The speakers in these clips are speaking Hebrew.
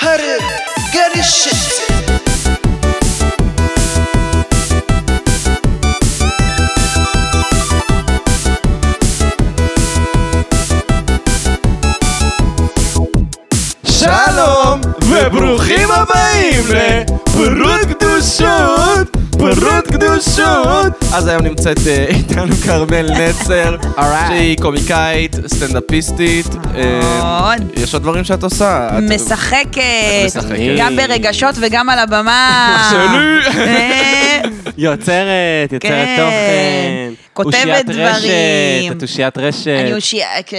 Karı karışık שלום, וברוכים הבאים לפרות קדושות, פרות קדושות. אז היום נמצאת אה, איתנו כרמל נצר, שהיא קומיקאית, סטנדאפיסטית. אה, נכון. יש עוד דברים שאת עושה. את- משחקת, משחקת. גם ברגשות וגם על הבמה. שלי. אה, יוצרת, יוצרת כן. תוכן. כותבת אושיית דברים. רשת, את אושיית אני אה. רשת. אושייה, כ-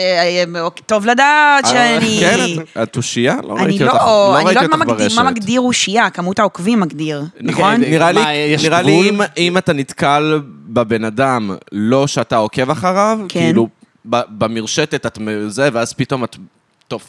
אוקיי, טוב לדעת שאני... כן, את- את תושייה? לא אני ראיתי לא, אותך אני לא ראיתי יודעת מה אותך מגדיר- ברשת. מה מגדיר אושייה, כמות העוקבים מגדיר, נכון? כן, נראה לי, מה, יש נראה לי גבול? אם, אם אתה נתקל בבן אדם, לא שאתה עוקב אחריו, כן. כאילו, ב, במרשתת את מ- זה, ואז פתאום את... טוב.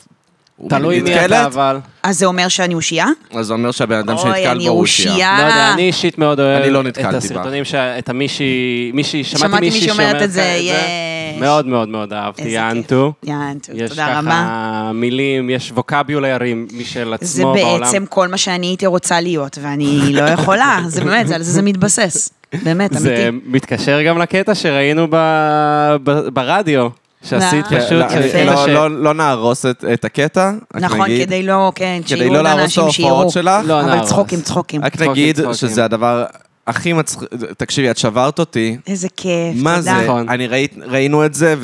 הוא תלוי מי נתקלת, אתה אבל. אז זה אומר שאני אושייה? אז זה אומר שהבן אדם אוי, שנתקל אני בו הוא שיעה. אושייה. לא יודע, אני אישית מאוד אני לא אוהב נתקלתי את בה. הסרטונים, ש- את המישהי, מישהי, שמעתי שמעתי מישהי מישהי אומרת שאומרת את זה, ככה יש. מאוד מאוד מאוד אהבתי, איזה כיף. יענתו. יענתו, יש תודה רבה. ככה מילים, יש ווקאביולרים משל זה עצמו בעולם. בעצם כל מה שאני הייתי רוצה להיות, ואני לא יכולה, זה באמת, זה- על זה זה מתבסס. באמת, זה אמיתי. מתקשר גם לקטע שראינו ב- ב- ברדיו, שעשית אה, פשוט, יפה. של- לא, ש- לא, לא נערוס את, את הקטע, רק נכון, נגיד, כדי לא, כן, כדי שיראו לא עוד להרוס את אנשים ההופעות שיראו. שלך, לא אבל נהרוס. צחוקים, צחוקים. רק צחוקים, נגיד צחוקים. שזה הדבר הכי מצחיק, תקשיבי, את שברת אותי, איזה כיף, מה זה, תודה. נכון. אני ראית, ראינו את זה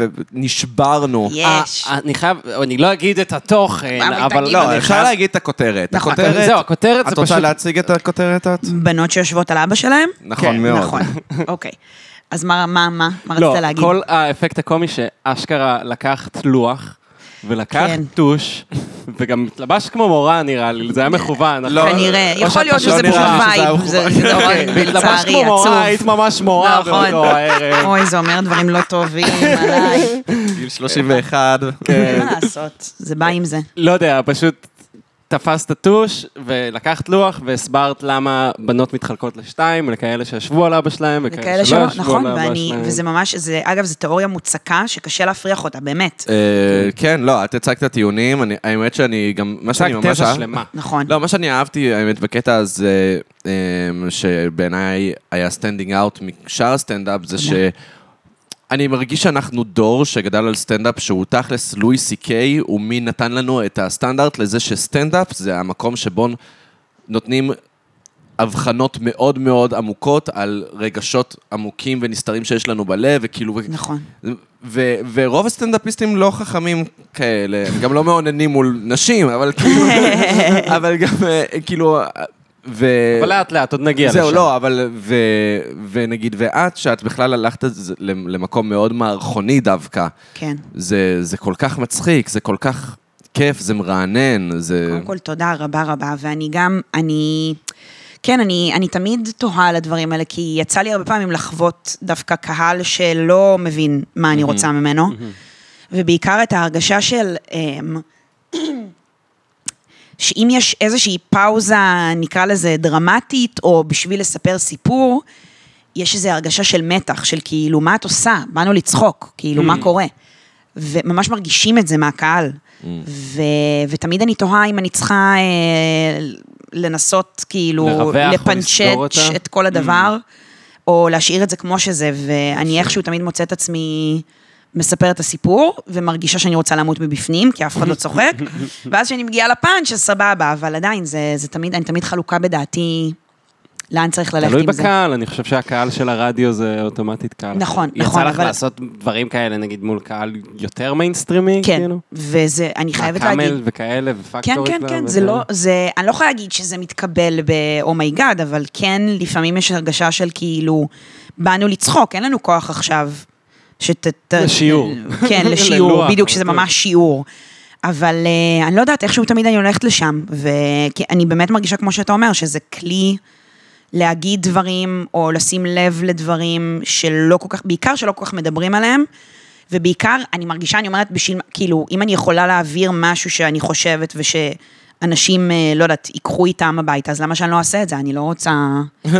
ונשברנו. יש. אה, אני חייב, אני לא אגיד את התוכן, אבל אבל תגיד. לא, אני אפשר חייב- להגיד את הכותרת. נכון, הכותרת... זהו, הכותרת זה את רוצה פשוט- להציג את הכותרת את? בנות שיושבות על אבא שלהם? נכון כן, מאוד. נכון, אוקיי. אז מה, מה, מה, מה לא, רצית להגיד? כל האפקט הקומי שאשכרה לקחת לוח. ולקחת כן. טוש, וגם התלבשת כמו מורה נראה לי, זה היה מכוון. לא, נכון? כנראה, או יכול להיות שאתה לא שזה נראה פשוט שזה היה וייב, מכוון. זה זה נורא, כן, והתלבשת לצערי, כמו מורה, היית עצוב. ממש מורה נכון. באותו הערב. אוי, זה אומר דברים לא טובים עליי. גיל 31. כן. אין מה לעשות, זה בא עם אוקיי, זה. לא יודע, פשוט תפסת טוש, ולקחת לוח, והסברת למה בנות מתחלקות לשתיים, ולכאלה שישבו על אבא שלהם, וכאלה וכאלה שלא, שלא ישבו נכון, על אבא ואני, שלהם. וזה ממש, זה, אגב, זו תיאוריה מוצקה שקשה להפריח אותה, באמת. אה, כן, לא, את הצגת טיעונים, אני- האמת שאני גם, כאילו, מה שאני הצגת ממש... תזה אהב- שלמה. נכון. לא, מה שאני אהבתי, האמת, בקטע הזה, אה, שבעיניי היה סטנדינג אאוט משאר הסטנדאפ, זה ש... כן. אני מרגיש שאנחנו דור שגדל על סטנדאפ שהוא תכלס לואי סי קיי, הוא מי נתן לנו את הסטנדרט לזה שסטנדאפ זה המקום שבו נותנים הבחנות מאוד מאוד עמוקות על רגשות עמוקים ונסתרים שיש לנו בלב, וכאילו... נכון. ו- ורוב הסטנדאפיסטים לא חכמים כאלה, הם גם לא מאוננים מול נשים, אבל כאילו... אבל גם, אה, כאילו... אה, ו... אבל לאט לאט, עוד נגיע לשם. זהו, לא, אבל, ו, ונגיד, ואת, שאת בכלל הלכת ז- למקום מאוד מערכוני דווקא. כן. זה, זה כל כך מצחיק, זה כל כך כיף, זה מרענן, זה... קודם כל, תודה רבה רבה, ואני גם, אני... כן, אני, אני תמיד תוהה על הדברים האלה, כי יצא לי הרבה פעמים לחוות דווקא קהל שלא מבין מה אני רוצה ממנו, ובעיקר את ההרגשה של... אמ, שאם יש איזושהי פאוזה, נקרא לזה דרמטית, או בשביל לספר סיפור, יש איזו הרגשה של מתח, של כאילו, מה את עושה? באנו לצחוק, כאילו, Mm. מה קורה? וממש מרגישים את זה מהקהל. Mm. ו- ותמיד אני תוהה אם אני צריכה אה, לנסות, כאילו, לרווח או לסגור לפנצ'ץ' אותה. Mm. את כל הדבר, או להשאיר את זה כמו שזה, ואני איכשהו תמיד מוצאת עצמי... מספרת את הסיפור, ומרגישה שאני רוצה למות מבפנים, כי אף אחד לא צוחק, ואז כשאני מגיעה לפאנץ', אז סבבה, אבל עדיין, זה, זה תמיד, אני תמיד חלוקה בדעתי, לאן צריך ללכת תלוי עם זה. בקהל, אני חושב שהקהל של הרדיו זה אוטומטית קהל. אחר. נכון, נכון, יצא לך אבל- לעשות דברים כאלה, נגיד מול קהל יותר מיינסטרימי? כן, כאילו? וזה, אני חייבת להגיד... הקאמל וכאלה, כן, ופקטורי כן, קלאב כן, זה וכאלה. לא, זה, אני לא יכולה להגיד שזה מתקבל ב-אומייגאד, אבל כן, לפעמים יש הרגשה של כאילו, באנו לצחוק, אין לנו כוח עכשיו. שת... ת- לשיעור. כן, לשיעור, ללוח, אוקיי. בדיוק, שזה אבל ממש שיעור. אבל אה, אני לא יודעת, איכשהו תמיד אני הולכת לשם, ואני באמת מרגישה, כמו שאתה אומר, שזה כלי להגיד דברים, או לשים לב לדברים שלא כל כך, בעיקר שלא כל כך מדברים עליהם, ובעיקר, אני מרגישה, אני אומרת, בשביל, כאילו, אם אני יכולה להעביר משהו שאני חושבת, ושאנשים, אה, לא יודעת, ייקחו איתם הביתה, אז למה שאני לא אעשה את זה? אני לא רוצה... אה.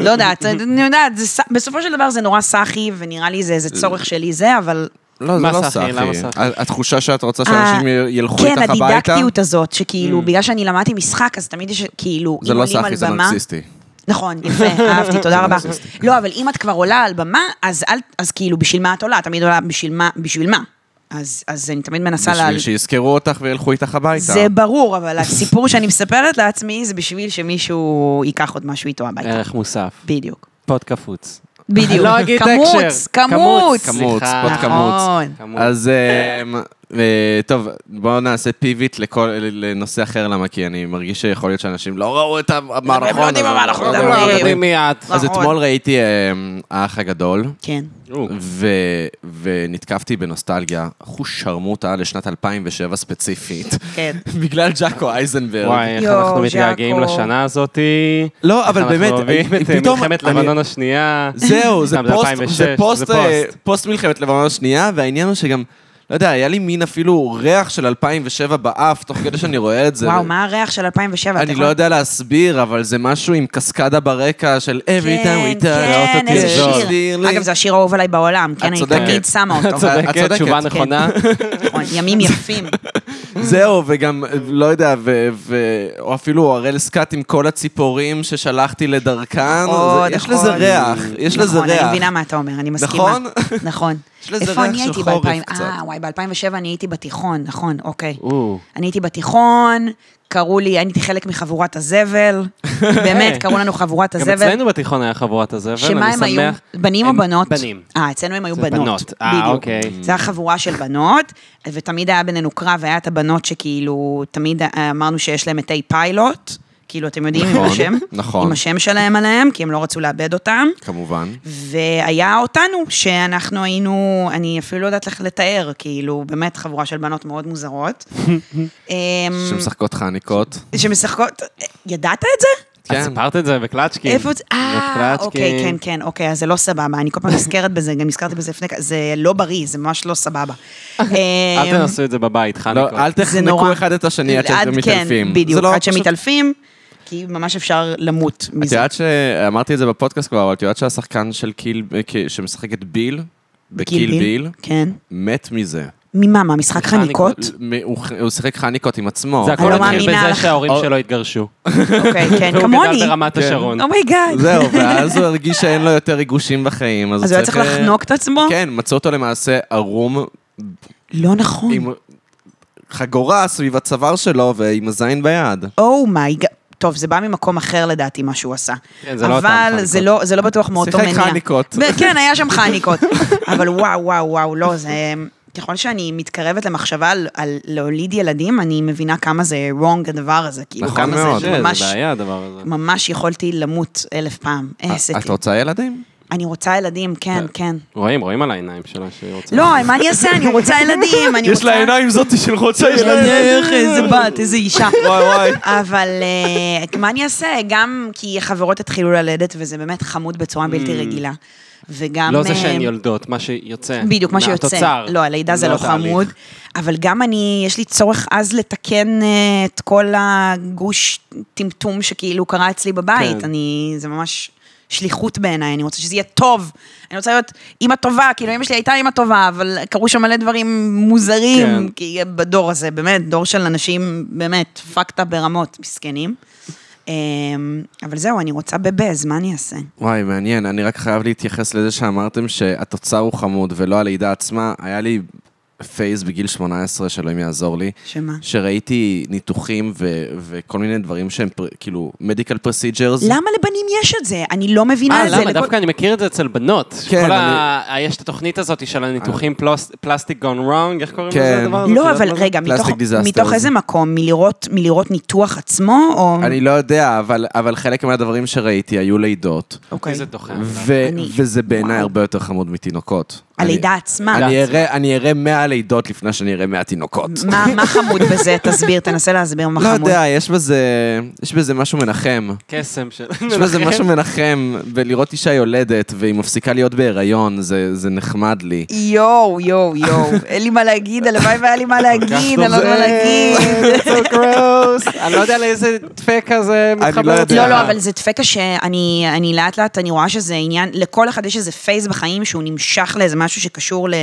לא יודעת, אני יודעת, זה ס- בסופו של דבר זה נורא סאחי, ונראה לי זה איזה צורך שלי זה, אבל... לא, זה מה לא סאחי? סאחי. למה סאחי? ה- התחושה שאת רוצה שאנשים אה, ילכו איתך כן, הביתה, Mm. הדידקטיות הזאת, שכאילו, בגלל שאני למדתי משחק, אז תמיד יש, כאילו, זה אם לא עולים סאחי, על זה במה- נרקסיסטי. נכון, יפה, אהבתי, זה תודה רבה. נרקסיסטי. לא, אבל אם את כבר עולה על במה, אז אל, אז כאילו, בשביל מה את עולה? תמיד עולה בשביל מה, בשביל מה? אז, אז אני תמיד מנסה לה... בשביל שיזכרו אותך וילכו איתך הביתה. זה ברור, אבל הסיפור שאני מספרת לעצמי, זה בשביל שמישהו ייקח עוד משהו איתו אה. הביתה. ערך מוסף. בדיוק. פוד קפוץ. בדיוק. לא אגיד את קמוץ, ההקשר. קמוץ, קמוץ. קמוץ, סליחה. פוד קמוץ. נכון. כמות. אז אמ, אה, טוב, בואו נעשה פיבוט לכל- לנושא אחר, למה כי אני מרגיש שיכול להיות שאנשים לא ראו את המערכון. הם לא יודעים אבל- מה אנחנו אבל- מדברים. אבל- לא יודעים מי את. אז נכון. אתמול ראיתי אמ, האח הגדול, כן. ו- ונתקפתי בנוסטלגיה, חושרמוטה לשנת 2007 ספציפית, כן. בגלל ג'אקו אייזנברג. וואי, איך יואו, אנחנו מתגעגעים ז'אקו. לשנה הזאת. לא, איך אבל באמת, אנחנו אוהבים את אה, פתאום מלחמת אני- לבנון השנייה. זהו, זה סתם, פוסט, 2006, זה פוסט, אה, פוסט. פוסט מלחמת לבנון השנייה, והעניין הוא שגם, לא יודע, היה לי מין אפילו ריח של 2007 באף, תוך כדי שאני רואה את זה. וואו, מה הריח של 2007? אתה אני לא יכול- יודע להסביר, אבל זה משהו עם קסקדה ברקע של every time we touch. כן, כן, אותי, איזה זאת. שיר. לא, לי. אגב, זה השיר האהוב עליי בעולם, כן, אני צודקת. תמיד שמה את אותו. את צודקת. אה, צודקת, תשובה כן. נכונה. נכון, ימים יפים. זהו, וגם, לא יודע, ו- ו- או אפילו הראל סקאט עם כל הציפורים ששלחתי לדרכן, נכון, זה- יש לזה נכון. ריח, יש לזה נכון, אני ריח. מבינה מה אתה אומר, אני מסכימה. נכון? נכון. יש לזה איפה ריח אני של הייתי חורף ב-2000? קצת. אה, וואי, ב-2007 אני הייתי בתיכון, נכון, אוקיי. או. אני הייתי בתיכון, קראו לי, הייתי חלק מחבורת הזבל. באמת, קראו לנו חבורת גם הזבל. אצלנו בתיכון היה חבורת הזבל, שמה אני הם היו? שמח. בנים או הם- בנות? בנים. אה, אצלנו הם היו זה בנות. בנות. אה, בדיוק. אוקיי. זה היה חבורה של בנות, ותמיד היה בינינו קרב, והיה את הבנות שכאילו, תמיד אה, אמרנו שיש להם מתי פיילוט, כאילו, אתם יודעים, עם נכון, השם. נכון. עם השם שלהם עליהם, כי הם לא רצו לאבד אותם. כמובן. והיה אותנו, שאנחנו היינו, אני אפילו לא יודעת איך לתאר, כאילו, באמת חבורה של בנות מאוד מוזרות. אמ, שמשחקות חניקות. שמשחקות, ידעת את זה? את כן. סיפרת את זה בקלצ'קין. איפה זה? אה, בקלצ'קין. אוקיי, כן, כן, אוקיי, אז זה לא סבבה, אני כל פעם נזכרת בזה, גם נזכרתי בזה לפני, כ- זה לא בריא, זה ממש לא סבבה. כן. אל תנסו את זה בבית, לא, חניקות. אל תחנקו אחד את השני עד שאתם מתעלפים. אמ, זה כן, בדיוק, לא עד פשוט. שמתעלפים, כי ממש אפשר למות את מזה. יודעת שאמרתי את זה בפודקאסט כבר, אבל את יודעת שהשחקן של קיל, אה, שמשחק את ביל, בקיל ביל, כן. מת מזה. ממה, מה, משחק חניקות? חניקות. מ- הוא ח- הוא שיחק חניקות עם עצמו. זה הכל לא התחיל מאמינה בזה לך. שההורים או- שלו התגרשו. אוקיי, לא כן, והוא כמוני. Oh לא, גדל ברמת השרון. אומייגאד. זהו, ואז הוא הרגיש שאין לו יותר ריגושים בחיים, אז אז הוא היה צריך אה, לחנוק את עצמו? כן, מצאו אותו למעשה ערום לא נכון. עם חגורה סביב הצוואר שלו ועם הזין ביד. אומייגאד. Oh טוב, זה בא ממקום אחר לדעתי, מה שהוא עשה. כן, זה לא אותם אבל חניקות. זה לא, זה לא בטוח מאותו שיחק מניע. חניקות. ב- כן, היה שם חניקות. אבל וואו, וואו, וואו, לא, זה... ככל שאני מתקרבת למחשבה על, על להוליד ילדים, אני מבינה כמה זה wrong הדבר הזה. כאילו, נכון כמה מאוד. זה כן, ממש, זה בעיה הדבר הזה. ממש יכולתי למות אלף פעם. איזה... אה, את רוצה ילדים? אני רוצה ילדים, כן, כן. רואים, רואים על העיניים שלה שהיא רוצה. לא, מה אני אעשה? אני רוצה ילדים, אני רוצה... זאתי של לא, רוצה איך, איזה בת, איזה אישה. וואי וואי. אבל אה, מה אני אעשה? גם כי החברות התחילו ללדת, וזה באמת חמוד בצורה בלתי רגילה. וגם... לא זה אה, שהן יולדות, מה שיוצא. בדיוק, מה שיוצא. מהתוצר. לא, הלידה זה לא התהליך. חמוד. אבל גם אני, יש לי צורך אז לתקן אה, את כל הגוש טמטום שכאילו קרה אצלי בבית. כן. אני, זה ממש שליחות בעיניי, אני רוצה שזה יהיה טוב. אני רוצה להיות אימא טובה, כאילו אמא שלי הייתה אימא טובה, אבל קרו שם מלא דברים מוזרים, כן. כי בדור הזה, באמת, דור של אנשים, באמת, fucked up ברמות, מסכנים. אה, אבל זהו, אני רוצה בבז, מה אני אעשה? וואי, מעניין, אני רק חייב להתייחס לזה שאמרתם שהתוצר הוא חמוד ולא הלידה עצמה. היה לי פייס בגיל 18, שאלוהים יעזור לי, שמה? שראיתי ניתוחים ו- וכל מיני דברים שהם פר- כאילו מדיקל פרסיג'רס. למה לבנים יש את זה? אני לא מבינה אה, את זה. למה? לכל- דווקא אני מכיר את זה אצל בנות. כן, כן, אני... אה. יש את התוכנית הזאת של הניתוחים פלוס- פלסטיק גון רונג, איך קוראים כן. לזה הדבר הזה? לא, את אבל יודעת אוקיי, מה רגע, Plastic מתוך- disaster מתוך הזה. איזה מקום? מלראות מלראות ניתוח עצמו, או... אני לא יודע, אבל, אבל חלק מהדברים שראיתי היו לידות. זה? אוקיי. איזה תוכן. ו- אני- וזה בעיניי וואו. הרבה יותר חמוד מתינוקות. הלידה אני- עצמה. אני אראה- אני אראה 100 לידות לפני שאני אראה 100 תינוקות. מה מה חמוד בזה? תסביר, תנסה להסביר מה לא חמוד. יודע, יש בזה, יש בזה משהו מנחם. קסם של... יש בזה משהו מנחם, ולראות אישה יולדת, והיא מפסיקה להיות בהיריון, זה זה נחמד לי. יואו, יואו, יואו. אין לי מה להגיד, הלוואי והיה לי מה להגיד, אני לא יודעת מה להגיד. זה גרוס. אני לא יודע לאיזה דפק כזה אני מתחבר. לא יודע. לא, לא, אבל זה דפקה שאני אני לאט לאט, אני רואה שזה עניין, לכל אחד יש איזה פייס בחיים שהוא נמשך לאיזה משהו שקשור ל...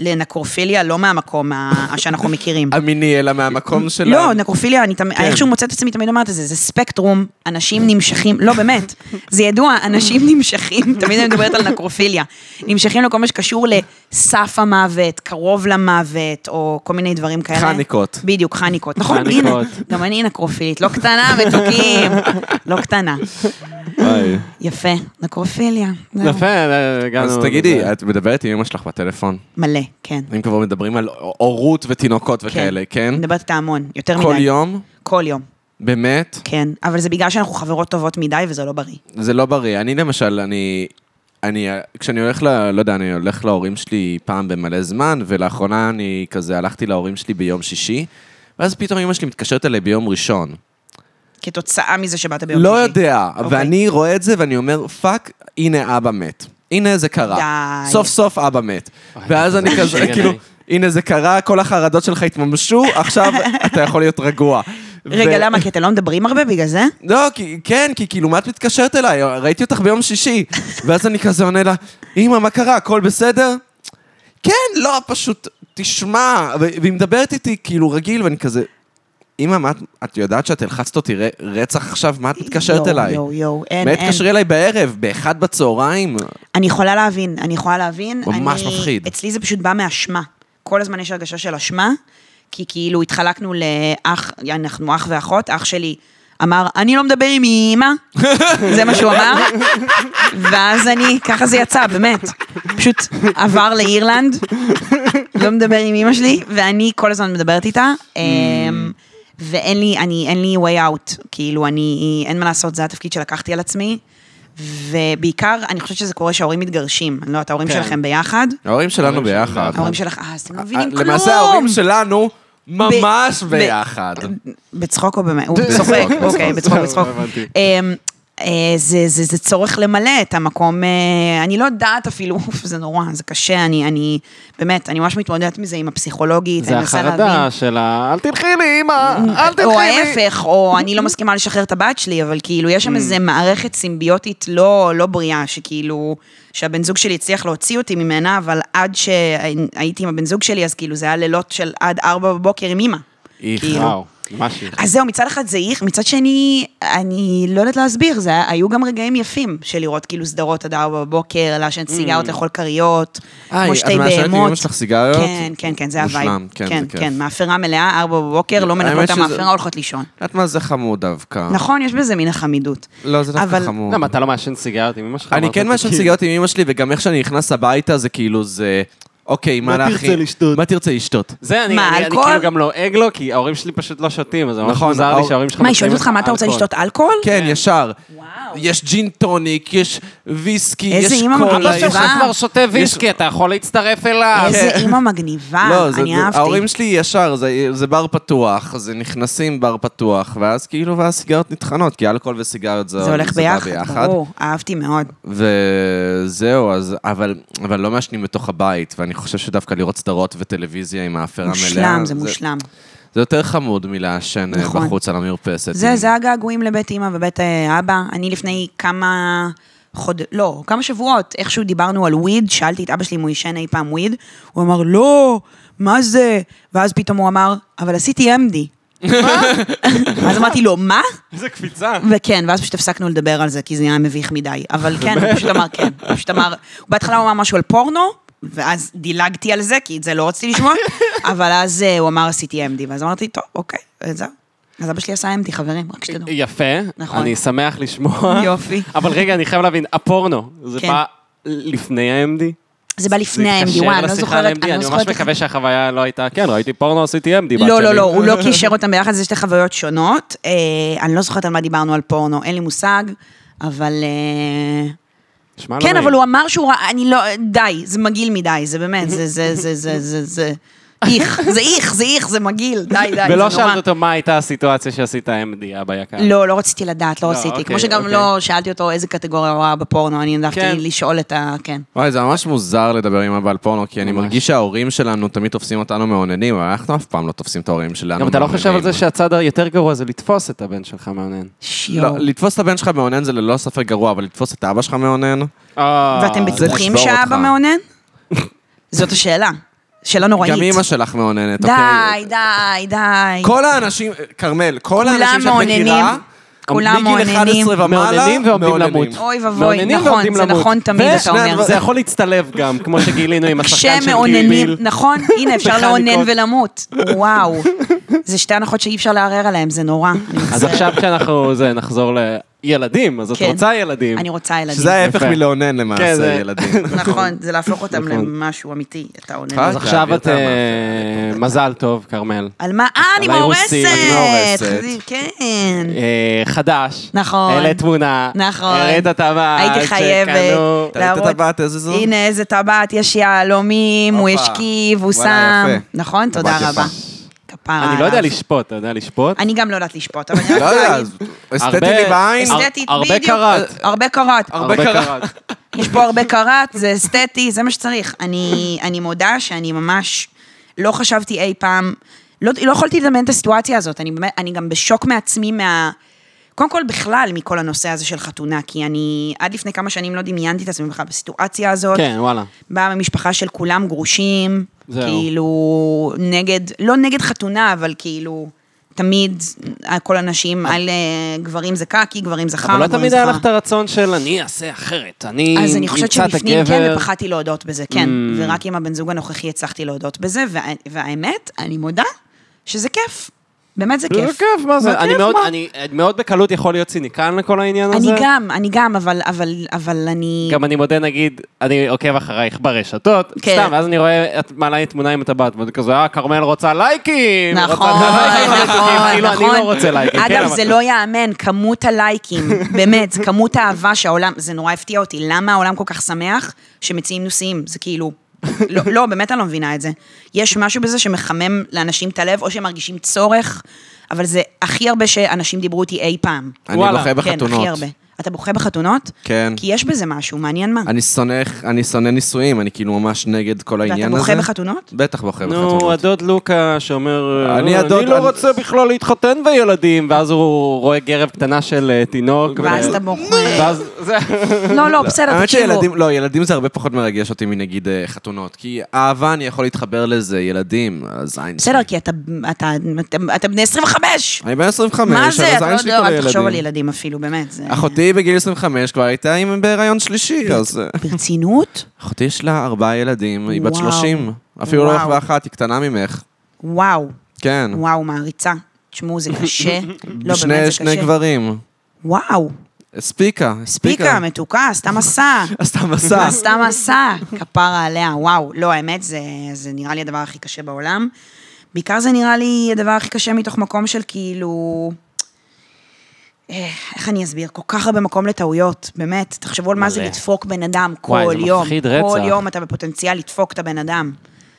לנקרופיליה לא מהמקום ה- שאנחנו מכירים. המיני, אלא מהמקום של... ה- כן. לא, נקרופיליה, אני תמיד, איכשהו מוצאת עצמי תמיד אומרת את זה, זה ספקטרום, אנשים נמשכים, לא באמת, זה ידוע, אנשים נמשכים, תמיד אני מדברת על נקרופיליה, נמשכים לכל מה שקשור לסף המוות, קרוב למוות, או כל מיני דברים כאלה. חניקות. בדיוק, חניקות. נכון, הנה, חניקות. גם אני נקרופילית, לא קטנה, מתוקים, לא קטנה. אוי. יפה, נקרופיליה. זהו. יפה, אה, הגענו... אז תגידי, את מדברת עם אמא שלך בטלפון? מלא, כן. אם כבר מדברים על הורות ותינוקות וכאלה, כן? מדברת איתה המון, יותר מדי. כל יום? כל יום, באמת? כן. אבל זה בגלל שאנחנו חברות טובות מדי, וזה לא בריא. זה לא בריא. אני למשל, אני... אני, כשאני הולך ל... לא יודע, אני הולך להורים שלי פעם במלא זמן, ולאחרונה אני כזה הלכתי להורים שלי ביום שישי, ואז פתאום אמא שלי מתקשרת אליי ביום ראשון. כתוצאה מזה שבאת ביום לא שישי. יודע, אוקיי. ואני רואה את זה ואני אומר, פאק, הנה אבא מת. הנה זה קרה. די. סוף סוף אבא מת. ואז זה אני ממש כזה, רגע כאילו, די. הנה זה קרה, כל החרדות שלך התממשו, עכשיו אתה יכול להיות רגוע. רגע, ו- למה? כי אתם לא מדברים הרבה בגלל זה? לא, כי, כן, כי כאילו, מה את מתקשרת אליי? ראיתי אותך ביום שישי. ואז אני כזה עונה לה, אמא, מה קרה? הכל בסדר? כן, לא, פשוט, תשמע. ו- והיא מדברת איתי כאילו רגיל, ואני כזה, אמא, מה את, את יודעת שאת הלחצת אותי ר- רצח עכשיו? מה את מתקשרת יואו, אליי? יואו, יואו, לא, אין, מה אין. התקשרי אליי בערב? באחד בצהריים? אני יכולה להבין, אני יכולה להבין. ממש אני- מפחיד. אצלי זה פשוט בא מאשמה. כל הזמן יש הרגשה של אשמה, כי כאילו התחלקנו לאח, אנחנו אח ואחות, אח שלי אמר, אני לא מדבר עם אימא, זה מה שהוא אמר, ואז אני, ככה זה יצא, באמת. פשוט עבר לאירלנד, לא מדבר עם אימא שלי, ואני כל הזמן מדברת איתה. Mm. אמ, ואין לי, אני, אין לי way out, כאילו, אני, אין מה לעשות, זה התפקיד שלקחתי על עצמי. ובעיקר, אני חושבת שזה קורה שההורים מתגרשים, אני לא יודעת, ההורים כן. שלכם ביחד? ההורים שלנו ביחד. ההורים שלך, אה, אז אתם לא מבינים כלום. למעשה ההורים שלנו ממש ב- ביחד. בצחוק או באמת? הוא צוחק, בצחוק, אוקיי, בצחוק. בצחוק, בצחוק. לא הבנתי. אמ, אה, זה- זה זה צורך למלא את המקום, אה, אני לא יודעת אפילו, אוף, זה נורא, זה קשה, אני, אני, באמת, אני ממש מתמודדת מזה עם הפסיכולוגית, זה אני מנסה להבין. החרדה של ה... אל תלכי לי, אמא, אל תלכי לי. או ההפך, או אני לא מסכימה לשחרר את הבת שלי, אבל כאילו, יש Mm. שם איזו מערכת סימביוטית לא, לא בריאה, שכאילו, שהבן זוג שלי הצליח להוציא אותי ממנה, אבל עד שהייתי עם הבן זוג שלי, אז כאילו, זה היה לילות של עד ארבע בבוקר עם אימא. איך, כאילו. וואו, ממש איך. אז זהו, מצד אחד זה איך, מצד שני, אני לא יודעת להסביר, זה היה- היו גם רגעים יפים של לראות כאילו סדרות עד ארבע בבוקר, לעשן סיגרות לאכול כריות, אה, כמו Mm. את שתי מעשנת עם אמא בהמות. שלך סיגריות? כן, כן, כן, זה הווייב. מושלם, כן, זה כן, כיף. כן, מאפרה מלאה, ארבע בבוקר, לא האמת מנקות את שזה- המאפרה, הולכות לישון. את יודעת מה זה חמור דווקא. נכון, יש בזה מין החמידות. לא, זה דווקא אבל- חמור. למה, אתה לא מעשן סיגריות עם אמא שלך? אני אמרת כן לי, מעשן כאילו, סיגריות עם אמא שלי, וגם איך שאני נכנס הביתה זה כאילו זה... אוקיי, מה מה להכין? תרצה לשתות? מה תרצה לשתות? כן, זה, אני מה, אני- אני אלכוהול? כאילו גם לועג לו, כי ההורים שלי פשוט לא שותים, אז זה ממש נכון, מוזר לי ההור- שההורים שלך... מה, היא מציעים שואלת אותך לך מה אתה רוצה אלכוהול. לשתות אלכוהול? כן, ישר. וואו. יש ג'ין טוניק, יש ויסקי, יש איזה אימא קולה. אבא מגניבה. יש- שלך אה, כבר שותה ויסקי, אתה יכול להצטרף אליו. איזה כן. אימא מגניבה, לא, זה- אני זה- אהבתי. ההורים שלי ישר, זה- זה בר פתוח, אז נכנסים בר פתוח, ואז כאילו, ואז סיגריות נטחנות, כי אלכוהול וסיגריות זה זה הולך בא ביחד, ברור, אהבתי מאוד. וזהו, אז, אבל, אבל לא מעשנים בתוך הבית, ואני חושב שדווקא לראות סדרות וטלוויזיה עם האפרה מלאה, מושלם, זה מושלם. זה יותר חמוד מלעשן אה, נכון. בחוץ על המרפסת. זה, עם- זה הגעגועים לבית אימא ובית אה, אבא. אני לפני כמה חוד... לא, כמה שבועות, איכשהו דיברנו על וויד, שאלתי את אבא שלי אם הוא עישן אי פעם וויד, הוא אמר, לא, מה זה? ואז פתאום הוא אמר, אבל עשיתי MD. מה? אז אמרתי לו, מה? איזה קפיצה. וכן, ואז פשוט הפסקנו לדבר על זה, כי זה נהיה מביך מדי. אבל כן, הוא פשוט אמר כן. הוא פשוט אמר, בהתחלה הוא אמר משהו על פורנו, ואז דילגתי על זה, כי את זה לא רציתי לשמוע, אבל אז אה, הוא אמר עשיתי MD, ואז אמרתי, טוב, אוקיי, אז זהו. אז אבא שלי עשה MD, חברים, רק אה, שתדעו. יפה, נכון. אני שמח לשמוע. יופי. אבל רגע, אני חייב להבין, הפורנו, זה כן. בא לפני ה-MD? זה בא לפני ה-MD, וואי, אני לא זוכרת, אני לא ממש זוכרת איך- מקווה שהחוויה לא הייתה, כן, ראיתי פורנו, עשיתי MD. בת לא, לא, שלי." לא, הוא לא קישר אותם ביחד, זה שתי חוויות שונות. אה, אני לא זוכרת על מה דיברנו על פורנו, אין לי מושג, אבל... אה, נשמע לא כן, נעים. אבל הוא אמר שהוא ראה, אני לא, די, זה מגעיל מדי, זה באמת, זה, זה, זה, זה, זה, זה, איך, זה איך, זה איך, זה מגעיל, די, די, זה ולא נורא. שאלת אותו מה הייתה הסיטואציה שעשית MD, אבא יקר. לא, לא רציתי לדעת, לא לא, רציתי. אוקיי, כמו שגם אוקיי. לא שאלתי אותו איזה קטגוריה הוא ראה בפורנו, אני העדפתי כן. לשאול את ה... כן. וואי, זה ממש מוזר לדבר עם אבא על פורנו, כי אני ממש. מרגיש שההורים שלנו תמיד תופסים אותנו מעוננים, אבל אנחנו אף פעם לא תופסים את ההורים שלנו גם אתה לא חושב על מעוננים. זה שהצד היותר גרוע זה לתפוס את הבן שלך מאונן. שיו. לא, לתפוס את הבן שלך מאונן זה ללא ספק גרוע, אבל לתפוס את אבא שלך מאונן? ואתם אה. זה בטוחים לשבור שהאבא אותך. מאונן? זאת השאלה. שאלה נוראית. גם אימא שלך מאוננת, די, אוקיי? די, די. כל האנשים, כרמל, כל כולם האנשים שאת מכירה, מאוננים. כולם מגיל מאוננים. 11 ומעלה, מאוננים ועומדים למות. אוי ואבוי, מעוננים נכון, ועומדים זה למות. נכון תמיד, אתה ושני אומר. הדבר- זה יכול להצטלב גם, כמו שגילינו עם השחקן של כשמאוננים, קיל ביל. נכון, הנה, אפשר בחניקות. לאונן ולמות. וואו. זה שתי הנחות שאי אפשר לערער עליהן, זה נורא. אני אז מצטערת. עכשיו כשאנחנו זה, נחזור לילדים, אז את כן. רוצה ילדים. אני רוצה ילדים. שזה ההפך יפה. מלאונן כן, זה- למעשה, ילדים. נכון, זה להפוך אותם נכון. למשהו אמיתי, אתה עונה. אה, אז לזה. עכשיו את... להעביר את אה, מזל טוב, כרמל. על מה? אה, אני על מאורסת! האירוסים, את מאורסת. זה- כן. אה, חדש. נכון. העלית תמונה. נכון. העלית הטבעת. הייתי חייבת שקנו. אתה היית טבעת, איזה זו? הנה איזה טבעת, יש יהלומים, הוא הופה. השכיב, הוא וואלה, שם. יפה. נכון? תודה טבעת יפה. רבה. כפרה אני לא יודע עליו. לשפוט, אתה יודע לשפוט? אה, אני גם לא יודעת לשפוט, אבל אני לא יודעת יודע, להגיד. אסתטי הרבה- לי בעין. הר- אסתטית, הרבה בדיוק. קראט. הרבה קראט. הרבה קראט. יש פה הרבה קראט, זה אסתטי, זה מה שצריך. אני, אני מודה שאני ממש לא חשבתי אי פעם, לא, לא יכולתי לדמיין את הסיטואציה הזאת, אני, באמת- אני גם בשוק מעצמי מה... קודם כל, בכלל, מכל הנושא הזה של חתונה, כי אני עד לפני כמה שנים לא דמיינתי את עצמי בכלל בסיטואציה הזאת. כן, וואלה. באה ממשפחה של כולם גרושים, זהו. כאילו, נגד, לא נגד חתונה, אבל כאילו, תמיד כל הנשים על אה, גברים זה קקי, גברים זה חם. אבל לא גברים תמיד זה היה חם. לך את הרצון של אני אעשה אחרת, אני אז אני חושבת אמצא את שבפנים כן, הגבר. ופחדתי להודות בזה, כן. ורק עם הבן זוג הנוכחי הצלחתי להודות בזה, וה- והאמת, אני מודה שזה כיף. באמת זה כיף. זה כיף, מה זה? אני כיף, מאוד- מה? אני מאוד בקלות יכול להיות ציניקן לכל העניין הזה. אני גם, אני גם, אבל- אבל אבל אני... גם אני מודה, נגיד, אני עוקב אחרייך ברשתות, כן. סתם, ואז אני רואה, את מעלה לי תמונה עם הטבעת, ואני כזה, אה, כרמל רוצה לייקים! רוצה נכון, לייקים על הטבעת", נכון, כאילו, נכון. אני לא רוצה לייקים. כן, אגב, אבל- זה לא ייאמן, כמות הלייקים, באמת, זה כמות האהבה שהעולם, זה נורא הפתיע אותי, למה העולם כל כך שמח שמציעים נושאים? זה כאילו, לא, לא, באמת אני לא מבינה את זה. יש משהו בזה שמחמם לאנשים את הלב, או שהם מרגישים צורך, אבל זה הכי הרבה שאנשים דיברו איתי אי פעם. אני וואלה. בוכה כן, בחתונות. הכי הרבה. אתה בוכה בחתונות? כן. כי יש בזה משהו, מעניין מה. אני שונא, אני שונא נישואים, אני כאילו ממש נגד כל העניין הזה. בוכה בחתונות? בטח בוכה נו, בחתונות. הדוד לוקה שאומר, אני "אה, הדוד- אני לא אני- רוצה בכלל להתחתן וילדים, ואז הוא רואה גרב קטנה של אה, תינוק. ואז ו- אתה בוכה. ואז זה... לא, לא, בסדר, האמת תקשיבו. שילדים, לא, ילדים זה הרבה פחות מרגש אותי מנגיד אה, חתונות, כי אהבה, אני יכול להתחבר לזה, ילדים, הזין. בסדר, כי אתה- אתה אתה- אתה בני 25! אני בן 25, מה זה? אתה הזין לא שלי יודע, כולל אל תחשוב על ילדים. ילדים אפילו, באמת. זה- אחותי בגיל 25 כבר הייתה עם בהיריון שלישי, אז... אה, ברצינות? אחותי יש לה ארבעה ילדים, היא בת וואו. 30. אפילו לא וואו. לך ואחת, היא קטנה ממך. וואו, כן. וואו, מעריצה. תשמעו, זה קשה. לא, שני- באמת זה שני קשה. גברים. וואו, הספיקה, פיקה, הספיקה. מתוקה, עשתה מסע. עשתה מסע. עשתה מסע, כפרה עליה, וואו. לא, האמת, זה, זה נראה לי הדבר הכי קשה בעולם. בעיקר זה נראה לי הדבר הכי קשה מתוך מקום של כאילו... אה, איך אני אסביר? כל כך הרבה מקום לטעויות, באמת. תחשבו על מה זה מלא. לדפוק בן אדם כל וואי, זה יום. מפחיד כל רצח. יום אתה בפוטנציאל לדפוק את הבן אדם.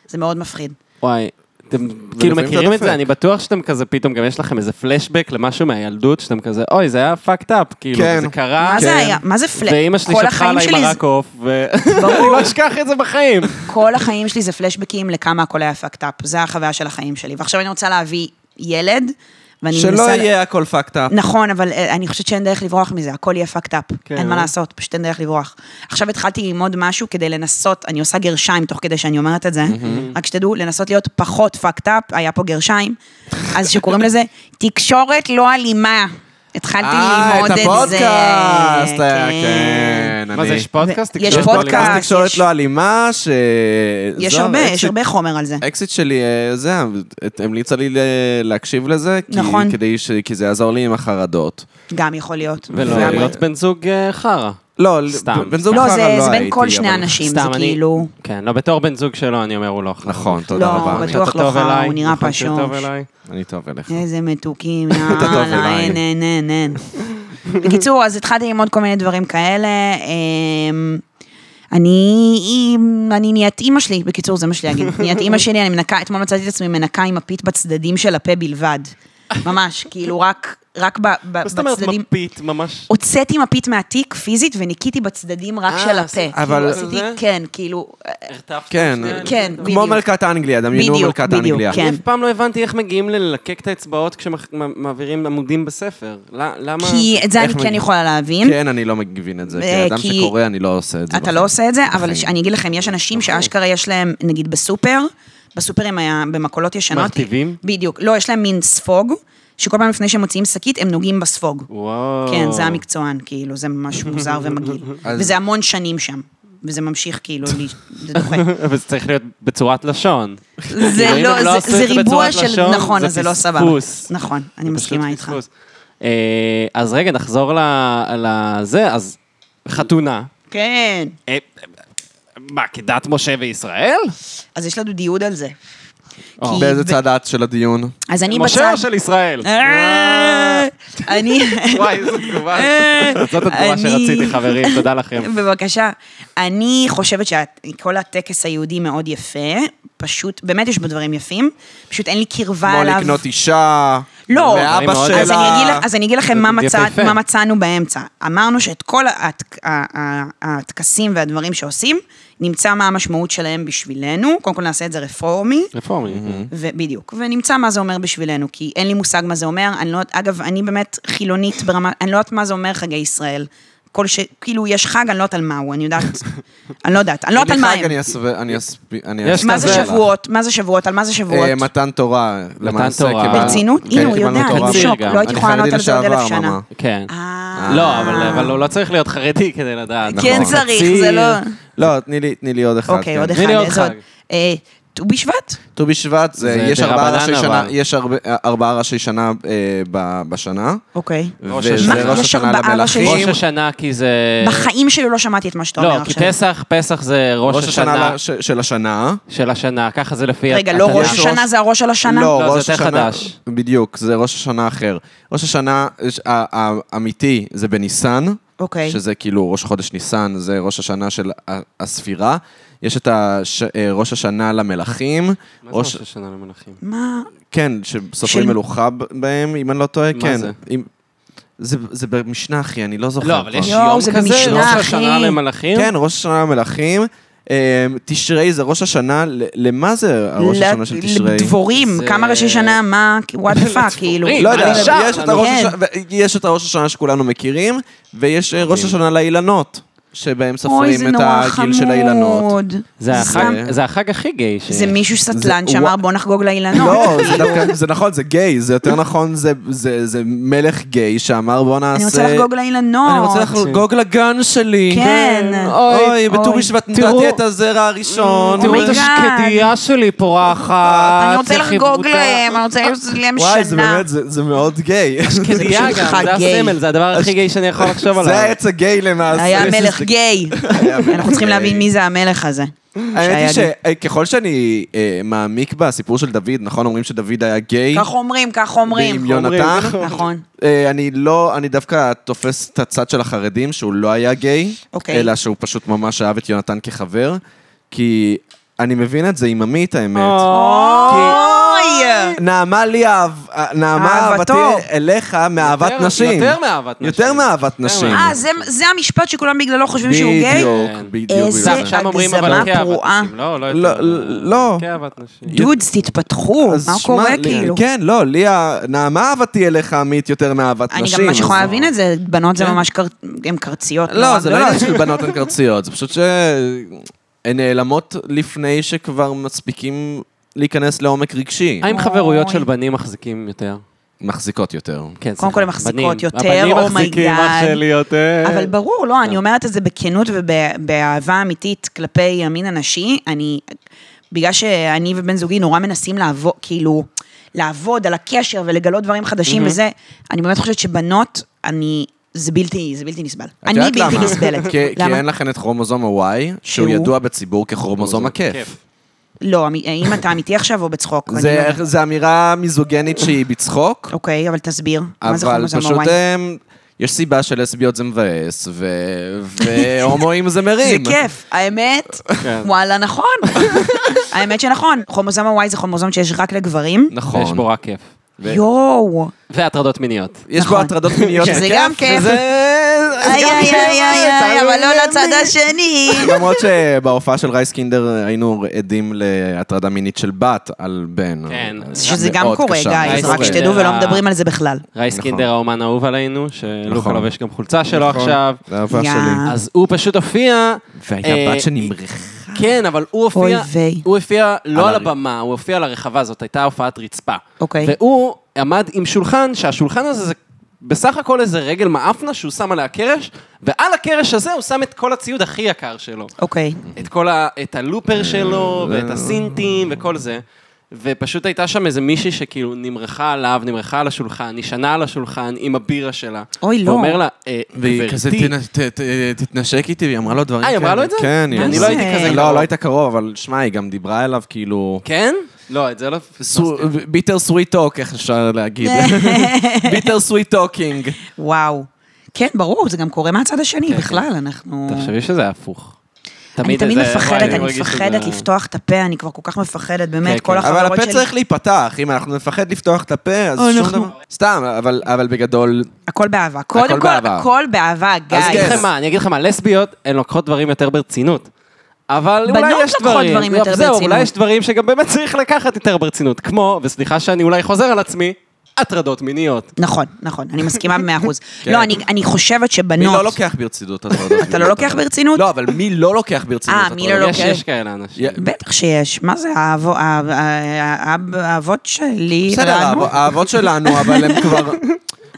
זה מאוד מפחיד. וואי. אתם כאילו לפעמים זה מכירים את דופק. זה, אני בטוח שאתם כזה, פתאום גם יש לכם איזה פלשבק למשהו מהילדות, שאתם כזה, אוי, זה היה fucked up, כאילו, כן. זה קרה. מה זה כן. היה? מה זה פלאט? ואימא שלי כל שפכה החיים עליי שלי זה- מרק עוף, ואני לא אשכח את זה בחיים. כל החיים שלי זה פלשבקים לכמה הכל היה fucked up. זה החוויה של החיים שלי. ועכשיו אני רוצה להביא ילד, ואני מנסה... שלא ל- יהיה הכל fucked up. נכון, אבל אה, אני חושבת שאין דרך לברוח מזה, הכל יהיה fucked up. כן. אין מה לעשות, פשוט אין דרך לברוח. עכשיו התחלתי ללמוד משהו כדי לנסות, אני עושה גרשיים תוך כדי שאני אומרת את זה, רק שתדעו, לנסות להיות פחות fucked up, היה פה גרשיים, אז שקוראים לזה תקשורת לא אלימה. התחלתי אה, ללמוד את את זה. הפודקאסט, אה, כן. כן. מה זה, אני- יש פודקאסט? יש תקשורת יש לא פודקאסט. אלימה? פודקאסט תקשורת יש- לא אלימה, ש... יש זהו, הרבה, יש האקזיט- הרבה חומר על זה. האקזיט שלי, אה, זה, את- המליצה לי ל- להקשיב לזה, כי- נכון. כדי ש- כי זה יעזור לי עם החרדות. גם יכול להיות. ולא, לגמרי. להיות בן זוג אה, חרא. לא, ל- סתם, בן זוג לא, חרא זה זה בין הייתי, כל שני אבל- אנשים, זה סתם, אני- כאילו... כן, לא, בתור בן זוג שלו, אני אומר, הוא לא חרא. נכון, תודה לא, רבה. הוא אני- בטוח אתה לא אה, טוב חרא, אליי, הוא נראה נכון שאתה טוב פשוש. אליי. אני טוב אליך. איזה מתוקים, אתה טוב יאללה, אליי. אין, אין, אין, אין. בקיצור, אז התחלתי ללמוד כל מיני דברים כאלה. אמ, אני, אני נהיית אימא שלי, בקיצור, זה מה שלי להגיד. נהיית אימא שלי, אני מנקה, אתמול מצאתי את עצמי מנקה עם מפית בצדדים של הפה בלבד. ממש, כאילו, רק, רק ב, ב, מה זאת אומרת בצדדים. מפית, ממש? הוצאתי מפית מהתיק פיזית וניקיתי בצדדים רק אה, של עשית- הפה. אבל- כאילו, עשיתי, זה- כן, כאילו, הרטפת כן, שנייה. כן, כמו בדיוק. מלכת אנגליה, דמיינו בדיוק, מלכת בדיוק, אנגליה. כן. אני אף פעם לא הבנתי איך מגיעים ללקק את האצבעות כשמעבירים עמודים בספר. ל- למה... כי את זה איך אני כן מגיעים? יכולה להבין. כן, אני לא מבין את זה. אה, כאדם כי- שקורא, אני לא עושה את זה. אתה בחיים. לא עושה את זה, אבל בחיים. ש- אני אגיד לכם, יש אנשים שאשכרה יש להם, נגיד בסופר, בסופרים, היה, במקלות ישנות. מרטיבים? בדיוק. לא, יש להם מין ספוג, שכל פעם לפני שהם מוציאים שקית, הם נוגעים בספוג. וואו. כן, זה המקצוען, כאילו, זה ממש מוזר ומגעיל. אז- וזה המון שנים שם. וזה ממשיך כאילו, לי- זה דוחה. אבל זה צריך להיות בצורת לשון. זה אם הם לא, לא זה- עשו זה את זה ריבוע בצורת של, לשון, נכון, זה אז זה לא סבבה. פספוס. נכון, אני פשוט מסכימה איתך. פספוס. אה, אז רגע, נחזור ל- לזה, אז חתונה. כן. אה, מה, כדת משה וישראל? אז יש לנו דיוד על זה. כי- באיזה ו- צד את של הדיון? אז אני משה בצד... או של ישראל? אה, אני... וואי, איזו תגובה. אה, זאת התגובה אני- שרציתי, חברים, תודה לכם. בבקשה. אני חושבת שכל הטקס היהודי מאוד יפה, פשוט, באמת יש בו דברים יפים, פשוט אין לי קרבה כמו אליו. לקנות אישה, לא, לאבא אז שלה. אז אני אגיד, לך- אז אני אגיד לכם זה מה, יפה, מצא, יפה. מה מצאנו באמצע. אמרנו שאת כל הת- ה- ה- הטקסים והדברים שעושים, נמצא מה המשמעות שלהם בשבילנו. קודם כל נעשה את זה רפורמי. רפורמי. ובדיוק, ונמצא מה זה אומר בשבילנו, כי אין לי מושג מה זה אומר, אני לא, אגב, אני באמת חילונית ברמה, אני לא יודעת מה זה אומר חגי ישראל. כל ש... כאילו, יש חג, אני לא יודעת על מה הוא, אני יודעת, אני לא יודעת, אני לא אין לי יודעת על מה חג, הם. אני אסב- אני אסב- אני יש אסב- מה זה כזה. שבועות, מה זה שבועות, על מה זה שבועות? אה, מתן תורה, למעשה. תורה. קיבלנו- ברצינות? כן, הנה, הוא קיבלנו יודע, אני תורה. בשוק, גם. לא הייתי אני יכולה לענות חרדי על זה עוד אלף לשעבר, שנה. מאמא. כן. אה. לא, אבל אבל הוא לא צריך להיות חרדי כדי לדעת. כן נכון. צריך, זה קציר. לא... לא, תני לי- תני לי עוד אחד. אוקיי, כן. עוד הנה אחד, עוד איזה עוד? חג. אה, ט"ו בשבט? ט"ו בשבט, זה- זה יש ארבעה דרבנן, ראשי שנה- אבל. יש הרבה- ארבעה ראשי שנה אה, ב- בשנה. אוקיי. ראש וזה השנה. ראש יש השנה ארבעה ראשי למלכים. ראש השנה כי זה... כן. בחיים שלי לא שמעתי את מה שאתה אומר לא, כי עכשיו. פסח, פסח זה ראש ראש השנה השנה לא- ל- ש- של השנה. של השנה, ככה זה לפי... רגע, הת- לא התנ"ך. ראש השנה זה הראש על השנה? לא, לא, זה ראש יותר השנה... חדש. בדיוק, זה ראש השנה אחר. ראש השנה ש- ה- ה- האמיתי זה בניסן. אוקיי. שזה כאילו ראש חודש ניסן, זה ראש השנה של ה- הספירה. יש את הש- אה, ראש השנה למלכים. מה זה ראש- ראש השנה למלכים? מה? כן, שסופרים של- מלוכה ב- בהם, אם אני לא טועה, מה כן. זה? אם- זה זה במשנה, אחי, אני לא זוכר. לא, אבל כבר. יש יואו, יום זה כזה, במשנה, ראש אחי. השנה למלכים? כן, ראש השנה למלכים. אה, תשרי זה ראש השנה, ל- למה זה הראש השנה של תשרי? לדבורים, זה- כמה ראשי שנה, מה, וואט דה פאק, כאילו. לדבורים, לא יודע, אני שם, יש את אני- הראש כן. השנה- ו- יש את הראש השנה שכולנו מכירים, ויש אה, ראש השנה לאילנות, שבהם אוי, סופרים זה את נורא הגיל של האילנות. חמוד. זה סתם, החג- זה החג הכי גיי ש... זה מישהו סטלן זה- שאמר וואי. בוא נחגוג לאילנות. לא, זה דווקא- זה נכון, זה גיי, זה יותר נכון, זה- זה זה מלך גיי שאמר בוא נעשה... אני רוצה לחגוג לאילנות. אני רוצה לחגוג לגן שלי. כן. אוי, בט"ו אוי. בשבט תראו- נתתי את הזרע הראשון. לא, תראו את אומייגאד. השקדיה שלי פורחת. Oh אני רוצה זה לחגוג חברותה. להם, אני רוצה להם שנה. וואי, זה באמת, זה זה מאוד גיי. שקדיה פשוט גם, חג זה גיי. הסמל, זה הדבר הכי גיי שאני יכול לחשוב עליו. זה העץ הגיי למעשה. היה מלך גיי. היה מלך אנחנו צריכים גיי. להבין מי זה המלך הזה. האמת שהיה היא שככל שאני אה, מעמיק בסיפור של דוד, נכון אומרים שדוד היה גיי? כך אומרים, כך אומרים. ועם יונתן? נכון. אה, אני לא, אני דווקא תופס את הצד של החרדים, שהוא לא היה גיי, אוקיי. אלא שהוא פשוט ממש אהב את יונתן כחבר, כי אני מבין את זה עם עמית, Oh. האמת. אוי! נעמה לי, אהב- נעמה אהבתי אהבתו. אליך מאהבת יותר- נשים. יותר מאהבת נשים. יותר מאהבת נשים. אה, זה- זה המשפט שכולם בגללו חושבים אה, שהוא גיי? בדיוק, בדיוק. איזה- בדיוק. שם שם אומרים אבל הגזמה כאהבת פרועה. נשים, לא, לא לא, יותר. לא. כאהבת נשים. דודס, תתפתחו, אז מה שמע, קורה לי- כאילו? כן, לא, לי, ה- נעמה אהבתי אליך, עמית, יותר מאהבת אני נשים. גם ממש אז- כן. יכולה להבין את זה, בנות זה ממש קר- הן קרציות. לא, נורא זה לא גדולות. עניין של בנות הן קרציות, זה פשוט שהן נעלמות לפני שכבר מספיקים להיכנס לעומק רגשי. האם חברויות אוי. של בנים מחזיקים יותר? מחזיקות יותר. כן, קודם כל, סליחה, הן מחזיקות בנים. יותר, הבנים אומייגאד. מחזיקים אח שלי יותר. אה. אבל ברור, לא, אני אומרת את זה בכנות ובאהבה אמיתית כלפי המין הנשי. אני, בגלל שאני ובן זוגי נורא מנסים לעבוד, כאילו, לעבוד על הקשר ולגלות דברים חדשים וזה, אני באמת חושבת שבנות, אני, זה בלתי, זה בלתי נסבל. אני יודעת בלתי למה? נסבלת. כי כי למה? אין לכן את כרומוזום ה-Y, שהוא שהוא? ידוע בציבור ככרומוזום הכיף. כיף. לא, אמי- האם אתה אמיתי עכשיו או בצחוק? אני לא זה- יודעת. זה אמירה מיזוגנית שהיא בצחוק, אוקיי, אבל תסביר. מה זה אבל כרומוזום פשוט ה-Y? הם- יש סיבה שלסביות זה מבאס, ו- והומואים זה מרים. זה כיף, האמת, כן. וואלה, נכון. האמת שנכון, כרומוזום ה-Y זה כרומוזום שיש רק לגברים. יש נכון. בו רק כיף. יואו. והטרדות מיניות. יש בו נכון. הטרדות מיניות. כן, שזה גם כיף. וזה... אז איי, גם איי, כיף, איי, איי, איי, תלוי אבל לא למי. לצד השני. למרות שבהופעה של רייסקינדר היינו עדים להטרדה מינית של בת על בן. אה, כן. שזה מאוד גם קורה, קשה, גיא, מאוד אז רק קורה. אה. קורה. שתדעו ולא מדברים על זה בכלל. רייס נכון. קינדר האומן האהוב עלינו, שלוקה נכון. לובש גם חולצה שלו נכון, עכשיו. זה אהבה יא. שלי. אז הוא פשוט הופיע. והייתה אה, בת שנמרחה. כן, אבל הוא הופיע, אוי ויי. הוא הופיע על לא על הר- הבמה, הוא הופיע על הרחבה, זאת הייתה הופעת רצפה. אוקיי. והוא עמד עם שולחן, שהשולחן הזה זה בסך הכל איזה רגל מעפנה שהוא שם עליה קרש, ועל הקרש הזה הוא שם את כל הציוד הכי יקר שלו. אוקיי. Mm. את כל ה... את הלופר שלו, ואת הסינטים, וכל זה. ופשוט הייתה שם איזה מישהי שכאילו נמרחה עליו, נמרחה על השולחן, נשענה על השולחן עם הבירה שלה. אוי, לא. ואומר לה, "אה, והיא כזה, גברתי, "ת- ת- ת- תתנשק איתי, והיא אמרה לו דברים אה, היא אמרה לו את זה? כן, היא אני אמרה- לא הייתי כזה לא, קרוב. לא הייתה קרוב, אבל שמע, היא גם דיברה אליו כאילו... כן? לא, את זה לא... פספסתי. ביטר סוויט טוק, איך אפשר להגיד. ביטר סוויט טוקינג. וואו. כן, ברור, זה גם קורה מהצד השני, כן, בכלל, אנחנו... תחשבי שזה היה הפוך. אני תמיד איזה- וואי, מפחדת, אני מרגיש מפחדת שזה- לפתוח את הפה, אני כבר כל כך מפחדת, באמת, כן, כל כן. החברות אבל שלי... אה, הפה צריך להיפתח, אם אנחנו נפחד לפתוח את הפה, אז שום אנחנו- דבר. סתם, אבל- אבל בגדול... הכל באהבה. קודם כל, באהבה. הכל באהבה, גיא. אני אגיד כן. לכם מה, אני אגיד לכם מה, לסביות, הן לוקחות דברים יותר ברצינות. אבל בנות אולי יש לוקחות דברים, לא, דברים יותר זהו, ברצינות. אולי יש דברים שגם באמת צריך לקחת יותר ברצינות, כמו, וסליחה שאני אולי חוזר על עצמי, הטרדות מיניות. נכון, נכון, אני מסכימה במאה אחוז. כן. לא, אני- אני חושבת מי שבנות... לא לוקח ברצינות הטרדות? אתה לא לוקח ברצינות? לא, אבל מי לא לוקח ברצינות אה, מי לא יש, אוקיי. יש כאלה אנשים. י- בטח שיש, מה זה, האבו- האב- האב- האבות שלי בסדר, רענו? האב- האבות שלנו, אבל הם כבר...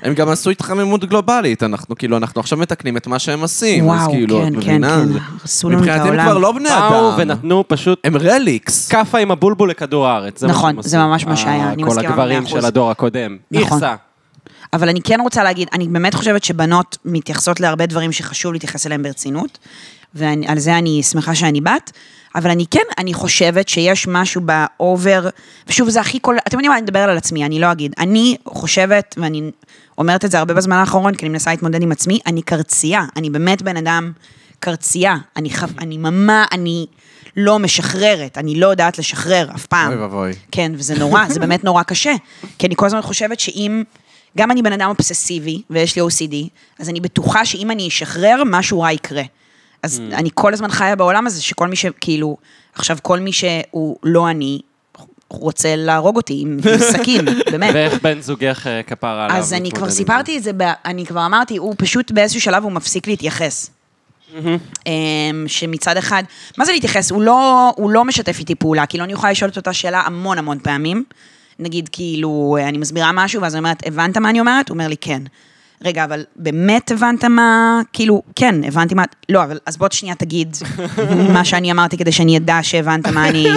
הם גם עשו התחממות גלובלית, אנחנו כאילו, אנחנו עכשיו מתקנים את מה שהם עושים, אז וואו, כאילו, את כן, כן, מבינה? כן, זה- הרסו לנו את מבחינתם העולם. כבר לא בני באו אדם, ונתנו פשוט הם רליקס. כאפה עם הבולבול לכדור הארץ. מה נכון, שהם זה עשו. ממש מה שהיה, אני כל מסכימה במאה הגברים אחוז. של הדור הקודם. נכון. איכסה. אבל אני כן רוצה להגיד, אני באמת חושבת שבנות מתייחסות להרבה דברים שחשוב להתייחס אליהם ברצינות, ועל זה אני שמחה שאני בת, אבל אני כן, אני חושבת שיש משהו באובר, ושוב, זה הכי כל... אתם יודעים מה, אני אדבר על עצמי, אני לא אגיד. אני חושבת, ואני אומרת את זה הרבה בזמן האחרון, כי אני מנסה להתמודד עם עצמי, אני קרצייה, אני באמת בן אדם קרצייה, אני, חו... אני ממה, אני לא משחררת, אני לא יודעת לשחרר אף פעם. אוי ואבוי. כן, וזה נורא, זה באמת נורא קשה. כי אני כל הזמן חושבת שאם, גם אני בן אדם אובססיבי, ויש לי OCD, אז אני בטוחה שאם אני אשחרר, משהו רע יקרה. אז אני כל הזמן חיה בעולם הזה, שכל מי שכאילו, עכשיו כל מי שהוא לא אני, רוצה להרוג אותי עם עם סכין, באמת. ואיך בן זוגך אה, כפרה עליו. אז אני מתמודד כבר עם זה. סיפרתי את זה, ב- אני כבר אמרתי, הוא פשוט באיזשהו שלב הוא מפסיק להתייחס. אמ, שמצד אחד, מה זה להתייחס? הוא לא, הוא לא משתף איתי פעולה, כאילו אני יכולה לשאול את אותה שאלה המון המון פעמים. נגיד, כאילו, אני מסבירה משהו, ואז אני אומרת, הבנת מה אני אומרת? הוא אומר לי, כן. רגע, אבל באמת הבנת מה, כאילו, כן, הבנתי מה, לא, אבל אז בוא שנייה תגיד מה שאני אמרתי כדי שאני אדע שהבנת מה אני,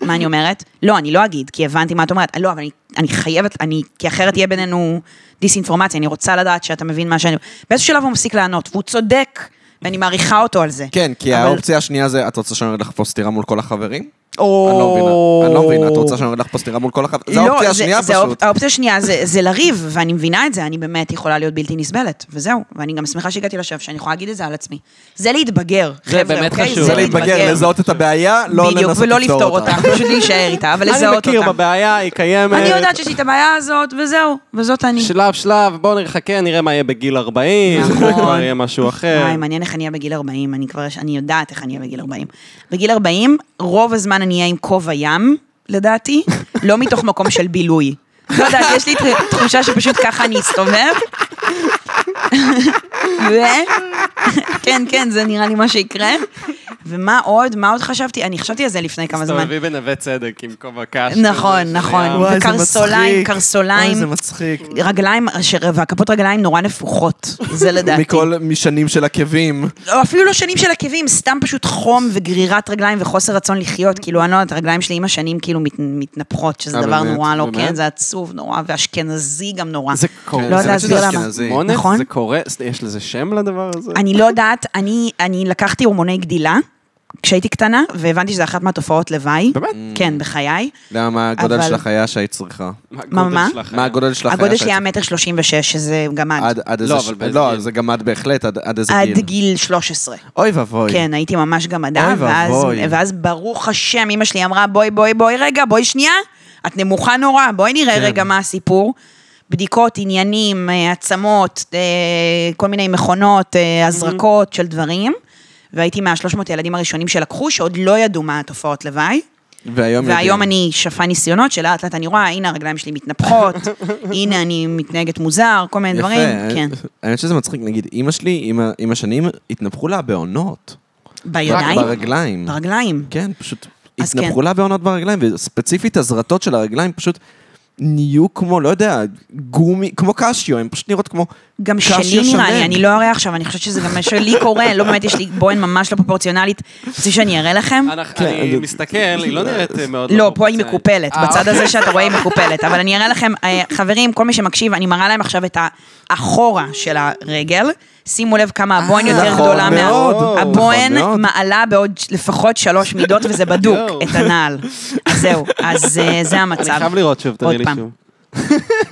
מה אני אומרת. לא, אני לא אגיד, כי הבנתי מה את אומרת. לא, אבל אני, אני חייבת, אני, כי אחרת יהיה בינינו דיסאינפורמציה, אני רוצה לדעת שאתה מבין מה שאני... באיזשהו שלב הוא מפסיק לענות, והוא צודק, ואני מעריכה אותו על זה. כן, כי אבל- האופציה השנייה זה, את רוצה שאני ארד לך פה סטירה מול כל החברים? או... לא, אני לא מבינה, אני לא מבין, את רוצה שאני ארד לך פה סטירה מול כל החברים? זו האופציה השנייה זה, פשוט. האופ- האופציה השנייה זה, זה לריב, ואני מבינה את זה, אני באמת יכולה להיות בלתי נסבלת, וזהו. ואני גם שמחה שהגעתי לשלב שאני יכולה להגיד את זה על עצמי. זה להתבגר, חבר'ה, באמת אוקיי? חשוב. זה להתבגר, לזהות את הבעיה, לא בדיוק, לנסות ולא לפתור אותה, פשוט להישאר איתה, אבל לזהות אותה. אני מכיר בבעיה, היא קיימת. אני יודעת שיש לי את הבעיה הזאת, וזהו, וזאת אני. שלב שלב, בואו נחכה, נראה מה יהיה בגיל 40, נכון. כבר יהיה משהו אחר. וואי, מעניין איך אני אהיה בגיל 40, אני כבר, אני יודעת איך אני אהיה בגיל 40. בגיל 40, רוב הזמן אני אהיה עם כובע ים, לדעתי, לא מתוך מקום של בילוי. לא יודעת, יש לי ת- תחושה שפשוט ככה אני אסתובב. ו... כן, כן, זה נראה לי מה שיקרה. ומה עוד, מה עוד חסתי? אני חשבתי על זה לפני כמה זמן. תסתובבי בנווה צדק עם כובע קש. נכון, כזה, נכון. שהיה- וואי, זה וקרסוליים, מצחיק. קרסוליים. אוי, זה מצחיק. רגליים, אשר- והכפות רגליים נורא נפוחות, זה לדעתי. מכל משנים של עקבים. או אפילו לא שנים של עקבים, סתם פשוט חום וגרירת רגליים וחוסר רצון לחיות, כאילו, אני לא יודעת, הרגליים שלי עם השנים כאילו מת, מתנפחות, שזה אה, דבר באמת? נורא לא באמת? כן, זה עצוב נורא, ואשכנזי גם נורא. זה קורה. לא יודעת זה להסביר למה. אשכנזי. מונף, נכון? זה קורה, יש לזה שם לדבר הזה? אני לא יודעת, אני, אני לקחתי הורמוני גדילה. כשהייתי קטנה, והבנתי שזה אחת מהתופעות לוואי. באמת? כן, בחיי. למה מה הגודל אבל- של החיה שהיית צריכה? הגודל מה? שלך מה היה? הגודל של החיה הגודל שהיית שלי היה צריכה? מטר שלושים ושש, שזה גם עד. עד- עד איזה... לא, ש- אבל באיזה לא, גיל? זה גם עד בהחלט, עד- עד איזה עד גיל. גיל 13. אוי ואבוי. כן, הייתי ממש גמדה, אוי ואז, ואבוי. ואז ברוך השם, אימא שלי אמרה, בואי, בואי, בואי רגע, בואי שנייה, את נמוכה נורא, בואי נראה כן. רגע מה הסיפור. בדיקות, עניינים, אה, עצמות, אה, כל מיני מכונות, אה, הזרקות של דברים. והייתי מה-300 ילדים הראשונים שלקחו, שעוד לא ידעו מה התופעות לוואי. והיום והיום יודעים. אני שפה ניסיונות, שלאט לאט אני רואה, הנה הרגליים שלי מתנפחות, הנה אני מתנהגת מוזר, כל מיני דברים. יפה. אה, כן. האמת שזה מצחיק, נגיד, אימא שלי, עם ה- עם השנים, התנפחו לה בעונות. רק בידיים? ברגליים. ברגליים. כן, פשוט אז כן. התנפחו לה בעונות ברגליים, וספציפית הזרטות של הרגליים פשוט נהיו כמו, לא יודע, גומי, כמו קשיו, הן פשוט נראות כמו גם קשיו שלי נראה לי, שמן. אני לא אראה עכשיו, אני חושבת שזה גם מה שלי קורה, לא באמת, יש לי בוהן ממש לא פרופורציונלית. רוצים שאני אראה לכם? אנחנו- כן, אני זה- מסתכל, היא לא נראית אה, מאוד... לא, פה היא פרופורציונלית. מקופלת, אה, בצד אוקיי. הזה שאתה רואה היא מקופלת. אבל אני אראה לכם, אה, חברים, כל מי שמקשיב, אני מראה להם עכשיו את האחורה של הרגל. שימו לב כמה הבוהן יותר נכון גדולה מה... מאוד, הבוהן נכון מאוד. מעלה בעוד לפחות שלוש מידות, וזה בדוק, יואו. את הנעל. אז זהו, אז אה, זה המצב. אני חייב לראות שוב, תראי עוד לי פעם. שוב.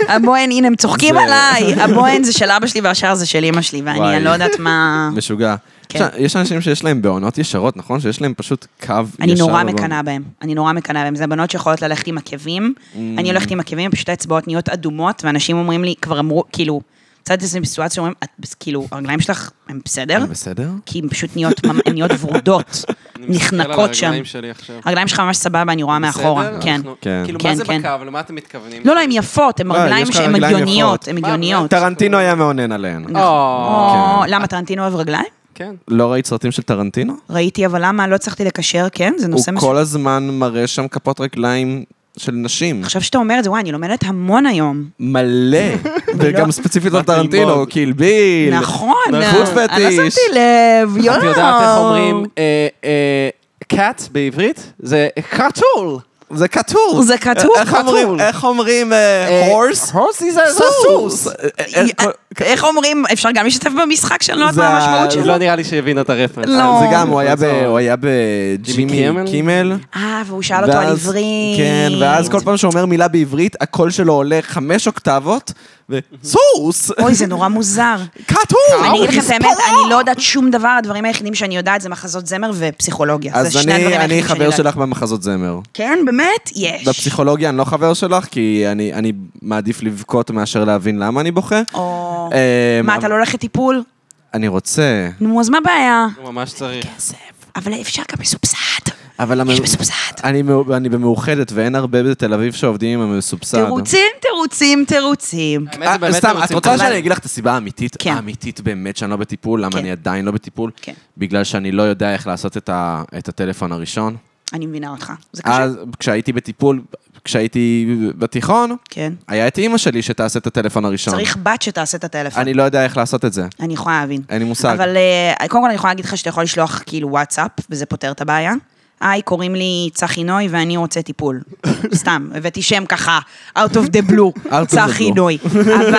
הבוהן, הנה, הם צוחקים זה- עליי. הבוהן זה של אבא שלי והשאר זה של אמא שלי, ואני וואי. אני לא יודעת מה... משוגע. כן. יש- יש אנשים שיש להם בעונות ישרות, נכון? שיש להם פשוט קו ישר. אני נורא לבעונה. מקנאה בהם, אני נורא מקנאה בהם, זה הבנות שיכולות ללכת עם עקבים, Mm. אני הולכת עם עקבים, פשוט האצבעות נהיות אדומות, ואנשים אומרים לי, כבר אמרו, כאילו, מצאתי את עצמי בסיטואציה שאומרים, "את- כאילו, הרגליים שלך הן בסדר? הם בסדר? כי הן פשוט נהיות, ממ- הן נהיות ורודות, נחנקות אני מסתכל על שם. הרגליים שלי עכשיו. הרגליים שלך ממש סבבה, אני רואה מאחורה, בסדר? כן. אנחנו- כן. כאילו, כן, מה זה כן. בקו? למה אתם מתכוונים? לא, לא, הן יפות, הן לא, יש רגליים לך שהן רגליים הגיוניות, יפות. הן מה, הגיוניות. טרנטינו היה מאונן עליהן. לא, נכון. או, או, כן. למה טרנטינו אוהב רגליים? אה, כן. לא ראית סרטים של טרנטינו? ראיתי, אבל למה? לא הצלחתי לקשר, כן? זה הוא נושא מסוים. כל הזמן מראה שם כפות רגליים של נשים. עכשיו שאתה אומר את זה, וואי, אני לומדת המון היום. מלא. וגם ספציפית לא טרנטינו, ללמוד. קיל ביל. נכון, כאילו. חוץ אה, אני לא פטיש. שמתי לב, יואו. את יודעת איך אומרים קאט בעברית? זה קאטול. זה כתוב. זה כתוב. איך אומרים- כתוב. איך אומרים אה, הורס? הורס זה סוס. סוס. אה, אה, כל- איך אומרים, אפשר גם להשתתף במשחק שאני לא יודעת זה מה ה- המשמעות שלו? לא נראה לי שהבינה את הרפרנס. אה, לא. אה, זה גם, הוא היה ב- זה- הוא היה בג'ימי קימל? קימל. אה, והוא שאל אותו על ואז- עברית. כן, ואז כל פעם שהוא אומר מילה בעברית, הקול שלו עולה חמש אוקטבות, וסוס! אוי, זה נורא מוזר. כתוב! אני אגיד לכם את האמת, אוקיי, אני לא יודעת שום דבר, הדברים היחידים שאני יודעת זה מחזות זמר ופסיכולוגיה. זה אז שני הדברים אני, אני היחידים שאני חבר יודעת. שלך במחזות זמר. כן, באמת? יש. בפסיכולוגיה אני לא חבר שלך, כי אני, אני מעדיף לבכות מאשר להבין למה אני בוכה. או... אמ, מה, אתה לא הולך לטיפול? אני רוצה, נו, אז מה הבעיה? הוא ממש צריך. אבל אפשר גם מסובסד. אבל... המ- יש מסובסד. אני, מאו- אני במאוחדת, ואין הרבה בתל אביב שעובדים עם המסובסד. תירוצים, תירוצים, תירוצים. האמת, זה אה, באמת סתם, את תירוצים רוצה טובים. שאני אגיד לך את הסיבה האמיתית? כן. האמיתית באמת שאני לא בטיפול, למה כן. אני עדיין לא בטיפול? כן. בגלל שאני לא יודע איך לעשות את ה- את הטלפון הראשון. אני מבינה אותך. זה קשה. אז כשהייתי בטיפול, כשהייתי בתיכון, כן. היה את אימא שלי שתעשה את הטלפון הראשון. צריך בת שתעשה את הטלפון. אני לא יודע איך לעשות את זה. אני יכולה להבין. אין לי מושג. אבל אה, קודם כל אני יכולה להגיד לך שאתה יכול לשלוח כאילו וואטסאפ, וזה פותר את הבעיה. היי, קוראים לי צחי נוי ואני רוצה טיפול. סתם, הבאתי שם ככה, out of the of blue, the צחי blue. נוי. אבל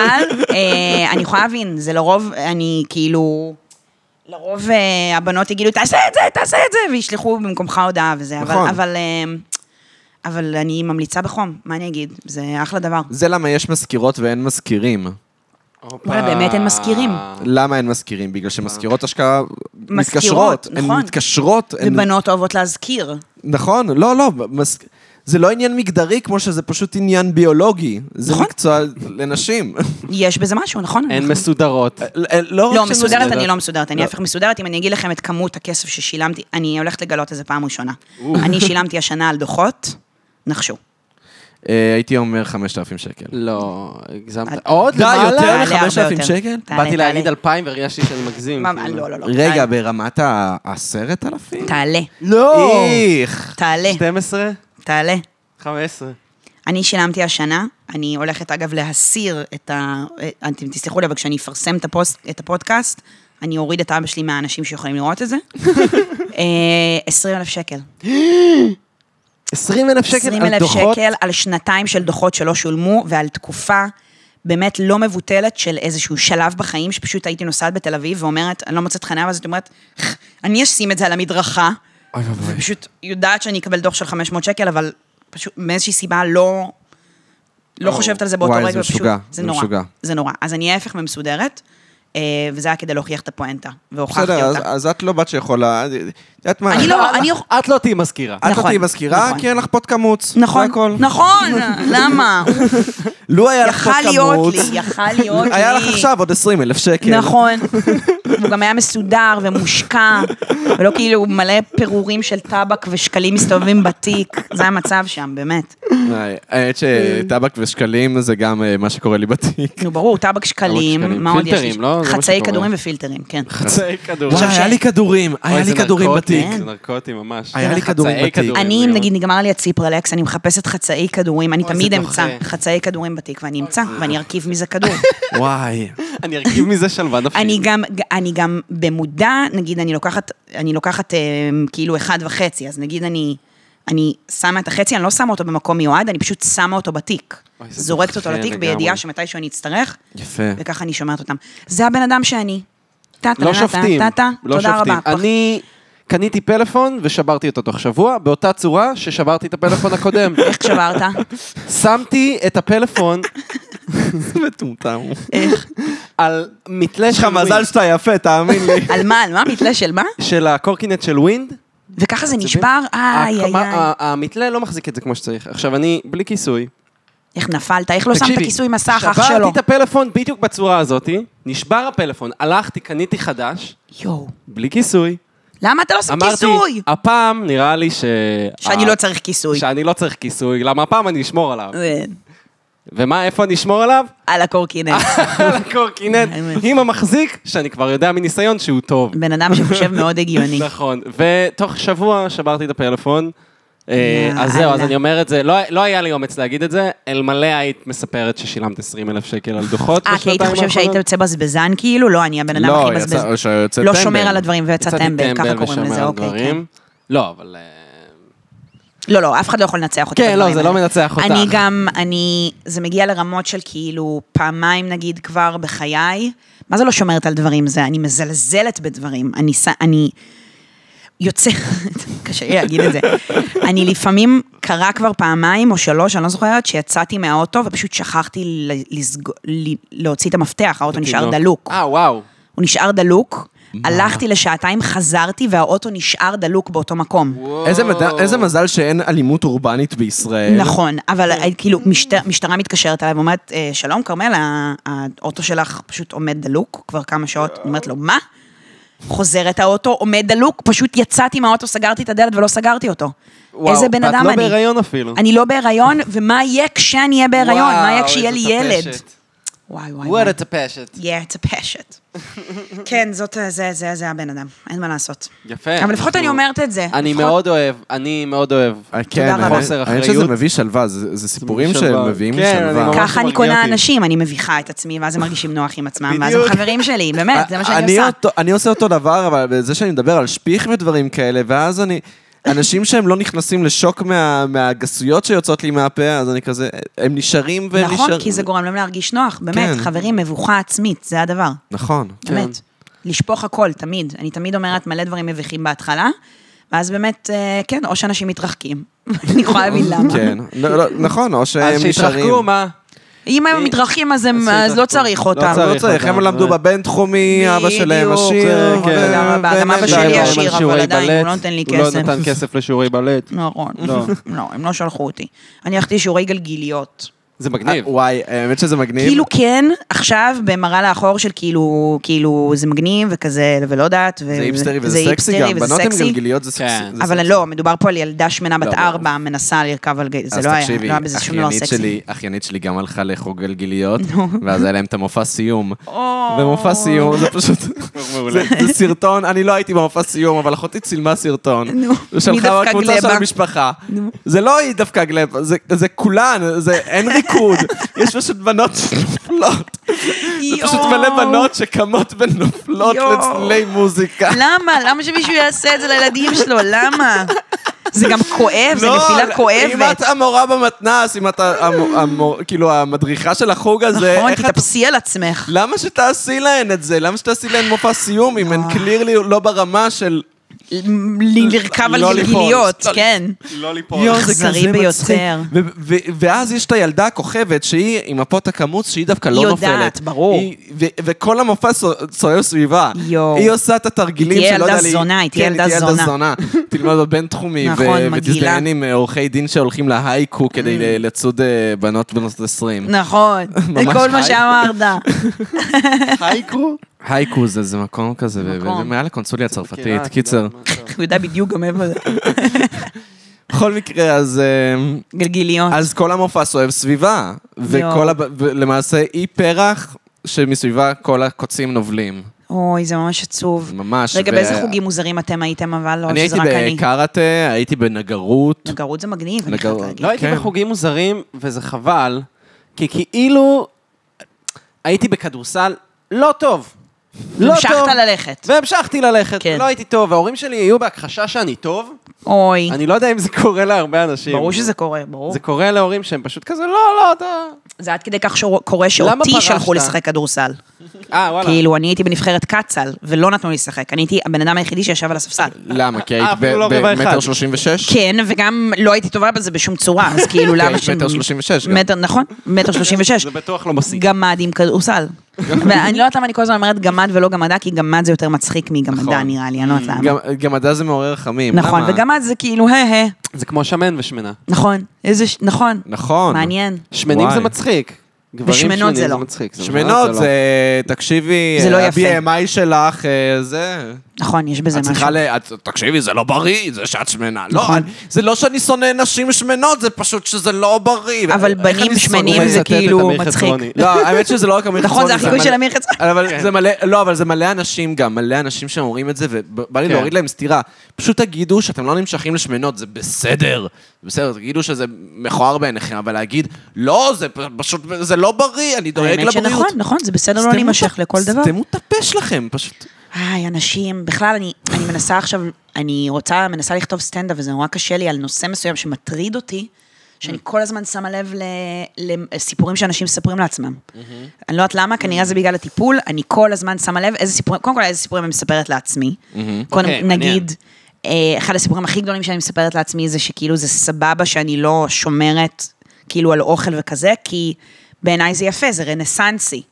אה, אני יכולה להבין, זה לרוב, אני כאילו... לרוב אה, הבנות יגידו, תעשה את זה, תעשה את זה, וישלחו במקומך הודעה וזה. אבל- נכון. אבל... אה, אבל אני ממליצה בחום, מה אני אגיד? זה אחלה דבר. זה למה יש מזכירות ואין מזכירים. הופה. וואלה, באמת אין מזכירים. למה אין מזכירים? בגלל שמזכירות אשכרה מזכירות, מתקשרות. הן נכון. מתקשרות. הן- ובנות אוהבות להזכיר. נכון, לא, לא. מז- זה לא עניין מגדרי כמו שזה פשוט עניין ביולוגי. זה נכון. מקצוע לנשים. יש בזה משהו, נכון? הן אנחנו- מסודרות. לא, לא, רק שהן מסודרת אני לא מסודרת, אני ההפך מסודרת, אם אני אגיד לכם את כמות הכסף ששילמתי, אני הולכת לגלות את זה פעם ראשונה. אני שילמתי השנה על דוחות, נחשו. אה, הייתי אומר 5,000 שקל. לא, הגזמת. עוד די, יותר למעלה? תעלה הרבה מ-5,000 יותר. שקל? תעלה, באתי להגיד תעלה. 2,000 והרגשתי שאני מגזים. מה, כאילו. לא, לא, לא. רגע, תעלה. ברמת ה-10,000? תעלה, לא! איך. תעלה, 12? תעלה. 15? אני שילמתי השנה, אני הולכת אגב להסיר את ה... אה, אתם תסלחו לי, אבל כשאני אפרסם את, הפוסט, את הפודקאסט, אני אוריד את אבא שלי מהאנשים שיכולים לראות את זה. 20 אלף שקל. 20 אלף שקל 20 על אלף דוחות? שקל על שנתיים של דוחות שלא שולמו, ועל תקופה באמת לא מבוטלת של איזשהו שלב בחיים, שפשוט הייתי נוסעת בתל אביב ואומרת, אני לא מוצאת חניה, ואז את אומרת, "ח, אני אשים את זה על המדרכה, ופשוט יודעת שאני אקבל דוח של 500 שקל, אבל פשוט מאיזושהי סיבה לא... לא חושבת על זה באותו וואי, רגע, זה ופשוט- משוגע, זה זה נורא, משוגע. זה נורא. אז אני ההפך ממסודרת, אה, וזה היה כדי להוכיח את הפואנטה, והוכחתי בסדר, אז- אותה. אז את לא בת שיכולה... את יודעת מה? אני לא, אני... את לא תהיי מזכירה. את לא נכון, תהיי מזכירה, נכון. כי אין לך פוד קמוץ. נכון, זה הכל. נכון, למה? לו היה לך פוד יכל להיות קמוץ, לי, יכל להיות לי. היה לך עכשיו עוד 20 אלף שקל. נכון. הוא גם היה מסודר ומושקע, ולא כאילו מלא פירורים של טבק ושקלים מסתובבים בתיק. זה המצב שם, באמת. אה, האמת שטבק ושקלים זה גם אה, מה שקורה לי בתיק. נו, ברור, טבק שקלים, שקלים. מה עוד יש? פילטרים, לי? לא? זה מה חצאי שקורה. כדורים ופילטרים, כן. חצאי כדור. וואי, היה לי כדורים, היה אוי, זה לי כדורים נרקוטי, בתיק. כן. זה נרקוטי ממש. היה לי חצאי כדורים בתיק. כדורים, אני, אם יואו. נגיד נגמר לי הציפרלקס, אני מחפשת חצאי כדורים, אני אוי, תמיד זה אמצא דוחה. חצאי כדורים בתיק, ואני אמצא, ואני ארכיב מזה כדור. וואי. אני ארכיב מזה שלווה נפשית. אני גם, אני גם במודע, נגיד אני לוקחת, אני לוקחת אה, כאילו אחד וחצי, אז נגיד אני, אני שמה את החצי, אני לא שמה אותו במקום מיועד, אני פשוט שמה אותו בתיק. אוי, זה זורקת אותו דוחה לתיק לגמרי. בידיעה שמתישהו אני אצטרך, יפה. וככה אני שומרת אותם. זה הבן אדם שאני. טה-טה, לא שופטים. טה-טה, לא תודה שופטים. רבה. פח- אני קניתי פלאפון ושברתי אותו תוך שבוע, באותה צורה ששברתי את הפלאפון הקודם. איך שברת? שמתי את הפלאפון מטומטם. על מתלה יש לך של מזל ווינד, שאתה יפה, תאמין לי. על מה, על מה? מתלה של מה? של הקורקינט של ווינד. וככה זה נשבר? איי, איי, הקמה- איי. ה- המתלה לא מחזיק את זה כמו שצריך. עכשיו, אני בלי כיסוי. איך נפלת? איך לא שמת תקשיבי, כיסוי מסך, אח שלו? שברתי את הפלאפון בדיוק בצורה הזאתי, נשבר הפלאפון, הלכתי, קניתי חדש, יואו. בלי כיסוי. למה אתה לא שם אמרתי, אה, כיסוי? הפעם נראה לי ש... שאני לא צריך כיסוי. שאני לא צריך כיסוי, למה הפעם אני אשמור עליו. אה, ומה, איפה אני אשמור עליו? על הקורקינט. על הקורקינט, עם המחזיק, שאני כבר יודע מניסיון שהוא טוב. בן אדם שחושב מאוד הגיוני. נכון, ותוך שבוע שברתי את הפלאפון. אה, יאללה. אז זהו, אז אני אומר את זה, לא- לא היה לי אומץ להגיד את זה, אלמלא היית מספרת ששילמת 20 אלף שקל על דוחות אה, כי היית חושב שהיית האחרונות. יוצא בזבזן כאילו? לא, אני הבן אדם לא, הכי יצא- בזבזן. שיוצא לא טמבל. שומר על הדברים ויצא יצאתי טמבל, ככה טמבל קוראים ושומר לזה, על אוקיי, כן. דברים. לא, אבל... אה, לא, לא, אף אחד לא יכול לנצח אותי. כן, לא, בדברים זה לא האלה. מנצח אותך. אני גם, אני, זה מגיע לרמות של כאילו פעמיים נגיד כבר בחיי. מה זה לא שומרת על דברים? זה, אני מזלזלת בדברים. אני, ס- אני יוצאת, קשה לי להגיד את זה. אני לפעמים, קרה כבר פעמיים או שלוש, אני לא זוכרת, שיצאתי מהאוטו ופשוט שכחתי ל- לסגו- ל- להוציא את המפתח, האוטו נשאר כאילו- דלוק. אה, וואו. הוא נשאר דלוק. הלכתי לשעתיים, חזרתי, והאוטו נשאר דלוק באותו מקום. איזה מד- איזה מזל שאין אלימות אורבנית בישראל. נכון, אבל כן. אה, כאילו, משטר- משטרה מתקשרת אליי ואומרת, אה, שלום, כרמל, ה- האוטו שלך פשוט עומד דלוק כבר כמה שעות. אני אומרת לו, מה? חוזר את האוטו, עומד דלוק, פשוט יצאתי מהאוטו, סגרתי את הדלת ולא סגרתי אותו. וואו, איזה בן ואת אדם לא אני. בהיריון אפילו. אני לא בהיריון, ומה יהיה כשאני אהיה בהיריון? מה יהיה וואו, כשיהיה לי איזה ילד? טפשת. וואי, וואי, וואי. וואלה טפשת. Yeah, it's a passion. כן, זאת, זה, זה, זה הבן אדם, אין מה לעשות. יפה. אבל לפחות אנחנו- אני אומרת את זה. אני לפחות- מאוד אוהב, אני מאוד אוהב. אה, כן, רבה. האמת- חוסר האמת שזה אחריות. מביא שלווה, זה זה סיפורים מביא שלווה. שמביאים לי כן, אני שלווה. ממש- ככה אני מרגיע קונה אותי. אנשים, אני מביכה את עצמי, ואז הם מרגישים נוח עם עצמם, ואז הם בדיוק. חברים שלי, באמת, כן, זה מה שאני אני עושה. אותו- אני עושה אותו דבר, אבל זה שאני מדבר על שפיך ודברים כאלה, ואז אני... אנשים שהם לא נכנסים לשוק מה- מהגסויות שיוצאות לי מהפה, אז אני כזה, הם נשארים והם נשארים. נכון, כי זה גורם להם להרגיש נוח, באמת, כן. חברים, מבוכה עצמית, זה הדבר, נכון. באמת. לשפוך הכל, תמיד. אני תמיד אומרת מלא דברים מביכים בהתחלה, ואז באמת, אה, כן, או שאנשים מתרחקים. אני יכולה להבין למה. כן, לא, לא, נכון, או שהם אז נשארים. שיתרחקו, מה? אם הם מתרחקים, אז הם- אז לא צריך אותם. צריך. לא צריך, הם אותם, למדו באמת. בבינתחומי, אבא שלהם בדיוק, עשיר. כן. ו- תודה רבה, גם והם אבא עדיין שלי לא- עשיר, אבל שיעורי עדיין, הוא בלט. לא נותן לי הוא כסף. לא נתן כסף לשיעורי בלט. נכון. לא. לא, הם לא שלחו אותי. אני הלכתי שיעורי גלגיליות. זה מגניב. אה, וואי, האמת שזה מגניב. כאילו כן, עכשיו במראה לאחור של כאילו, כאילו זה מגניב וכזה, ולא יודעת. ו- זה היפסטרי זה וזה סקסי היפסטרי גם, וזה בנות עם סקסי. גלגיליות זה סקסי. כן. זה אבל סקסי. לא, מדובר פה על ילדה שמנה בת לא, ארבע, מנסה לרכב על גלגל, זה אז לא היה, תקשיבי, לא היה בזה שום דבר אחיינית סקסי. שלי- אחיינית שלי גם הלכה לחוג גלגיליות, ואז היה להם את המופע סיום. או. במופע סיום, זה פשוט... מעולה. זה- זה סרטון, אני לא הייתי במופע סיום, אבל אחותי צילמה סרטון. נו, מי ושלחה דפקה בקבוצה של גלבה? המשפחה. זה לא היא דווקא גלבה, זה- זה כולן, זה אין ריקוד. יש פשוט בנות שנופלות. זה פשוט יואו. מלא בנות שקמות ונופלות יואו. לצלילי מוזיקה. למה? למה שמישהו יעשה את זה לילדים שלו? למה? זה גם כואב, זה לא, נפילה אם את כואבת. המורה במתנ"ס, אם את ה- המו- המו- כאילו המדריכה של החוג הזה, נכון, אה, איך את- לא, תתאפסי על עצמך. למה שתעשי להן את זה? למה שתעשי להן מופע סיום אם הן קלירלי לא ברמה של... ל- לרכב על לא ליפול, גלגיליות, לא- כן. לא ליפול. יואו, זה אכזרי כזה ביותר. מצחיק. ו- ו- ואז יש את הילדה הכוכבת, שהיא עם הפוט הקמוץ, שהיא דווקא לא היא נופלת. יודעת, ברור. היא- ו- וכל המופע סו- סוער סביבה. יואו. היא עושה את התרגילים היא תהיה שלא יודע ילדה לי... זונה, היא תהיה כן, ילדה זונה. תלמד בבינתחומי, נכון, ו- מגעילה. Mm. ותזדיין עם אה, עורכי דין שהולכים להייקו כדי ל- לצוד אה, בנות בנות 20. נכון, ממש כל מה חי. שאמרת. הייקרו? הייקו זה זה מקום כזה, ו- מקום. כן, אה, ומעל הקונסוליה הצרפתית. קיצר, הוא יודע בדיוק גם איפה זה. בכל מקרה, אז... אמ, גלגיליון. אז כל המופע סובב סביבה, וכל יואו. הב... ולמעשה היא פרח שמסביבה כל הקוצים נובלים. אוי, זה ממש עצוב. ממש. רגע, ו- באיזה חוגים מוזרים אתם הייתם, אבל לא, אני שזה רק אני. הייתי בקראטה, הייתי בנגרות. נגרות זה מגניב, אני חייבת נגרות. להגיד. לא הייתי כן. בחוגים מוזרים, וזה חבל, כי כאילו הייתי בכדורסל לא טוב. לא המשכת טוב. ללכת. והמשכתי ללכת, כן. לא הייתי טוב, וההורים שלי היו בהכחשה שאני טוב. אוי, אני לא יודע אם זה קורה להרבה אנשים. ברור שזה קורה, ברור. זה קורה להורים שהם פשוט כזה, לא, לא, אתה... זה עד כדי כך שקורה למה שאותי פרשת? שלחו לשחק כדורסל. אה, וואלה. כאילו, אני הייתי בנבחרת קצ"ל, ולא נתנו לי לשחק. אני הייתי הבן אדם היחידי שישב על הספסל. למה? כי אה, היית אפילו לא רבע אחד. במטר שלושים ושש? כן, וגם לא הייתי טובה בזה בשום צורה, אז כאילו, כן, כי למה היית מטר שלושים ושש גם. מטר, נכון, מטר שלושים ושש. זה בטוח לא מסיק. גמד עם כדורסל. ואני לא יודעת למה אני כל הזמן אומרת גמד ולא גמדה, כי גמד זה יותר מצחיק מגמדה, נכון. נראה לי, אני לא יודעת למה. גם- גם עדה זה מעורר רחמים. נכון, למה? וגמד זה כאילו, הא הא, זה כמו שמן ושמנה. נכון, איזה, ש- נכון, נכון. מעניין. שמנים וואי. זה מצחיק. גברים ושמנות שמנים זה לא. מצחיק. זה שמנות לא. זה, תקשיבי, אה, זה לא יפה. ה-BMI שלך, אה, זה... נכון, יש בזה את משהו. צריכה ל... את- תקשיבי, זה לא בריא, זה שאת שמנה. לא, נכון. אני- זה לא שאני שונא נשים שמנות, זה פשוט שזה לא בריא. אבל איך בנים אני שונא? שמנים הוא זה מצטט את כאילו אמיר מצחיק. חצרוני. לא, האמת שזה לא רק אמיר נכון, זה חצרוני, החיקוי מלא- של אמיר חצרוני. אבל זה מלא, לא, אבל זה מלא אנשים גם, מלא אנשים שאומרים את זה, ובא לי כן. להוריד להם סטירה. פשוט תגידו שאתם לא נמשכים לשמנות, זה בסדר. זה בסדר, תגידו שזה מכוער בעיניכם, אבל להגיד, לא, זה פ- פשוט, זה לא בריא, אני דואג האמת לבריאות. שנכון, נכון, זה בסדר לא סתמו להימשך את- לכל דבר. סתמו את הפה שלכם, פשוט. איי, אנשים, בכלל, אני, אני מנסה עכשיו, אני רוצה, מנסה לכתוב סטנדאפ, וזה נורא קשה לי על נושא מסוים שמטריד אותי, שאני כל הזמן שמה לב ל- לסיפורים שאנשים מספרים לעצמם. אני לא יודעת למה, כנראה זה בגלל הטיפול, אני כל הזמן שמה לב איזה סיפורים, קודם כל איזה סיפורים אני מספרת לעצמי. קודם, אוקיי, מעניין. נגיד, אה, אחד הסיפורים הכי גדולים שאני מספרת לעצמי זה שכאילו זה סבבה שאני לא שומרת, כאילו, על אוכל וכזה, כי בעיניי זה יפה, זה רנסנסי.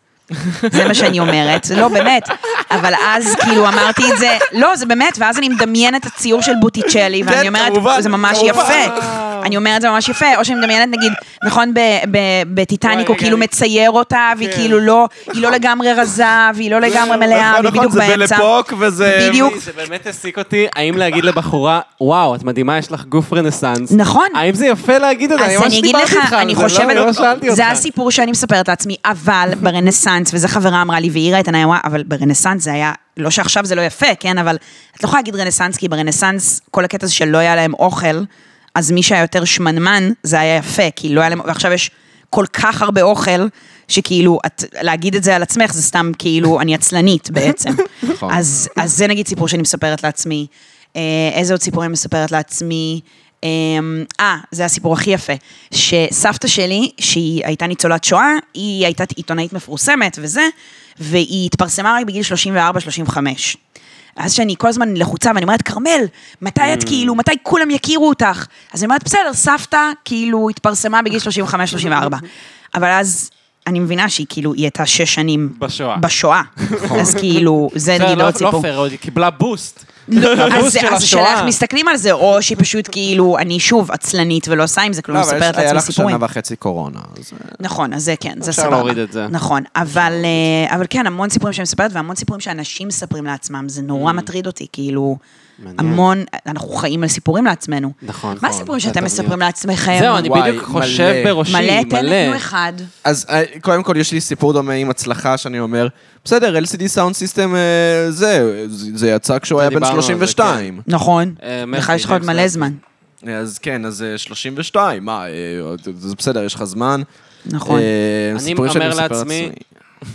זה מה שאני אומרת, לא באמת, אבל אז כאילו אמרתי את זה, לא זה באמת, ואז אני מדמיינת את הציור של בוטיצ'לי, כן, ואני אומרת, כמובן, זה ממש כמובן." יפה, אני אומרת זה ממש יפה, או שאני מדמיינת נגיד, נכון ב- ב- בטיטניק וואי, הוא רגע, כאילו אני- מצייר אותה, והיא כאילו לא, היא לא לגמרי רזה, והיא לא לגמרי מלאה, נכון, והיא בדיוק באמצע, וזה... בדיוק, זה באמת העסיק אותי, האם להגיד לבחורה, וואו, את מדהימה, יש לך גוף רנסאנס. נכון. האם זה יפה להגיד את זה? אז אני אגיד לך, אני לא- חושבת, זה לא- זה הסיפור שאני מספרת לעצמי, אבל ברנסאנס, וזה חברה אמרה לי, והעירה את עיניי, "וואי, אבל ברנסאנס זה היה, לא שעכשיו זה לא יפה, כן, אבל את לא יכולה להגיד רנסאנס, כי ברנסאנס, כל הקטע זה שלא היה להם אוכל, אז מי שהיה יותר שמנמן, זה היה יפה, כי לא היה להם, ועכשיו יש כל כך הרבה אוכל, שכאילו, את, להגיד את זה על עצמך, זה סתם כאילו, אני עצלנית בעצם. נכון. אז, אז זה נגיד סיפור שאני מספרת לעצמי. אה, איזה עוד סיפורים אני מספרת לעצמי? אה, אה, זה הסיפור הכי יפה. שסבתא שלי, שהיא הייתה ניצולת שואה, היא הייתה עיתונאית מפורסמת וזה, והיא התפרסמה רק בגיל 34-35. אז שאני כל הזמן לחוצה, ואני אומרת, כרמל, מתי Mm. את כאילו, מתי כולם יכירו אותך? אז אני אומרת, בסדר, סבתא כאילו התפרסמה בגיל 35-34. אבל אז אני מבינה שהיא כאילו, היא הייתה שש שנים בשואה. נכון. בשואה. אז כאילו, זה נגיד עוד סיפור. לא פייר, היא קיבלה בוסט. אז הבוסט לא, זה- של אז השאלה איך השואה. מסתכלים על זה, או שהיא פשוט כאילו, אני שוב עצלנית ולא עושה עם זה, לא, לא, כלום, מספרת לעצמי סיפורים. שנה וחצי קורונה, אז... נכון, אז זה כן, זה אפשר סבבה. להוריד את זה. נכון, אבל, אה, אבל כן, המון סיפורים שאני מספרת, והמון סיפורים שאנשים מספרים לעצמם, זה נורא Mm. מטריד אותי, כאילו, המון, אנחנו חיים על סיפורים לעצמנו. נכון, מה נכון, הסיפורים זה שאתם תמיד. מספרים לעצמכם? זהו, אני וואי, בדיוק חושב מלא. בראשי, מלא, מלא. תן לנו אחד. אז אה, קודם כל, יש לי סיפור דומה עם הצלחה, שאני אומר, בסדר, LCD סאונד סיסטם אה, זה, זה יצא כשהוא היה בן דיברנו על זה, 32. נכון, אה, מרפי, לך יש לך עוד ג'יימס מלא מרפי. זמן. אה, אז כן, אז אה, 32, מה, אה, זה בסדר, יש לך זמן. נכון, אה, אני סיפורים שאני אומר מספר לעצמי- לעצמי.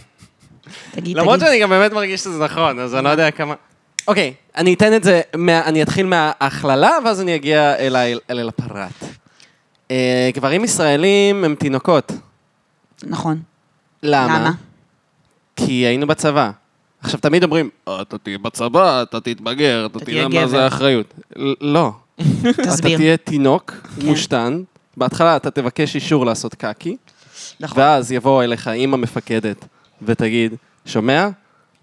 תגיד, למרות תגיד. שאני גם באמת מרגיש שזה נכון, אז אני לא יודע כמה... אוקיי, אני אתן את זה, מה- אני אתחיל מההכללה, ואז אני אגיע אליי- אל אל הפרט. אה, גברים ישראלים הם תינוקות. נכון. למה? למה? כי היינו בצבא. עכשיו, תמיד אומרים, "אה, אתה תהיה בצבא, אתה תתבגר, אתה תהיה תראה מה גבר." זה האחריות. ל- לא. אתה תסביר. כן. תהיה תינוק מושתן, בהתחלה אתה תבקש אישור לעשות קקי, נכון. ואז יבואו אליך אימא מפקדת ותגיד, שומע?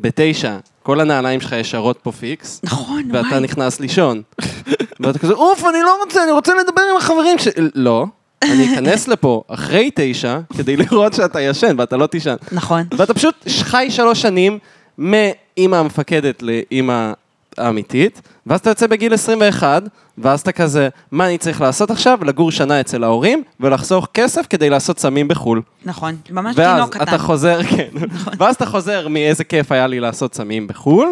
בתשע, כל הנעליים שלך ישרות פה פיקס, נכון, ואתה וואי. נכנס לישון. ואתה כזה, אוף, אני לא רוצה, אני רוצה לדבר עם החברים ש... לא, אני אכנס לפה אחרי תשע, כדי לראות שאתה ישן ואתה לא תישן. נכון. ואתה פשוט חי שלוש שנים מאימא המפקדת לאימא האמיתית, ואז אתה יוצא בגיל 21, ואז אתה כזה, מה אני צריך לעשות עכשיו? לגור שנה אצל ההורים, ולחסוך כסף כדי לעשות סמים בחו"ל. נכון, ממש ואז תינוק קטן. נכון. אתה חוזר, כן, ואז אתה חוזר מאיזה כיף היה לי לעשות סמים בחו"ל,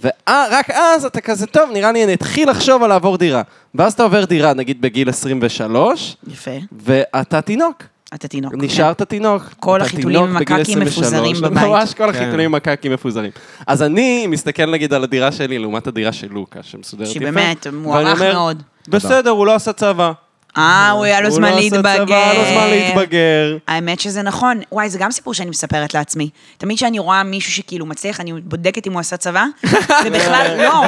ורק אז אתה כזה, טוב, נראה לי אני אתחיל לחשוב על לעבור דירה. ואז אתה עובר דירה, נגיד בגיל 23, יפה, ואתה תינוק. אתה תינוק. כן. נשארת תינוק. כל אתה החיתולים תינוק בגיל עם הקקים 23, מפוזרים בבית. ממש כל כן. החיתולים עם הקקים מפוזרים. אז אני מסתכל נגיד על הדירה שלי לעומת הדירה של לוקה, שמסודרת יפה. שהיא באמת, ואני מוערך אומר, מאוד. בסדר, הוא לא עשה צבא. אה, הוא היה לו זמן הוא לא עשה להתבגר. צבא, היה לו זמן להתבגר. האמת שזה נכון. וואי, זה גם סיפור שאני מספרת לעצמי. תמיד כשאני רואה מישהו שכאילו מצליח, אני בודקת אם הוא עשה צבא, ובכלל, לא.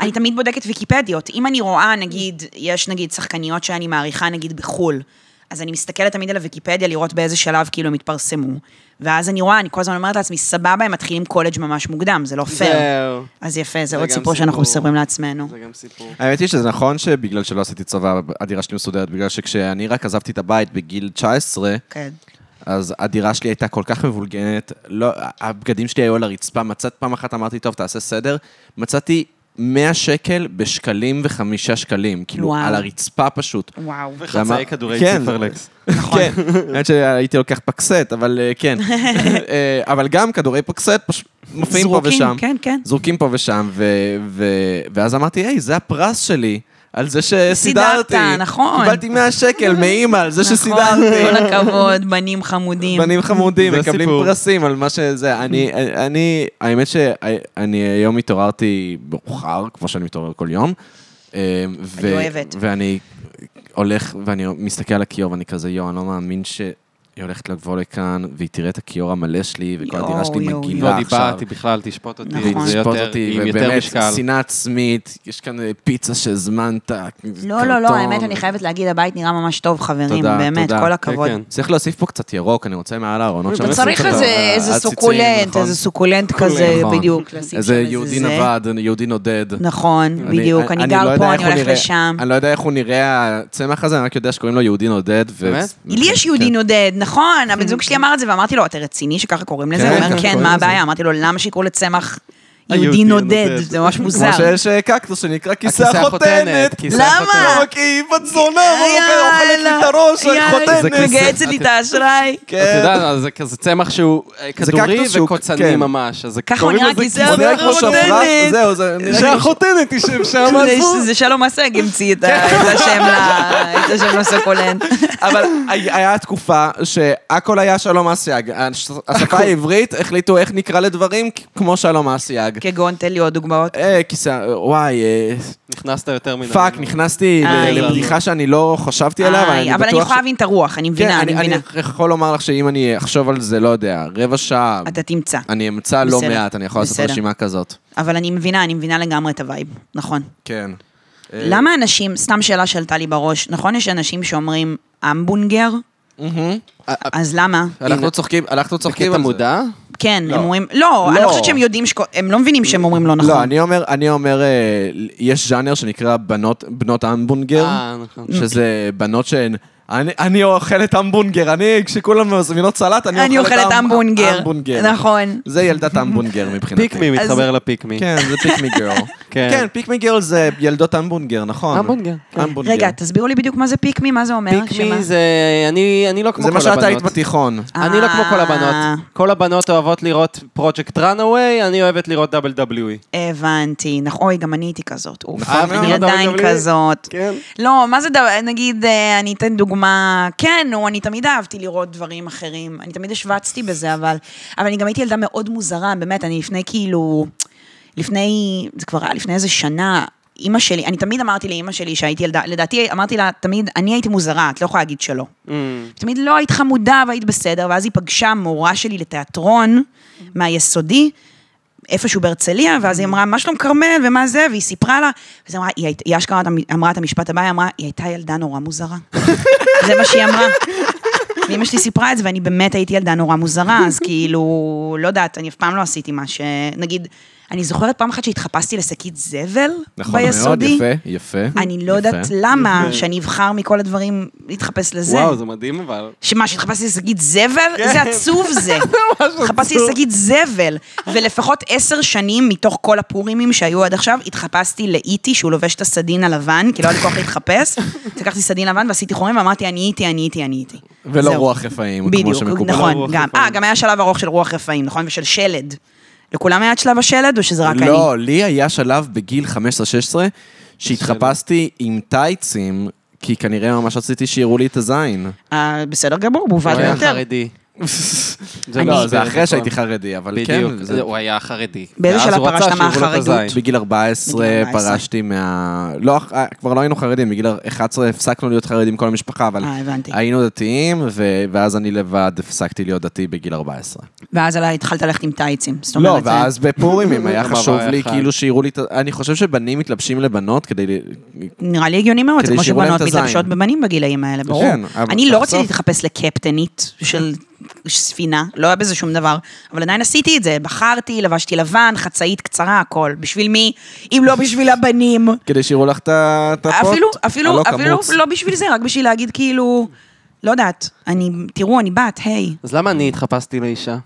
אני תמיד בודקת ויקיפדיות. אם אני רואה, נגיד, יש נגיד שחקניות שאני מעריכה, נגיד, בחו"ל, אז אני מסתכלת תמיד על הוויקיפדיה, לראות באיזה שלב כאילו הם התפרסמו. ואז אני רואה, אני כל הזמן אומרת לעצמי, סבבה, הם מתחילים קולג' ממש מוקדם, זה לא פייר. זהו. אז יפה, זה זה עוד גם סיפור שאנחנו סיפור. מספרים לעצמנו. זה גם סיפור. האמת היא שזה נכון שבגלל שלא עשיתי צבא, הדירה שלי מסודרת, בגלל שכשאני רק עזבתי את הבית בגיל 19, כן. אז הדירה שלי הייתה כל כך מבולגנת, לא, הבגדים שלי היו על הרצפה, מצאת פעם אחת, אמרתי, טוב, תעשה סדר, מצאתי 100 שקל בשקלים וחמישה שקלים, כאילו, וואו. על הרצפה פשוט. וואו. ואמר- וחצאי כדורי כן. ציפרלקס. נכון. כן, האמת שהייתי לוקח פקסט, אבל אה, כן. אה, אבל גם כדורי פקסט פשוט מופיעים פה זרוקים, ושם. כן, כן. זרוקים פה ושם, ו- ו- ואז אמרתי, היי, זה הפרס שלי. על זה שסידרתי. סידרת, נכון. קיבלתי 100 שקל מאימא על זה שסידרתי. כל הכבוד, בנים חמודים. בנים חמודים, זה מקבלים סיפור. פרסים על מה שזה. אני, אני, האמת שאני היום התעוררתי מאוחר, כמו שאני מתעורר כל יום. אה, ו- אני אוהבת. ואני הולך, ואני מסתכל על הכיור, ואני כזה, יואו, אני לא מאמין ש... היא הולכת לבוא לכאן, והיא תראה את הכיור המלא שלי, וכל יואו, הדירה שלי יואו, מגעילה לא עכשיו. דיברתי בכלל, תשפוט אותי, נכון. זה תשפוט יותר, אותי, עם יותר ובאמת, משקל. שנאה עצמית, יש כאן אה, פיצה שהזמנת. לא, לא, לא, קרטון. האמת, אני חייבת להגיד, הבית נראה ממש טוב, חברים. תודה, באמת, תודה. כל כן, הכבוד. כן. צריך להוסיף פה קצת ירוק, אני רוצה מעל הארונות. שם אתה לשים צריך קצת איזה ה- איזה הציצים, סוקולנט, נכון. איזה סוקולנט כזה, נכון. בדיוק. לשים שם איזה יהודי זה. נווד, יהודי נודד. נכון, בדיוק. אני לא גר יודע פה, איך אני הוא הולך נראה- לשם. אני לא יודע איך הוא נראה הצמח הזה, אני רק יודע שקוראים לו יהודי נודד. ו- באמת? לי יש יהודי כן. נודד, נכון, הבן זוג שלי אמר את זה, ואמרתי לו, אתה רציני שככה קוראים לזה? כן, הוא אומר, ככה כן, קוראים מה לזה." הבעיה? אמרתי לו, למה שיקראו לצמח יהודי היהודי נודד? נודד. זה ממש מוזר. כמו שיש אה, קקטוס שנקרא כיסא הכיסא החותנת. החותנת, כיסא למה? החותנת. למה? כי היא בת זונה, והוא לוקח- יאללה, אוכלת לי את הראש, יאללה, אני זה חותנת. כיסא. מגהצת לי את האשראי. אתה יודע, זה כזה צמח שהוא אה, כדורי קקטוס שהוא- וקוצני כן. ממש, אז זה ככה הוא קוראים נראה לזה כיסא הוא נראה כמו החותנת. שפרח, זהו, זה נראה כמו שהחותנת תשב שם, זה- זה שלום אסג המציא את ה- את השם ל- את השם לא לסוקולנט. אבל היה היה תקופה שהכל היה שלום אסיאג. הש- השפה העברית החליטו איך נקרא לדברים כ- כמו שלום אסיאג. כגון, תן לי עוד דוגמאות. אה, כיסא, וואי, אה, נכנסת יותר מדי. כן, פאק, נכנסתי ל- איי. לבדיחה שאני לא חשבתי עליה, אבל אני איי, בטוח... אה, אבל אני יכולה ש- להבין את הרוח, אני כן, מבינה, אני מבינה. אני יכול לומר לך שאם אני אחשוב על זה, לא יודע, רבע שעה, אתה תמצא. אני אמצא לא בסדר, מעט, אני יכול לעשות בסדר. רשימה כזאת. אבל אני מבינה, אני מבינה לגמרי את הווייב, נכון. כן. למה אנשים, סתם שאלה שעלתה לי בראש, נכון יש אנשים שאומרים המבונגר? אז למה? אנחנו צוחקים, אנחנו צוחקים בקטע על זה. מודע? כן, לא. הם אומרים, לא, אני לא. לא חושבת שהם יודעים, שכו- הם לא מבינים שהם אומרים לא לא, נכון. אני אומר, אני אומר, אה, יש ז'אנר שנקרא בנות, בנות המבונגר, אה, נכון. אוקיי. שזה בנות שהן, אני, אני אוכלת המבונגר, אני, כשכולם מזמינות סלט, אני, אני אוכלת המב- המבונגר. המבונגר. נכון. זה ילדת המבונגר מבחינתי. פיקמי מתחבר לפיקמי. כן, זה פיקמי גרל. כן. כן, פיקמי גרל זה ילדות המבונגר, נכון? המבונגר, כן. המבונגר. רגע, תסבירו לי בדיוק מה זה פיקמי, מה זה אומר? שמה? פיקמי זה, אני אני לא כמו לא זה כל מה שאת היית הבנות. בתיכון. אני לא כמו כל אה. הבנות. כל הבנות אוהבות לראות פרויקט ראנאווי, אני אוהבת לראות E. WWE. הבנתי, נכון, אוי, גם אני הייתי כזאת, אוף, נכון, אני מאוד, עדיין WWE. כזאת. כן. לא, מה זה דבר, נגיד, אה, אני אתן דוגמה, כן, נו, אני תמיד אהבתי לראות דברים אחרים, אני תמיד השווצתי בזה, אבל, אבל אני גם הייתי ילדה מאוד מוזרה, באמת, אני לפני כאילו, לפני, זה כבר היה לפני איזה שנה, אימא שלי, אני תמיד אמרתי לאימא שלי שהייתי ילדה, לדעתי אמרתי לה, תמיד, אני הייתי מוזרה, את לא יכולה להגיד שלא. תמיד לא היית חמודה והיית בסדר, ואז היא פגשה מורה שלי לתיאטרון מהיסודי, איפשהו בהרצליה, ואז Mm. היא אמרה, מה שלום כרמל ומה זה, והיא סיפרה לה, אז היא אמרה, היא היית- היא אשכרה אמרה את המשפט הבא, היא אמרה, היא הייתה ילדה נורא מוזרה. זה מה שהיא אמרה. ואימא שלי סיפרה את זה, ואני באמת הייתי ילדה נורא מוזרה, אז כאילו, לא יודעת, אני אף פעם לא עשיתי מה ש... נגיד, אני זוכרת פעם אחת שהתחפשתי לשקית זבל נכון מאוד, ביסודי. יפה, יפה. אני לא יודעת יפה. למה יפה. שאני אבחר מכל הדברים להתחפש לזה. וואו, זה מדהים, אבל... שמה, שהתחפשתי לשקית זבל? כן. זה עצוב זה. ממש התחפשתי עצוב. לשקית זבל. ולפחות עשר שנים מתוך כל הפורימים שהיו עד עכשיו, התחפשתי לאיטי, שהוא לובש את הסדין הלבן, כי לא היה לי כוח להתחפש. לקחתי סדין לבן ועשיתי חורים ואמרתי, אני איטי, אני איטי, אני איטי. ולא זהו. רוח רפאים, כמו בדיוק, שמקובל. רוח נכון, גם. רפאים. אה, גם היה שלב ארוך של רוח רפאים, נכון? ושל שלד. לכולם היה את שלב השלד, או שזה רק אני? לא, לי היה שלב בגיל 15-16, שהתחפשתי עם טייצים, כי כנראה ממש רציתי שיראו לי את הזין. אה, בסדר גמור, מובן הוא לא היה ביותר. חרדי. זה לא, זה אחרי שהייתי חרדי, אבל כן. נכון. בדיוק, זה- הוא היה חרדי. באיזה ואז שלב הוא רצה פרשת שיראו לו את מהחרדות? הזין. בגיל 14 בגיל 14. פרשתי מה... לא, אה, כבר לא היינו חרדים, בגיל 11 הפסקנו להיות חרדים כל המשפחה, אבל אה, הבנתי. היינו דתיים, ו- ואז אני לבד הפסקתי להיות דתי בגיל 14. ואז עלה- התחלת ללכת עם טייצים. זאת לא, אומרת, אה, זה- ואז בפורים, אם היה כלומר, חשוב היה לי, אחד. כאילו שיראו לי את... ה- אני חושב שבנים מתלבשים לבנות כדי... ל- נראה לי הגיוני מאוד, זה כדי כמו שיראו להם שבנות את הזין. מתלבשות בבנים בגילאים האלה, ברור. כן, אבל אני לא בסוף- רציתי להתחפש לקפטנית של ספינה, לא היה בזה שום דבר, אבל עדיין עשיתי את זה, בחרתי, לבשתי לבן, חצאית קצרה, הכל. בשביל מי? אם לא בשביל הבנים. כדי שיראו לך את ה- את הפוט. אפילו, אפילו, הלא אפילו קמוץ. לא בשביל זה, רק בשביל להגיד כאילו, לא יודעת, אני, תראו, אני בת, היי. אז למה אני התחפשתי לאישה?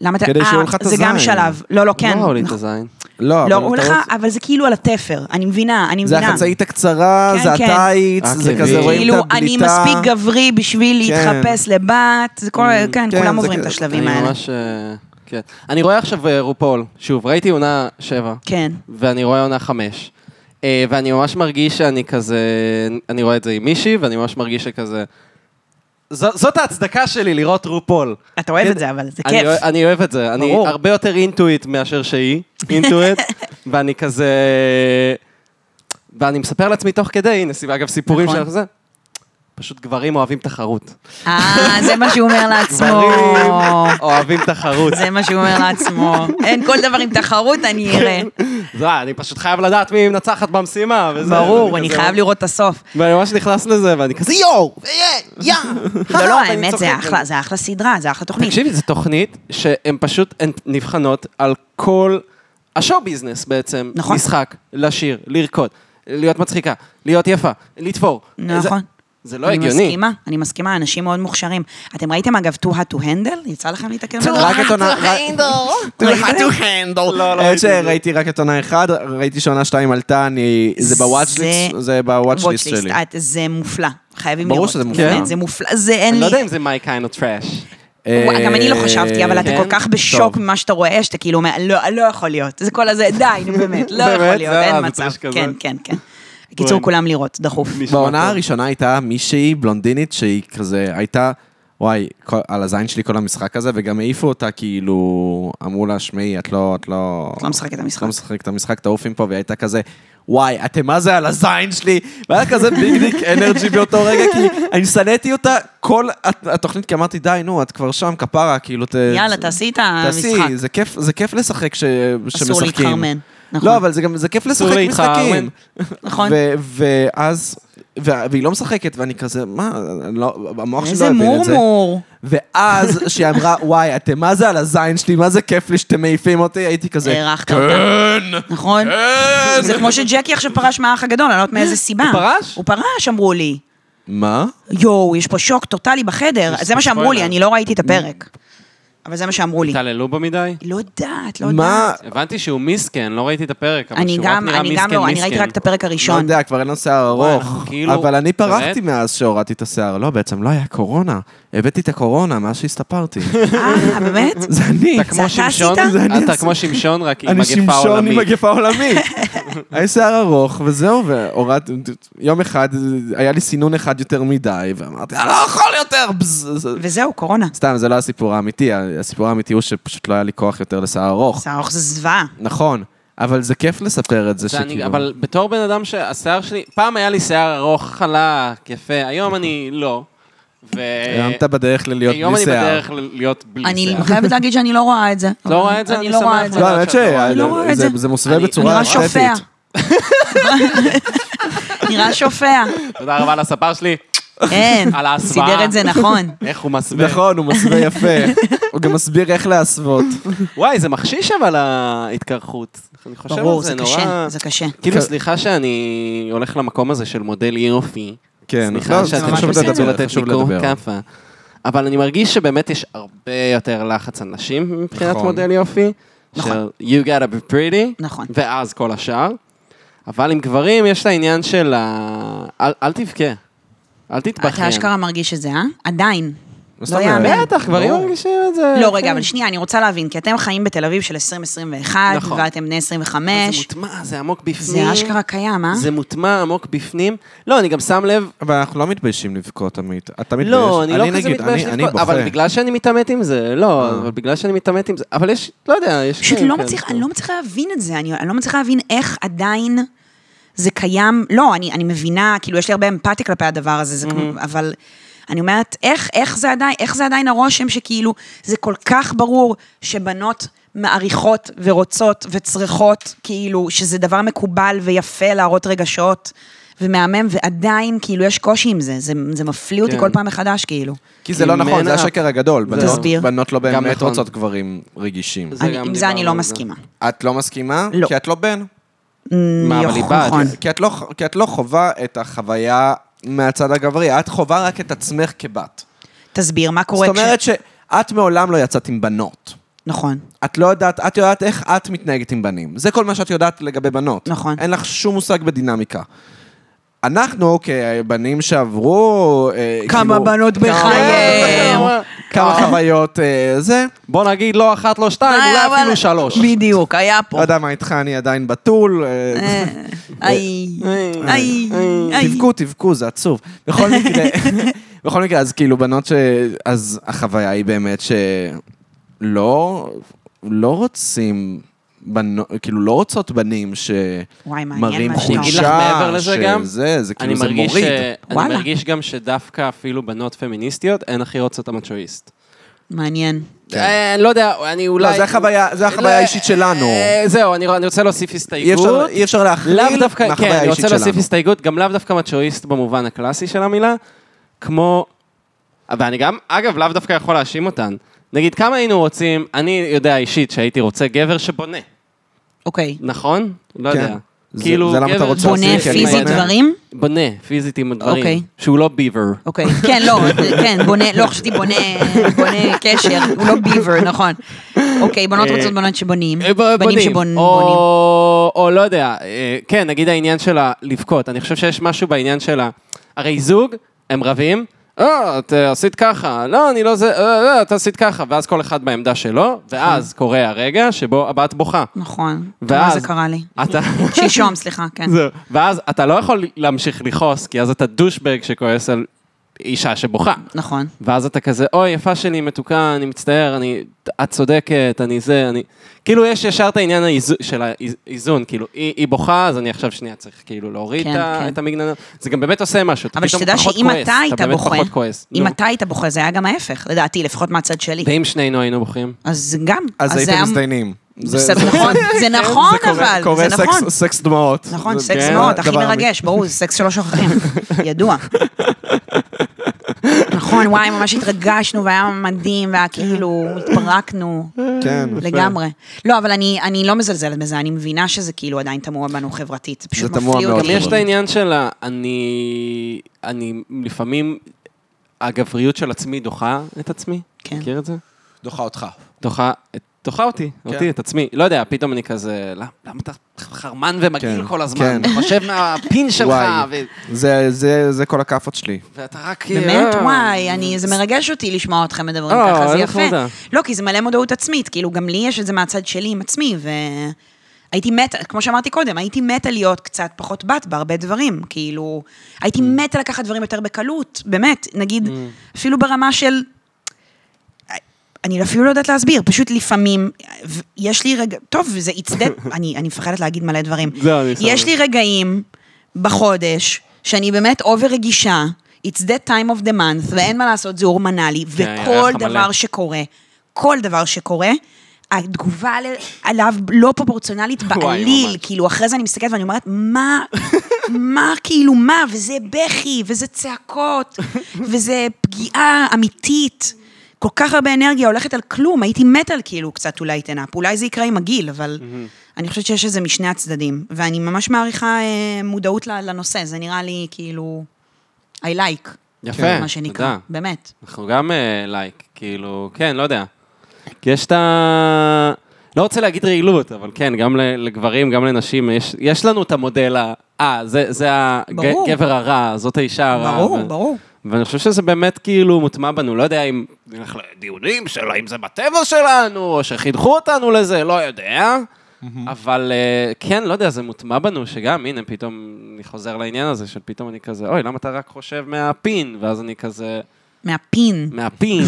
למה אתה... כדי אה, שיראו לך את זה גם הזין. שלב. לא, לא, כן. לא ראו לי את נכון. הזין. לא, אבל לא ראו אתה לך, רוצה- אבל זה כאילו על התפר, אני מבינה, אני זה מבינה. החצאית הקצרה, כן, זה כן. הטייץ, זה עקבים. כזה רואים את כאילו, הבליטה. אני מספיק גברי בשביל להתחפש לבת, זה כל, כן, כן, כולם זה עוברים את כזה- השלבים אני האלה. ממש... אה, כן. אני רואה עכשיו אה, רופול, שוב, ראיתי עונה שבע. כן. ואני רואה עונה חמש. אה, ואני ממש מרגיש שאני כזה, אני רואה את זה עם מישהי, ואני ממש מרגיש שכזה... ז- זאת ההצדקה שלי לראות רופול. אתה אוהב את זה, אבל זה אני, כיף. אוה- אני אוהב את זה, אני ברור. הרבה יותר אינטואיט מאשר שהיא, אינטואיט, ואני כזה... ואני מספר לעצמי תוך כדי, הנה, סיב- אגב, סיפורים נכון. של זה. פשוט גברים אוהבים תחרות. אה, זה מה שהוא אומר לעצמו. גברים אוהבים תחרות. זה מה שהוא אומר לעצמו. אין כל דבר עם תחרות, אני כן. אראה. זה, אני פשוט חייב לדעת מי מנצחת במשימה. וזה, ברור, ואני אני כזה- חייב לראות את הסוף. ואני ממש נכנס לזה, ואני כזה יואו! יא! לא, לא, ואני האמת, זה צוחק אחלה, על זה אחלה סדרה, זה אחלה תוכנית. תקשיבי, זו תוכנית שהן פשוט הן נבחנות על כל השואו ביזנס בעצם. נכון. משחק, לשיר, לרקוד, להיות מצחיקה, להיות יפה, לתפור. נכון. זה, זה לא אני הגיוני. מסכימה, אני מסכימה, אנשים מאוד מוכשרים. אתם ראיתם אגב Too Hot to Handle? יצא לכם להתעכב? עליו? רק את עונה... רק- אה, ראיתם? לא, לא האמת ראיתי את זה. שראיתי רק את עונה אחד, ראיתי שעונה שתיים עלתה, אני... זה בוואטשליסט, זה בוואטשליסט Watchlist, שלי. את- זה מופלא, חייבים לראות. ברור שזה מופלא. באמת, זה מופלא, זה אני אין לי. לא יודע אם זה my kind of trash. וואי, גם אני לא חשבתי, אבל אתה כן? כל כך בשוק טוב. ממה שאתה רואה, שאתה כאילו אומר, לא, לא יכול להיות. זה כל הזה, די, נו באמת, לא באמת? יכול להיות, זה אין היה, זה מצב. טרש כזה. כן, כן, כן. בקיצור, כולם לראות, דחוף. נשמע טוב. בעונה הראשונה הייתה מישהי בלונדינית שהיא כזה, הייתה, וואי, כל, על הזין שלי כל המשחק הזה, וגם העיפו אותה כאילו, אמרו לה, שמעי, את לא, את לא... את לא משחקת את המשחק." את לא משחקת את המשחק, תעופי מפה, והיא הייתה כזה, וואי, אתם מה זה על הזין שלי? והיה כזה ביג דיק אנרג'י באותו רגע, כי אני שנאתי אותה כל הת- התוכנית, כי אמרתי, די, נו, את כבר שם, כפרה, כאילו, ת... יאללה, תעשי את המשחק. תעשי, זה כיף, זה כיף לשחק כש- כשמשחקים. להתחרמן, נכון. לא, אבל זה גם, זה כיף לשחק להתחרמן. משחקים. נכון. ו- ואז, ו- והיא לא משחקת, ואני כזה, מה, אני לא, המוח שלי לא איזה הבין את זה. מורמור. ואז שהיא אמרה, וואי, אתם מה זה על הזין שלי, מה זה כיף לי שאתם מעיפים אותי, הייתי כזה, הערכת אותה. כן. נכון? זה כמו שג'קי עכשיו פרש מהאח הגדול, אני לא יודעת מאיזה סיבה. הוא פרש? הוא פרש, אמרו לי. מה? לא יואו, יש פה שוק טוטאלי בחדר. יש זה מה פה שאמרו ספוילר. לי, אני לא ראיתי את הפרק. אבל זה מה שאמרו לי. התעללו בו מדי? לא יודעת, לא יודעת. מה? הבנתי שהוא מיסקן, לא ראיתי את הפרק, אבל אני שהוא רק גם, נראה אני מיסקן, גם לא, אני ראיתי מיסקן. רק את הפרק לא הראשון. יודע, כבר אין לו שיער וואי, אנחנו ארוך. כאילו- אבל אני פרחתי באמת? מאז שהורדתי את השיער. לא, בעצם לא היה קורונה. הבאתי את הקורונה מאז שהסתפרתי. אה, באמת? זה אני. אתה כמו אתה שמשון, עשית? זה אני אתה עשיתי. כמו שמשון, רק עם אני מגפה שמשון עם עולמית. מגפה עולמית. היה שיער ארוך, וזהו, והורדתי, יום אחד, היה לי סינון אחד יותר מדי, ואמרתי, אני לא יכול יותר! בז, זה- וזהו, קורונה. סתם, זה לא הסיפור האמיתי, הסיפור האמיתי הוא שפשוט לא היה לי כוח יותר לשיער ארוך. שיער ארוך זה זוועה. נכון, אבל זה כיף לספר את זה זה אני- שכאילו... אבל בתור בן אדם שהשיער שלי, פעם היה לי שיער ארוך, חלק, יפה, היום אני לא. ו... הרמת בדרך ללהיות אה, היום בלי אני שיער. בדרך ל- להיות בלי שיער. אני חייבת להגיד שאני לא רואה את זה. לא רואה את זה? אני אני לא רואה שמח את זה. לא, לדעת האמת שאת לא רואה. אני לא רואה את שזה- זה. זה מוסווה אני- בצורה נראה אסתטית. שופע. נראה שופע. תודה רבה לספר שלי. כן, על ההסוואה. סידר את זה נכון. איך הוא מסביר. נכון, הוא מסביר יפה. הוא גם מסביר איך להסוות. וואי, זה מחשיש אבל ההתקרחות. אני חושב ברור, על זה זה נורא... קשה, זה קשה. כאילו, כן. סליחה שאני הולך למקום הזה של מודל יופי. כן, סליחה לא, שאתם חשוב תרצו לדבר, לתת חשוב מיקור לדבר. כאפה. אבל אני מרגיש שבאמת יש הרבה יותר לחץ על נשים מבחינת נכון. מודל יופי. נכון. של you gotta be pretty. נכון. ואז כל השאר. אבל עם גברים יש את העניין של ה... אל, אל תבכה. אל תתבכיין. אתה אשכרה מרגיש את זה, אה? עדיין. זאת לא אומרת. יאמן. בטח, גברים ברור. מרגישים את זה. כן. לא, רגע, אבל שנייה, אני רוצה להבין, כי אתם חיים בתל אביב של 2021, נכון. ואתם בני זה 25, מוטמע, זה עמוק בפנים. זה אשכרה קיים, אה? זה מוטמע עמוק בפנים. לא, אני גם שם לב... אבל אנחנו לא מתביישים לבכות, עמית. אתה מתבייש? לא, אני לא כזה נגיד, מתבייש אני- אני לבכות, בוכה. אבל בגלל שאני מתעמת עם זה, לא, אבל בגלל שאני מתעמת עם זה, אבל יש, לא יודע, יש... פשוט כאלה, לא כן. מצליחה, אני לא מצליחה להבין את זה, אני, אני לא מצליחה להבין איך עדיין זה קיים, לא, אני, אני מבינה, כאילו, יש לי הרבה אמפתיה כלפי הדבר הזה, זה כמו, Mm-hmm. אבל אני אומרת, איך, איך, זה עדיין, איך זה עדיין הרושם שכאילו, זה כל כך ברור שבנות מעריכות ורוצות וצריכות, כאילו, שזה דבר מקובל ויפה להראות רגשות. ומהמם, ועדיין, כאילו, יש קושי עם זה, זה, זה מפליא אותי כן. כל פעם מחדש, כאילו. כי זה לא נכון, ממנה- זה השקר הגדול. בנות- תסביר. בנות לא גם באמת נכון. רוצות גברים רגישים. זה אני, גם עם זה אני דיברנו לא על זה. מסכימה. את לא מסכימה? לא. כי את לא בן. מה, אבל היא בת. נכון. כי את לא, כי את לא חווה את החוויה מהצד הגברי, את חווה רק את עצמך כבת. תסביר, מה קורה זאת כש... אומרת שאת מעולם לא יצאת עם בנות. נכון. את לא יודעת, את יודעת איך את מתנהגת עם בנים. זה כל מה שאת יודעת לגבי בנות. נכון. אין לך שום מושג בדינמיקה. אנחנו, כבנים שעברו... אה, כמה כאילו, בנות כמה- בחייהם. כמה חוויות אה, זה. בוא נגיד לא אחת, לא שתיים, אה, אולי אבל- אפילו שלוש. בדיוק, היה פה. לא יודע מה איתך, אני עדיין בתול. אה, אה, איי, אה, איי, איי. תבכו, תבכו, זה עצוב. בכל מקרה, בכל מקרה, אז כאילו, בנות ש... אז החוויה היא באמת שלא לא רוצים, בנו, כאילו, לא רוצות בנים וואי, מעניין שמראים מה שאתה אומר. אני אגיד חולשה, לך מעבר לזה גם, שזה, זה אני כאילו, זה מרגיש מוריד. ש- אני וואלה. מרגיש גם שדווקא אפילו בנות פמיניסטיות הן הכי רוצות את המצ'ואיסט. מעניין. אה, אני לא יודע, אני אולי... כן. לא, זה החוויה- זה החוויה לא, האישית שלנו. אה, זהו, אני אני רוצה להוסיף אי אפשר- הסתייגות. אי אפשר להכליל לאו דווקא, כן, מהחוויה אני האישית רוצה להוסיף שלנו. הסתייגות, גם לאו דווקא מצ'ואיסט במובן הקלאסי של המילה, כמו... ואני גם, אגב, לאו דווקא יכול להאשים אותן. נגיד, כמה היינו רוצים, אני יודע אישית שהייתי רוצה גבר שבונה, אוקיי. נכון? לא כן. יודע. זה- כאילו, זה למה אתה גבר רוצה שבונה בונה עשיתי, כן, אני פיזית בונה. דברים? בונה, פיזית עם הדברים. אוקיי. שהוא לא ביבר. אוקיי. כן, לא, כן, בונה, לא, חשבתי בונה בונה קשר, הוא לא ביבר, נכון. אוקיי, בנות רוצות בנות שבונים. אה, ב- בנים שבונים. או, או לא יודע, אה, כן, נגיד העניין של הלבכות. אני חושב שיש משהו בעניין של ה... הרי זוג, הם רבים, אה, את אה, עשית ככה, לא, אני לא זה, אה, לא, את עשית ככה, ואז כל אחד בעמדה שלו, כן. ואז קורה הרגע שבו הבת בוכה. נכון. ואז... ואז- זה קרה לי. אתה... שלשום, סליחה, כן. זהו. ואז אתה לא יכול להמשיך לכעוס, כי אז אתה דושבג שכועס על אישה שבוכה. נכון. לא. ואז אתה כזה, אוי, יפה שלי, מתוקה, אני מצטער, אני, את צודקת, אני זה, אני... כאילו, יש ישר את העניין האיזו, של האיזון, כאילו, היא, היא בוכה, אז אני עכשיו שנייה צריך כאילו להוריד כן, את, ה- כן. את המגננה. זה גם באמת עושה משהו, אתה אבל פתאום שתדע פחות שאם כועס, אתה היית באמת בוכה, פחות כועס. אם נו. אתה היית בוכה, זה היה גם ההפך, לדעתי, לפחות מהצד שלי. ואם שנינו היינו בוכים? אז גם. אז זה הייתם היה- מזדיינים. זה- זה- בסדר, כן, נכון, זה נכון זה קורה- אבל, קורה זה סקס- נכון. סקס דמעות. נכון, זה- סקס כן, מאוד, הכי הדבר מרגש, ברור, זה סקס שלא שוכחים, ידוע. נכון, וואי, ממש התרגשנו והיה מדהים, והיה כאילו, התפרקנו כן, יפה. לגמרי. לא, אבל אני אני לא מזלזלת בזה, אני מבינה שזה כאילו עדיין תמוה בנו חברתית, זה פשוט זה תמוה מפליא מאוד. גם אותי. יש את העניין של ה... אני... אני לפעמים, הגבריות של עצמי דוחה את עצמי. כן. מכיר את זה? דוחה אותך. דוחה, דוחה אותי, כן. אותי, את עצמי. לא יודע, פתאום אני כזה, "למה- למה אתה חרמן ומגעיל כן, כל הזמן? כן. חושב מהפין שלך, וואי. ו- זה- זה- זה כל הכאפות שלי. ואתה רק... באמת, אה, וואי, אני, זה מרגש אותי לשמוע אתכם מדברים אה, ככה, זה איזה יפה. חמודה. לא, כי זה מלא מודעות עצמית, כאילו, גם לי יש את זה מהצד שלי עם עצמי, והייתי מתה, כמו שאמרתי קודם, הייתי מתה להיות קצת פחות בת בהרבה דברים, כאילו, Mm. הייתי מתה לקחת דברים יותר בקלות, באמת, נגיד, אפילו ברמה של... אני אפילו לא יודעת להסביר, פשוט לפעמים, ו- יש לי רגע, טוב, זה עצדן, אני, אני מפחדת להגיד מלא דברים. זהו, אני שם יש לב. לי רגעים בחודש, שאני באמת אובר רגישה, it's that time of the month, ואין מה לעשות, זה הורמנה לי, כן, היה וכל לך מלא. דבר שקורה, כל דבר שקורה, התגובה על- עליו לא פרופורציונלית וואי, בעליל, ממש. כאילו, אחרי זה אני מסתכלת ואני אומרת, מה מה, כאילו, מה, וזה בכי, וזה צעקות, וזה פגיעה אמיתית. כל כך הרבה אנרגיה הולכת על כלום, הייתי מתה על כאילו קצת אולי תנאפ. אולי זה יקרה עם הגיל, אבל אני חושבת שיש את זה משני הצדדים. ואני ממש מעריכה אה, מודעות ל- לנושא, זה נראה לי כאילו... I like. כאילו, יפה, מה שנקרא, תודה. באמת. אנחנו גם אה, לייק, כאילו, כן, לא יודע. כי יש את ה... לא רוצה להגיד רעילות, אבל כן, גם ל- לגברים, גם לנשים, יש, יש לנו את המודל ה... אה, זה, זה ברור. הגבר הרע, זאת האישה הרעה. ברור, ברור. ואני חושב שזה באמת כאילו מוטמע בנו, לא יודע אם נלך לדיונים שלה, אם זה בטבע שלנו, או שחינכו אותנו לזה, לא יודע. אבל אה, כן, לא יודע, זה מוטמע בנו, שגם, הנה, פתאום אני חוזר לעניין הזה, של פתאום אני כזה, אוי, למה אתה רק חושב מהפין? ואז אני כזה, מהפין. מהפין.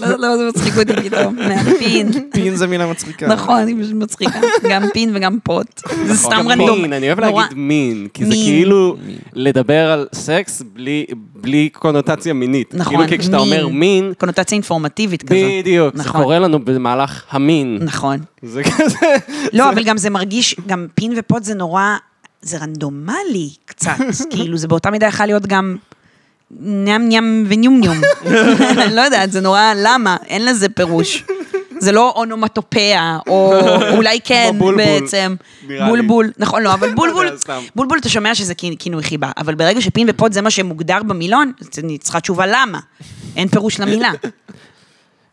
לא, לא, זה מצחיק אותי פתאום. מהפין. פין זה מילה מצחיקה. כן. נכון, היא פשוט מצחיקה. גם פין וגם פוט. זה סתם נכון, גם רנדום. מין, אוקיי, אני אוהב נורא. להגיד מין, כי זה מין. כאילו לדבר על סקס בלי- בלי קונוטציה מינית. נכון, כאילו, כי כשאתה אומר מין, קונוטציה אינפורמטיבית כזאת. בדיוק, זה נכון. קורה לנו במהלך המין. נכון. זה כזה... לא, אבל גם זה מרגיש, גם פין ופוט זה נורא, זה רנדומלי קצת. כאילו, זה באותה מידה יכול להיות גם ניאם ניאם וניום ניום. אני לא יודעת, זה נורא, למה? אין לזה פירוש. זה לא אונומטופיה, או אולי כן כמו בולבול, בעצם. נראה לי. בולבול, נכון, לא, אבל בולבול, יודע, סתם. בולבול אתה שומע שזה כינ- כינוי חיבה, אבל ברגע שפין ופוט זה מה שמוגדר במילון, אני צריכה תשובה למה. אין פירוש למילה.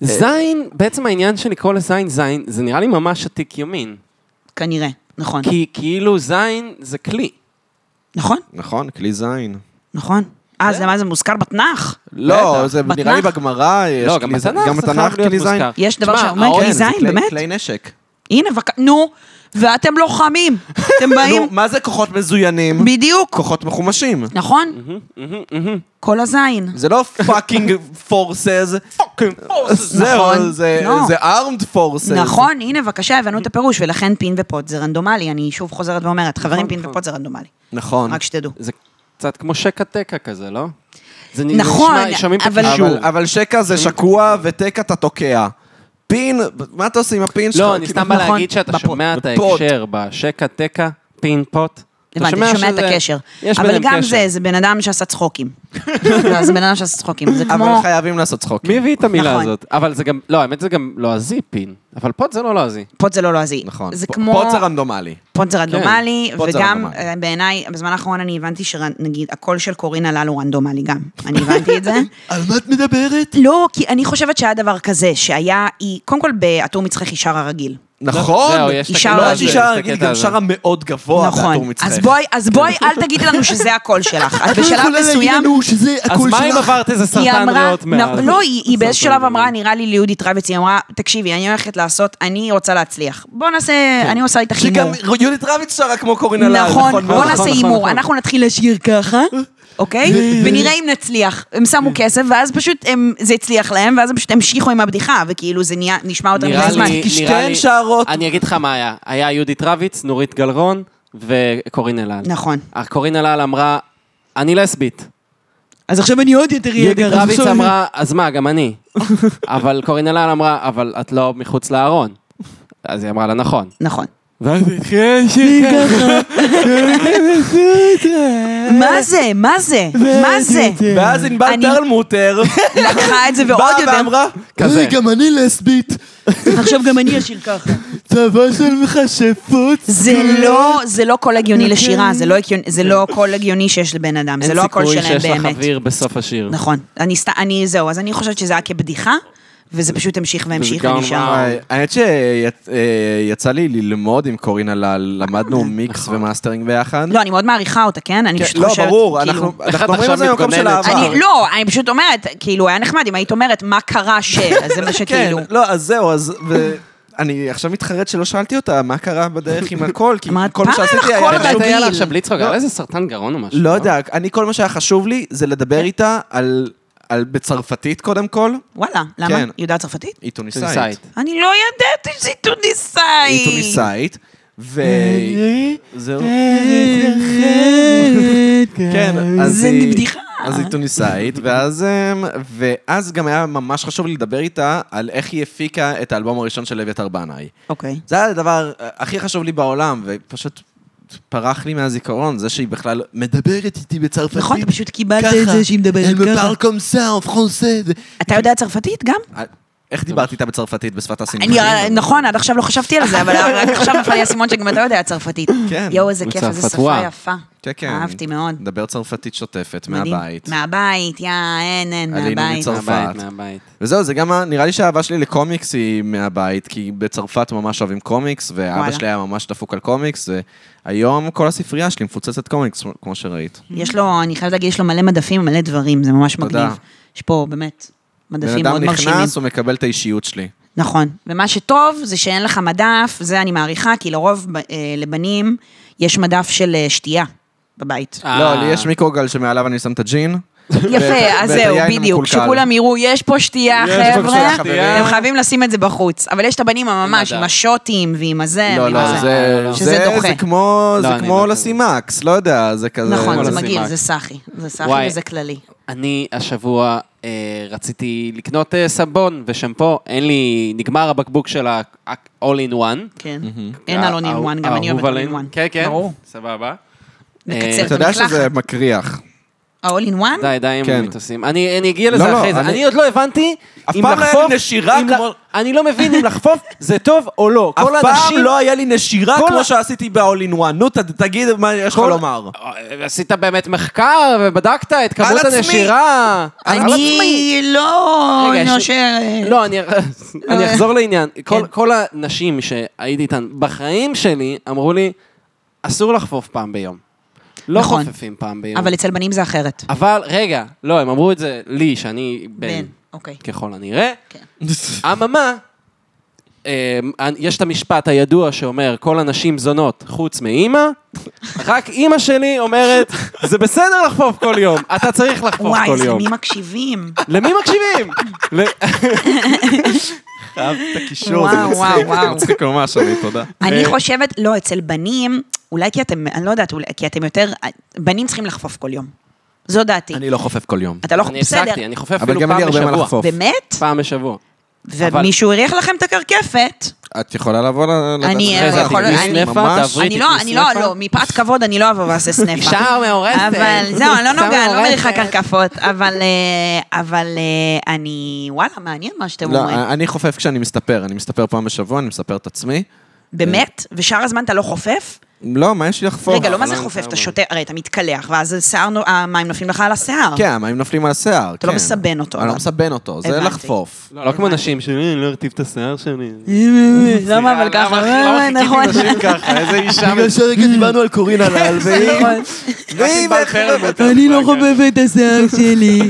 זין, בעצם העניין של לקרוא לזין זין, זה נראה לי ממש עתיק יומין. כנראה, נכון. כי כאילו זין זה כלי. נכון, נכון, כלי זין. נכון. אה, לא. זה מה זה מוזכר בתנ"ך? לא, זה בתנ"ך? נראה לי בגמרא, יש לא, כלי גם זין. בתנ"ך זה חייב להיות כלי זין. מוזכר. יש דבר תשמע, שאומר העוד- כלי זין, כן, זה כלי- באמת? כלי נשק. הנה, בק... נו, ואתם לוחמים. אתם נו, באים, מה זה כוחות מזוינים? בדיוק, כוחות מחומשים. נכון? כל הזין. זה לא פאקינג פורסס. פאקינג פורסס. זהו, נכון, זה לא. זה armed forces. נכון, הנה, בבקשה, הבנו את הפירוש, ולכן פין ופוט זה רנדומלי. אני שוב חוזרת ואומרת, חברים, פין ופוט זה רנדומלי. נכון. רק שתדעו. זה קצת כמו שקה תקה כזה, לא? זה נ- נכון, נשמע- שומעים את אבל- הקישור. אבל- לא. אבל שקע זה שקוע וטק אתה תוקע. פין, מה אתה עושה עם הפין שלך? לא, אני כאילו, סתם בא נכון, להגיד שאתה בפוט. שומע את בפוט. ההקשר בשקה תקה, פין פוט. אתה הבנתי, שומע, שומע את שזה- הקשר. יש אבל ביניהם גם קשר. זה, זה בן אדם שעשה צחוקים. לא, זה בן אדם שעשה צחוקים. זה אבל כמו... חייבים לעשות צחוקים. מי הביא את המילה נכון. הזאת? אבל זה גם, לא, האמת זה גם לועזי פין, אבל פוט זה לא לועזי. פוט זה לא לועזי. נכון. זה פ- כמו... פוט זה רנדומלי. פוט זה רנדומלי, פוט זה וגם רנדומלי. אה, בעיניי, בזמן האחרון אני הבנתי שנגיד, הקול של קורין הלל הוא רנדומלי גם. אני הבנתי את זה. על מה את מדברת? לא, כי אני חושבת שהיה דבר כזה, שהיה, היא, קודם כל בעטור מצחי שר הרגיל. נכון. זהו, יש את אישה הקטע לא רזה. רק הזה, יש את אישה הקטע רגיל, גם הזה. שרה מאוד גבוה. והטור נכון. מצחך. אז בואי, כן. אז בואי, אל תגידי לנו שזה הקול שלך. את בשלב מסוים... שזה אז מה אם עברת איזה היא סרטן אמרה, ריאות מאז? נ- לא, היא, היא באיזשהו סרטן שלב ריאות. אמרה, נראה לי ליהודית רביץ, היא אמרה, תקשיבי, אני הולכת לעשות, אני רוצה להצליח. בוא נעשה, כן. אני עושה איתך שגם הימור. יהודית רביץ שרה כמו קורין הלל. נכון, בוא מאוד. נעשה נכון, הימור, נכון. אנחנו נתחיל לשיר ככה, אוקיי? ונראה אם נצליח. הם שמו כן. כסף, ואז פשוט הם- זה הצליח להם, ואז הם פשוט המשיכו עם הבדיחה, וכאילו זה נהיה- נשמע יותר מדי נראה זמן. לי, כי שתיהן נראה לי, שערות. אני אגיד לך מה היה. היה יהודית רביץ, נורית גלרון וקורין אלעל. אה, נכון. קורין אלעל אמרה, אני לסבית. אז עכשיו אני עוד יותר אהיה יהודית רביץ אמרה, אז מה, גם אני. אבל קורין אלעל אמרה, אבל את לא מחוץ לארון. אז היא אמרה לה, נכון. נכון. ואז היא התחילה כן, שיר מה זה? מה זה? מה זה? ואז ענבל אני- פרלמוטר לקחה את זה ועוד באה יותר. ואמרה, כזה. "היי, כן, גם אני לסבית, עכשיו גם אני אשיר ככה. צבא של מכשפות. כן. זה לא, זה לא קול הגיוני לשירה, זה לא הגיוני- זה לא קול הגיוני שיש לבן אדם, זה לא הקול אין שלהם סיכוי שיש לך באמת. אוויר בסוף השיר. נכון. אני סת- אני, זהו, אז אני חושבת שזה היה כבדיחה, וזה פשוט המשיך והמשיך גם ונשאר. מה- וואי, אה, האמת שיצא לי ללמוד עם קורין הלל, למדנו מיקס ומאסטרינג ביחד. לא, אני מאוד מעריכה אותה, כן? אני כן, פשוט לא, חושבת, ברור, כאילו- אנחנו איך אנחנו את אומרים את זה עכשיו במקום של מתגוננת? אהבה. אני, לא, אני פשוט אומרת, כאילו, היה נחמד אם היית אומרת מה קרה ש... אז זה מה כן, שכאילו... לא, אז זהו, אז... ו- אני עכשיו מתחרט שלא שאלתי אותה מה קרה בדרך עם הכל, כי אמרת, כל מה פעם היה שעשיתי לך היה... קול באמת היה לה רגיל. עכשיו בלי צחוק, לא. היה לה איזה סרטן גרון או משהו. לא יודע, אני כל מה שהיה חשוב לי זה כן. לדבר איתה על... על בצרפתית קודם כל, וואלה, למה? כן. היא יודעת צרפתית? היא טוניסאית. טוניסאית. אני לא ידעתי שהיא טוניסאית. היא טוניסאית, והיא... זהו. כן, אז זה היא... בדיחה. אז היא טוניסאית, ואז, אמ, ואז גם היה ממש חשוב לי לדבר איתה על איך היא הפיקה את האלבום הראשון של אביתר בנאי. אוקיי. אה, זה היה הדבר הכי חשוב לי בעולם, ופשוט פרח לי מהזיכרון, זה שהיא בכלל מדברת איתי בצרפתית. נכון, אתה פשוט קיבלת את זה שהיא מדברת ככה. ככה. אל מפארקום סאו, פרנסה. זה- אתה יודע צרפתית גם? אה, איך דיברת איתה בצרפתית בשפת הסימנים? אני, נכון, עד עכשיו לא חשבתי על זה, אבל רק עכשיו נפל לי האסימון שגם אתה יודע צרפתית. כן. יואו, איזה הוא כיף, איזה שפה צרפתואה. יפה. כן, כן. אהבתי מאוד. מדבר צרפתית שוטפת מדהים. מהבית. מהבית, יא, אין, אין, עלינו מהבית. מצרפת. מהבית, מהבית. וזהו, זה גם, ה- נראה לי שהאהבה שלי לקומיקס היא מהבית, כי בצרפת ממש אוהבים קומיקס, ואבא וואלה. שלי היה ממש דפוק על קומיקס, והיום כל הספרייה שלי מפוצצת קומיקס, כמו שראית. יש לו, אני חייבת להגיד, יש לו מלא מדפים, מלא דברים, זה ממש תודה. מגניב. יש פה באמת בן מדפים מאוד אדם מרשימים. נכנס, הוא מקבל את האישיות שלי. נכון. ומה שטוב זה שאין לך מדף, זה אני מעריכה, כי לרוב ב- אה, לבנים יש מדף של אה, שתייה בבית. אה. לא, לי יש מיקרוגל שמעליו אני שם את הג'ין. יפה, אז ואת זהו, היין בדיוק. המקולקל. שכולם יראו, יש פה שתייה, יש פה חבר'ה, שתייה. הם חייבים לשים את זה בחוץ. אבל יש את הבנים הממש, עם עם הדף. השוטים ועם הזה, לא, ועם לא, הזה. זה- לא, לא. זה- שזה דוחה. זה כמו לא, זה אני כמו לא לשים מקס, לא יודע, זה כזה... נכון, זה לשים מגעיל, רק. זה סאחי. זה סאחי וואי. וזה כללי. אני השבוע אה, רציתי לקנות אה, סבון ושמפו, אין לי, נגמר הבקבוק של ה-all in one. כן. אין על אונין וואן, גם אני האהוב אוהבת אונין אה, עלינו. וואן. כן, כן, ברור. סבבה. לקצר. אה, אתה יודע המקלחת. שזה מקריח. האול אין וואן? די, די כן. עם מיתוסים. אני אני אגיע לא, לזה לא, אחרי זה. אני- אני עוד לא הבנתי אף אם פעם לא היה לי לחפוף... נשירה אם ל- כמו- אני לא מבין אם לחפוף זה טוב או לא. אף כל פעם האנשים- לא היה לי נשירה כל כמו ה- שעשיתי ב-all in one. נו, ת- תגיד מה יש לך כל- לומר. אה, עשית באמת מחקר ובדקת את על כמות עצמי. הנשירה. על עצמי. אני לא אה, רגע, יש- נושרת. לא, אני- אני אחזור לעניין. כן. כל- כל הנשים שהייתי איתן בחיים שלי אמרו לי, אסור לחפוף פעם ביום. לא נכון. חופפים פעם ביום. אבל אצל בנים זה אחרת. אבל רגע, לא, הם אמרו את זה לי, שאני בן, בן, אוקיי. ככל הנראה. כן. אממה, אה, יש את המשפט הידוע שאומר, כל הנשים זונות חוץ מאימא, רק אימא שלי אומרת, זה בסדר לחפוף כל יום, אתה צריך לחפוף וואי, כל איזה יום. מי מקשיבים. למי מקשיבים? ל- אהבת את הקישור, אה, זה וואו, מצחיק, וואו, זה וואו. מצחיק ממש, אני, תודה. אני חושבת, לא, אצל בנים, אולי כי אתם, אני לא יודעת, אולי כי אתם יותר, בנים צריכים לחפוף כל יום. זו דעתי. אני לא חופף כל יום. אתה לא, אני בסדר. הפסקתי, אני חופף אבל אפילו גם אין לי פעם הרבה מה בשבוע. לחפוף. באמת? פעם בשבוע. אבל- ומישהו הריח לכם את הקרקפת. את יכולה לבוא ל... אני, אחרי זה יכול- תגמרי אני- סנפה, ממש- תעברי, אני לא, תתני אני לא, סנפה. לא, מפאת כבוד אני לא אבוא ואעשה סנפה. אישה מאורסת. אבל זהו, אני לא אישה נוגעת, אני לא מריחה מאורסת. קרקפות, אבל אה, אבל אה, אני, וואלה, מעניין מה שאתם לא, אומרים. אני חופף כשאני מסתפר, אני מסתפר פעם בשבוע, אני מספר את עצמי. באמת? ושאר הזמן אתה לא חופף? לא, מה יש לי לחפור? רגע, לא מה זה לא חופף, נשאר אתה בו. שותה, הרי אתה מתקלח, ואז השיער נו- המים נופלים לך על השיער. כן, המים נופלים על השיער. אתה לא מסבן אותו, אני לא אבל. מסבן אותו, זה הבנתי. לחפוף. לא, לא כמו נשים שלי, אני לא ארטיב את השיער שלי. לא. למה אבל ככה? אה, נכון. ככה, איזה אישה... שרגע דיברנו על קורין הלל, נכון. והיא... אני לא חובב...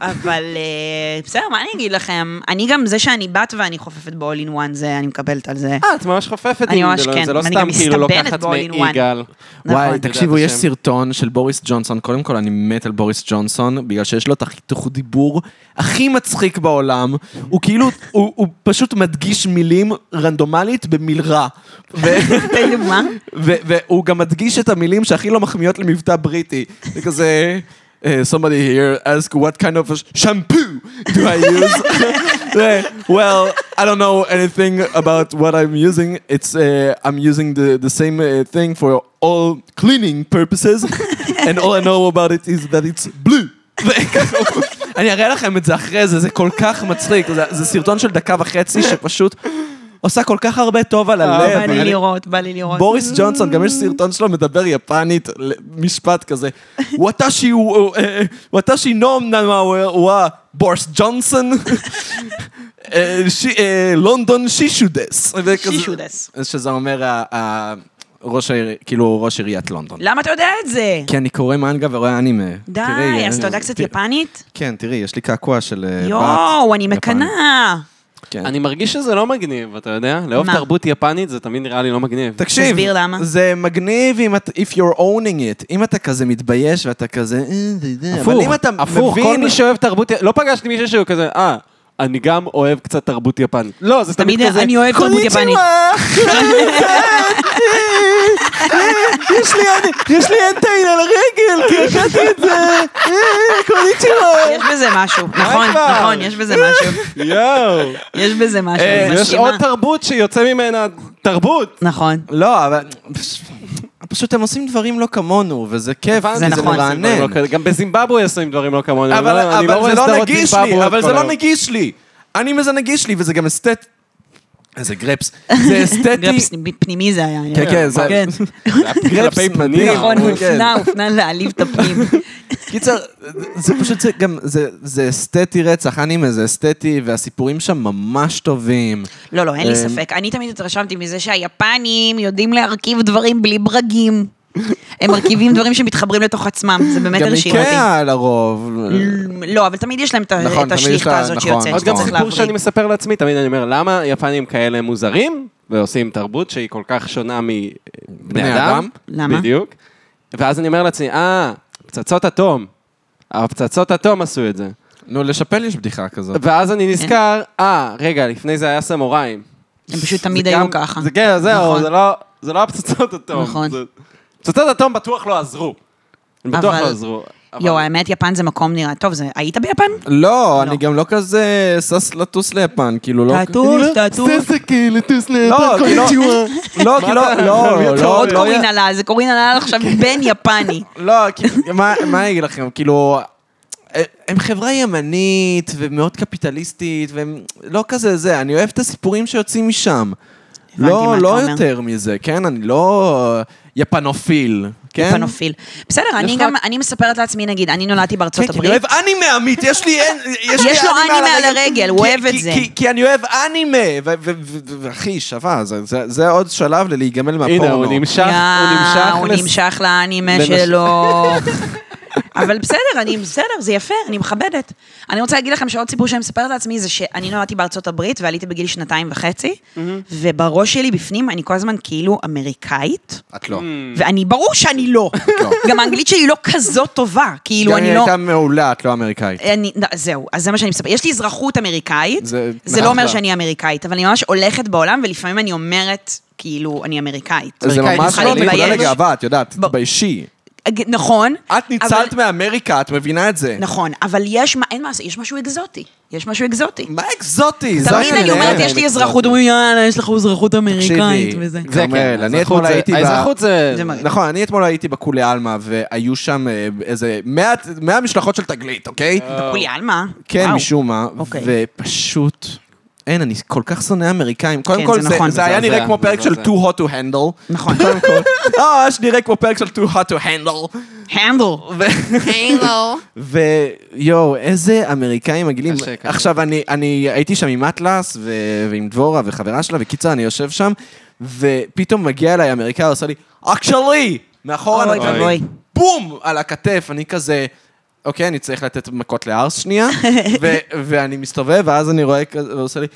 אבל אה, בסדר, מה אני אגיד לכם? אני גם, זה שאני בת ואני חופפת ב-all in one, זה, אני מקבלת על זה. אה, את ממש חופפת אני עם ממש זה, לא- כן, זה לא ואני סתם גם כאילו מסתבנת לוקחת ב-all in one. מיגאל. וואי, נכון. תקשיבו, יש השם. סרטון של בוריס ג'ונסון. קודם כל, אני מת על בוריס ג'ונסון, בגלל שיש לו את החיתוך דיבור הכי מצחיק בעולם. הוא כאילו, הוא הוא פשוט מדגיש מילים רנדומלית במלרע. ו- תגידו, מה? ו- והוא גם מדגיש את המילים שהכי לא מחמיאות למבטא בריטי. זה כזה... "Uh, somebody here ask what kind of shampoo do I use? זה, well, I don't know anything about what I'm using. It's uh, I'm using the, the same uh, thing for all cleaning purposes, and all I know about it is that it's blue. אני אראה לכם את זה אחרי זה, זה כל כך מצחיק. זה, זה סרטון של דקה וחצי שפשוט עושה כל כך הרבה טוב על הלב. בא לי אני- לראות, בא לי לראות. בוריס ג'ונסון, גם יש סרטון שלו מדבר יפנית, ל- משפט כזה. וואטאשי הוא- אה, וואטאשי נום נאמר וואה בוריס ג'ונסון. אה, שי- אה, לונדון שישו דס. וכזה- שישו דס. שזה אומר ה- ה- ראש העיר, כאילו ראש עיריית לונדון. למה אתה יודע את זה? כי אני קורא מנגה ורואה אנימה. די, תראי, אז אתה יודע אה, קצת ת- יפנית? כן, תראי, יש לי קעקוע של אה, בת. יואו, אני יפנית. מקנאה. כן. אני מרגיש שזה לא מגניב, אתה יודע? לאהוב מה? תרבות יפנית זה תמיד נראה לי לא מגניב. תקשיב, תסביר למה. זה מגניב אם את, if you're owning it, אם אתה כזה מתבייש ואתה כזה, "אה, זה זה", אבל אם אתה הפוך, כל מבין, מי שאוהב תרבות... לא פגשתי מישהו שהוא כזה, אה, אני גם אוהב קצת תרבות יפנית. לא, זה תמיד תמיד כזה... אני אוהב תרבות "קוניצ'יווה, יפנית. יש לי עד- יש לי אנטיין על הרגל, כי כאילו. אכלתי את זה, "אה, קוניצ'יווה. יש בזה משהו, אה, נכון, כבר? נכון, יש בזה משהו. יואו. יש בזה משהו, אה, זה יש משלימה. עוד תרבות שיוצא ממנה תרבות. נכון. לא, אבל... פשוט הם עושים דברים לא כמונו, וזה כיף, הבנתי, זה זה נכון. מרענן. לא, גם בזימבבואה עושים דברים לא כמוני. כן. אבל, אני לא- אני אבל רואה זה לא סדרות נגיש לי, זימבבואות אבל זה כל לא היום. נגיש לי. אנימה זה נגיש לי, וזה גם אסתט... איזה גרפס. זה אסתטי. גרפס פנימי זה היה. כן, כן, זה- כן. גרפס כלפי פנים. מדהים. נכון, כן. הוא הופנה, הופנה להעליב את הפנים. קיצר, זה פשוט, זה גם, זה, זה אסתטי רצח, אנימה זה אסתטי, והסיפורים שם ממש טובים. לא, לא, אין לי אה, ספק. אני תמיד התרשמתי מזה שהיפנים יודעים להרכיב דברים בלי ברגים. הם מרכיבים דברים שמתחברים לתוך עצמם, זה באמת גם כן. הרשים אותי. איקאה לרוב. לא, אבל תמיד יש להם את ה- נכון, את תמיד יש השליכתה לה- הזאת נכון, שיוצאת, עוד גם צריך שצריך סיפור שאני להבריג. מספר לעצמי, תמיד אני אומר, למה יפנים כאלה מוזרים ועושים תרבות שהיא כל כך שונה מבני בני אדם? אדם? למה? בדיוק. ואז אני אומר לעצמי, אה, פצצות אטום. הפצצות אטום עשו את זה. נו, לשפל יש בדיחה כזאת. ואז כן. אני נזכר, אה, רגע, לפני זה היה סמוראים. הם פשוט תמיד זה גם- היו ככה. זה כן, זהו, נכון. זה לא- זה לא הפצצות אטום. נכון. זה- פצצות אטום בטוח לא עזרו. הם בטוח אבל- לא עזרו. אבל- יואו, האמת, יפן זה מקום נראה טוב, זה- היית ביפן? לא, אני גם לא כזה שש לטוס ליפן, כאילו לא... טטוס, טטוס. לא, כי לא, לא, כי לא, לא, לא, כן. עוד לא, קורין עלה, זה קורין עלה עכשיו בן יפני. לא, כי- מה מה אני אגיד לכם, כאילו, אה, הם חברה ימנית ומאוד קפיטליסטית, והם לא כזה זה, אני אוהב את הסיפורים שיוצאים משם. הבנתי מה לא, אתה לא אומר. יותר מזה, כן? אני לא יפנופיל, כן? פנופיל. בסדר, אני לך- גם, אני מספרת לעצמי, נגיד, אני נולדתי כן, בארצות כי אני הברית. אוהב אנימה, עמית, יש לי אין- יש לי יש לו אנימה על הרגל, הוא כי- אוהב את כי- זה. כי- כי אני אוהב אנימה, ו- ו- ו- ו- ואחי, שווה, זה- זה- זה עוד שלב ללהיגמל מהפורנו. הנה, הוא נמשך, הוא יאה, נמשך. הוא לס- נמשך לאנימה לנש- שלו. אבל בסדר, אני, בסדר, זה יפה, אני מכבדת. אני רוצה להגיד לכם שעוד סיפור שאני מספרת לעצמי זה שאני נולדתי בארצות הברית ועליתי בגיל שנתיים וחצי, ובראש שלי בפנים אני כל הזמן כאילו אמריקאית, את לא. ואני, ברור שאני לא. לא. גם האנגלית שלי לא כזאת טובה, כאילו, גם אני היא לא... הייתה מעולה, את לא אמריקאית. אני, לא, זהו, אז זה מה שאני מספרת. יש לי אזרחות אמריקאית, זה- זה, זה לא אומר אחלה. שאני אמריקאית, אבל אני ממש הולכת בעולם, ולפעמים אני אומרת, כאילו, אני אמריקאית. זה אמריקאית ממש צריכה לא להתבייש. נקודה לגאווה, את יודעת, ב- תתביישי. אג- נכון. את ניצלת אבל- מאמריקה, את מבינה את זה. נכון, אבל יש, מה- אין מה לעשות, יש משהו אקזוטי. יש משהו אקזוטי. מה אקזוטי? זה תמיד אני העניין. אומרת, אה, יש לי אזרחות, אומרים, יאללה, יש לך אזרחות אמריקאית תקשיבי, וזה. זה כרמל, כן, אני אתמול האזרחות זה- הייתי ב... האזרחות זה... זה מה- נכון, אני אתמול הייתי בכולי עלמא, והיו שם אה, איזה 100 100 משלחות של תגלית, אוקיי? אה, כולי עלמא. כן, וואו. משום מה, אוקיי. ופשוט... אין, אני כל כך שונא אמריקאים. קודם כן, כל, זה זה- נכון. זה היה זה- נראה זה- כמו זה- פרק זה- של זה. too hot to handle. נכון. קודם כל. ממש נראה כמו פרק של too hot to handle. הנדל. ו- ויואו, איזה אמריקאים מגעילים. קשה, קשה. עכשיו, אני, אני הייתי שם עם אטלס ו... ועם דבורה וחברה שלה, וקיצר, אני יושב שם, ופתאום מגיע אליי אמריקאי, עושה לי, אקשלי! מאחורה, אוי נותן לי ואבוי. בום! על הכתף, אני כזה... אוקיי, אני צריך לתת מכות לארס שנייה, ו- ואני מסתובב, ואז אני רואה כזה, והוא עושה לי,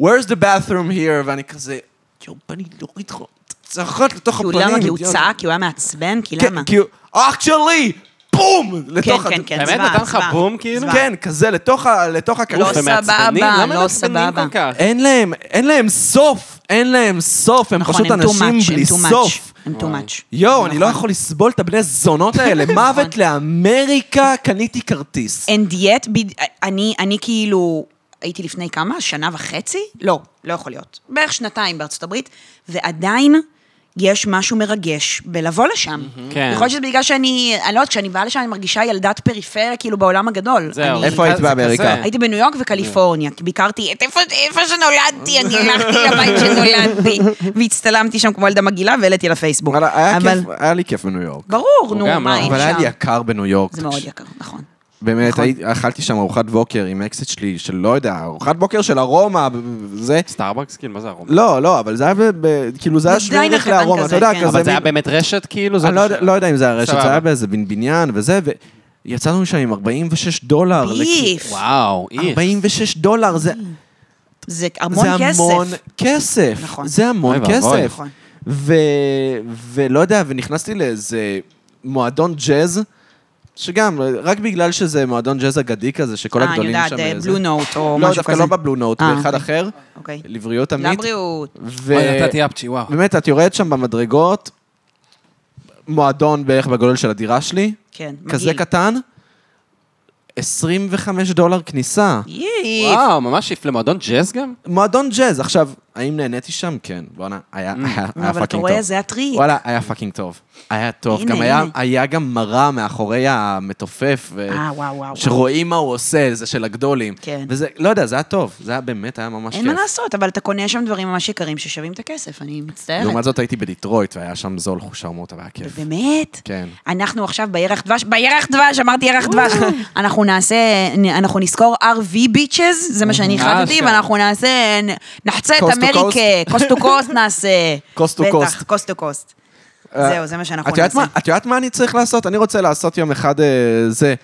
where's the bathroom here? ואני כזה, יואו, בני, לא איתך, צרחות לתוך כי הוא הפנים. כאילו, למה? כי הוא אידיוט." צעק, כי הוא היה מעצבן? כי כן, למה? כי הוא, אח שלי! בום! כן, לתוך... כן, הד- כן, באמת? זוועה, נתן לך זוועה. בום, כאילו? זוועה. כן, כזה, לתוך ה- לתוך לא הקרוב. אוף, הם מעצבנים? סבבה, למה הם לא מעצבנים סבבה. כל כך? אין להם, אין להם סוף, אין להם סוף, הם נכון, פשוט הם too אנשים much, בלי הם too much, סוף. הם too much. יואו, אני לא נכון. יכול לסבול את הבני זונות האלה. מוות לאמריקה, קניתי כרטיס. And yet, בד- אני, אני כאילו, הייתי לפני כמה? שנה וחצי? לא, לא יכול להיות. בערך שנתיים בארצות הברית, ועדיין יש משהו מרגש בלבוא לשם. כן. יכול להיות שזה בגלל שאני, אני לא יודעת, כשאני באה לשם אני מרגישה ילדת פריפריה, כאילו בעולם הגדול. זהו. אני- זה איפה היית כזה- באמריקה? זה כזה. הייתי בניו יורק וקליפורניה, כי ביקרתי את איפה, איפה שנולדתי, אני הלכתי לבית שנולדתי, והצטלמתי שם כמו ילדה מגעילה והעליתי לפייסבוק. וואלה, היה אבל- כיף- היה לי כיף בניו יורק. ברור, נו, גם, מה לא, אי אבל היה אפשר. לי יקר בניו יורק. זה מאוד יקר, נכון. באמת, הייתי- אכלתי שם ארוחת בוקר עם אקסיט שלי, של לא יודע, ארוחת בוקר של ארומה, זה. סטארבקס? כאילו, מה זה הרומא? לא, לא, אבל זה היה, ב- ב- כאילו, זה היה זה שווה דיינר ערך קטן לארומה, אתה כזה, יודע, כן. כזה... אבל זה היה מין- באמת רשת, כאילו? זאת אני לא יודע- השאלה. לא יודע אם זה הרשת, סבבה. זה היה באיזה בן בניין וזה, ויצאנו משם עם 46 דולר. לכי- ביף, וואו, איך. 46 דולר, זה זה המון זה כסף. המון כסף. נכון. זה המון אוי ואבוי. כסף. נכון. ו... ולא יודע, ונכנסתי לאיזה מועדון ג'אז, שגם, רק בגלל שזה מועדון ג'אז אגדי כזה, שכל אה, אני הגדולים יודעת, שם... אה, זה- בלו נוט או לא, משהו דווקא כזה. לא בבלו נוט, אה, באחד אוקיי. אחר. אוקיי. לבריאות עמית. לבריאות. ו- אוי, נתתי אפצ'י, וואו. אה. באמת, את יורדת שם במדרגות, מועדון בערך בגודל של הדירה שלי. כן, מגעיל. כזה קטן, 25 דולר כניסה. ייף. וואו, ממש איף למועדון ג'אז גם? מועדון ג'אז, עכשיו, האם נהניתי שם? כן. בואנה, היה היה- היה פאקינג טוב. אה, אבל אתה רואה, זה הטריק. וואלה, היה פאקינג טוב. היה טוב. הנה, גם היה- הנה. היה גם מראה מאחורי המתופף, ו- אה, וואו, וואו, וואו. שרואים מה הוא עושה, זה של הגדולים. כן. וזה, לא יודע, זה היה טוב. זה היה באמת, היה ממש אין מה כיף. לעשות, אבל אתה קונה שם דברים ממש יקרים ששווים את הכסף, אני מצטערת. לעומת זאת הייתי בדיטרויט, והיה שם זול חושרמוטה, והיה כיף. באמת? כן. אנחנו עכשיו בירח דבש, בירח דבש, אמרתי ירח דבש. אנחנו נעשה, אנחנו נזכור RV ביצ'ז, זה מה שאני החלטתי, אשכרה. ואנחנו נעשה, נ- נחצה את Coast to אמריקה, coast. קוסט טו קוסט נעשה. Coast to בטח, coast. קוסט טו קוסט. זהו, זה מה שאנחנו אה, את יודעת נעשה. מה- את יודעת מה אני צריך לעשות? אני רוצה לעשות יום אחד אה, זה,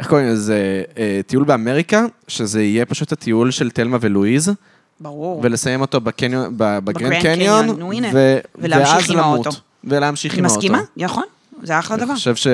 איך קוראים לזה? אה, טיול באמריקה, שזה יהיה פשוט הטיול של תלמה ולואיז, ברור. ולסיים אותו בקניון, ב- בגרנד בגרנד קניון, קניון, נו, הנה. ו- ולהמשיך ואז עם למות. האוטו. ולהמשיך אני עם האוטו. מסכימה, אה, נכון, זה אחלה דבר. אני חושב ש...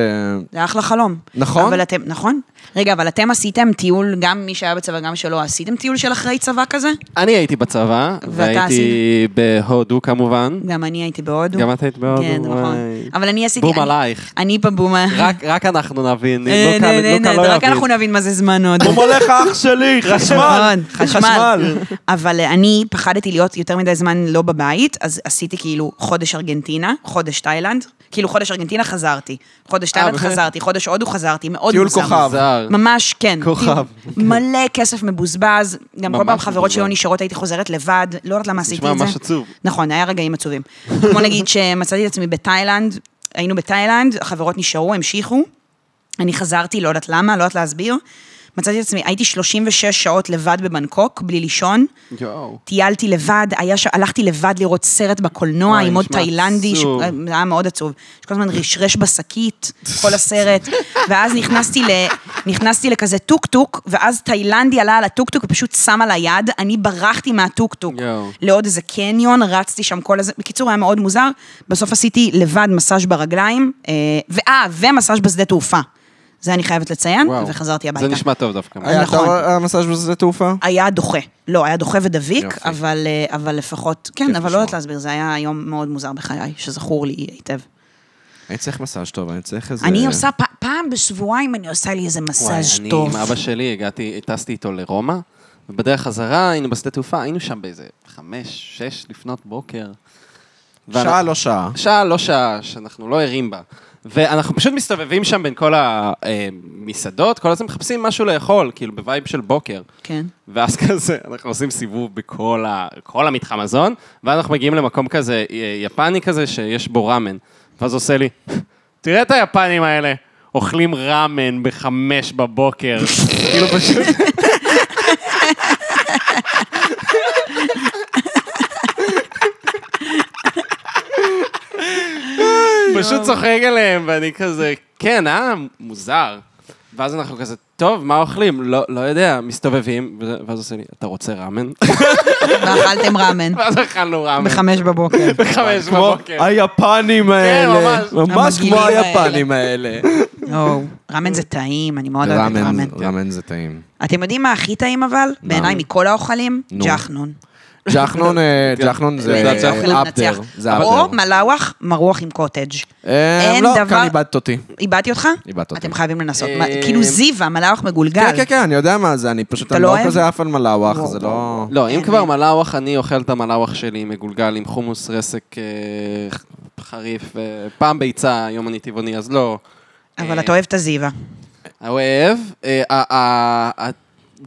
זה אחלה חלום. נכון. אבל אתם, נכון. רגע, אבל אתם עשיתם טיול, גם מי שהיה בצבא, גם שלא, עשיתם טיול של אחרי צבא כזה? אני הייתי בצבא, ואתה והייתי בהודו כמובן. גם אני הייתי בהודו. גם את היית בהודו, כן, נכון. וואי. אבל אני עשיתי... בום אני- עלייך. אני בבומה. רק- רק אנחנו נבין, אה, לוקה נה, נה, לוקה נה, לא רק אנחנו יבין. נבין מה זה זמן הודו. הולך אח שלי, חשמל, חשמל. אבל אה, אני פחדתי להיות יותר מדי זמן לא בבית, אז עשיתי כאילו חודש ארגנטינה, חודש תאילנד, כאילו חודש ארגנטינה חזרתי, חודש תאילנד באמת? חזרתי, חודש הודו חזרתי, מאוד אה, טיול מוזר. כוכב. זר. ממש, כן. כוכב. טיול- מלא כסף מבוזבז, גם כל ממש פעם חברות מבוזבז. שלא לא נשארות הייתי חוזרת לבד, לא יודעת למה עשיתי את זה. נשמע ממש עצוב. נכון, היה רגעים עצובים. כמו נגיד שמצאתי את עצמי בתאילנד, היינו בתאילנד, החברות נשארו, המשיכו, אני חזרתי, לא יודעת למה, לא יודעת להסביר. מצאתי את עצמי, הייתי 36 שעות לבד בבנקוק, בלי לישון. יואו. טיילתי לבד, היה ש... הלכתי לבד לראות סרט בקולנוע אוי, עם עוד נשמע תאילנדי, ש... אה, עצוב. זה היה מאוד עצוב, שכל הזמן רשרש בשקית, כל הסרט, ואז נכנסתי, ל... נכנסתי לכזה טוקטוק, ואז תאילנדי עלה על הטוקטוק ופשוט שם על היד, אני ברחתי מהטוקטוק יואו. לעוד איזה קניון, רצתי שם כל הזה, בקיצור היה מאוד מוזר, בסוף עשיתי לבד מסאז' ברגליים, אה, ואה, ומסאז' בשדה תעופה, זה אני חייבת לציין, וואו. וחזרתי הביתה. זה נשמע טוב דווקא. היה נכון. טוב המסאז' בשדה תעופה? היה דוחה. לא, היה דוחה ודביק, יופי. אבל, אה, אבל לפחות, כן, אבל לא לשמוע. יודעת להסביר, זה היה יום מאוד מוזר בחיי, שזכור לי היטב. אני צריך מסאז' טוב, אני צריך איזה... אני עושה, פ- פעם בשבועיים אני עושה לי איזה וואי, מסאז' אני טוב. עם אבא שלי הגעתי, טסתי איתו לרומא, ובדרך חזרה היינו בשדה תעופה, היינו שם באיזה חמש, שש לפנות בוקר. שעה לא שעה. שעה לא שעה, שאנחנו לא ערים בה. ואנחנו פשוט מסתובבים שם בין כל המסעדות, כל הזמן מחפשים משהו לאכול, כאילו בווייב של בוקר. כן. ואז כזה, אנחנו עושים סיבוב בכל ה, כל המתחם מזון, ואז אנחנו מגיעים למקום כזה אה, יפני כזה, שיש בו ראמן. ואז הוא עושה לי, תראה את היפנים האלה, אוכלים ראמן בחמש בבוקר. כאילו פשוט... פשוט צוחק עליהם, ואני כזה, כן, אה? מוזר. ואז אנחנו כזה, טוב, מה אוכלים? לא, לא יודע, מסתובבים, וזה- ואז עושה לי, אתה רוצה ראמן? ואכלתם ראמן, ואז אכלנו ראמן. בחמש בבוקר. בחמש בבוקר. היפנים ממש. כן, המגעילים האלה. האלה. או, לא, ראמן זה טעים, אני לא מאוד אוהבת ראמן, ראמן. ראמן זה טעים. אתם יודעים מה הכי טעים אבל? בעיניי מכל האוכלים? נו. ג'חנון. ג'חנון, אה, ג'חנון זה זה הצלחנו אה, אפדר. זה זה או אפדר. מלאווח, מרוח עם קוטג'. אה, אין לא, דבר- כאן איבדת אותי. איבדתי אותך? איבדת אותי. אתם חייבים לנסות. אה, מה- כאילו זיווה, מלאווח מגולגל. כן, כן, כן, אני יודע מה זה, אני פשוט, אתה אני לא לא אוהב? כזה עף על מלאווח, זה לא... לא, אם כבר מלאווח, אני אוכל את המלאווח שלי מגולגל עם חומוס רסק אה, חריף, אה, פעם ביצה, היום אני טבעוני, אז לא. אבל כן. אה, אתה אוהב את הזיווה. אוהב. אה, ה- ה- ה-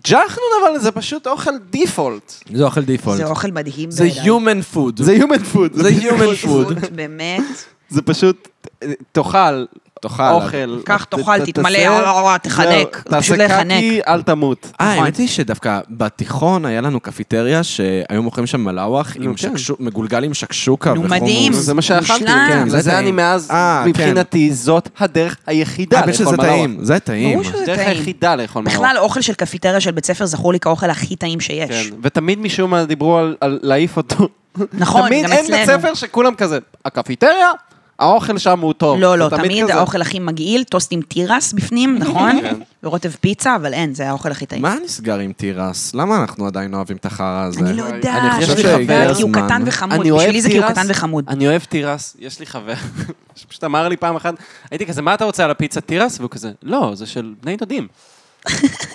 ג'חנון, אבל זה פשוט אוכל דיפולט. זה אוכל דיפולט. זה אוכל מדהים זה human food. זה human food. זה human food. באמת. זה פשוט, אה, תאכל תאכל. אוכל. קח, ת- תאכל, ת- תתמלא, תעשה- אה, אה, אה, תחנק. זהו, פשוט תעשה לחנק. קקי, אל תמות. אה, נכון. האמת היא שדווקא בתיכון היה לנו קפיטריה שהיו מוכרים שם מלאווח עם כן. שקשוק, מגולגל עם שקשוקה נו, וחומוס. מדהים. זה מה שאכלתי, מושלם. כן, כן, זה וזה טעים. אני מאז, אה, כן. מבחינתי, זאת הדרך היחידה האמת לאכול שזה מלאווח. טעים, זה טעים. ברור שזה הדרך טעים. היחידה לאכול מלאווח. בכלל, אוכל של קפיטריה של בית ספר זכור לי כאוכל הכי טעים שיש. כן, ותמיד משום מה דיברו על, על להעיף אותו. נכון, תמיד גם אין בית אצלנו. ספר שכולם כזה, הקפיטריה, האוכל שם הוא טוב. לא, לא, זה תמיד כזה. האוכל הכי מגעיל, טוסט עם תירס בפנים, נכון? כן. ורוטב פיצה, אבל אין, זה האוכל הכי טעים. מה נסגר עם תירס? למה אנחנו עדיין אוהבים את החרא הזה? אני לא יודעת, אני חושב יש לי שהגיע חבר, כי הוא הזמן. קטן וחמוד. אני אוהב בשבילי זה כי הוא תירס, קטן וחמוד. אני אוהב תירס, יש לי חבר, שפשוט אמר לי פעם אחת, הייתי כזה, מה אתה רוצה על הפיצה תירס? והוא כזה, לא, זה של בני דודים.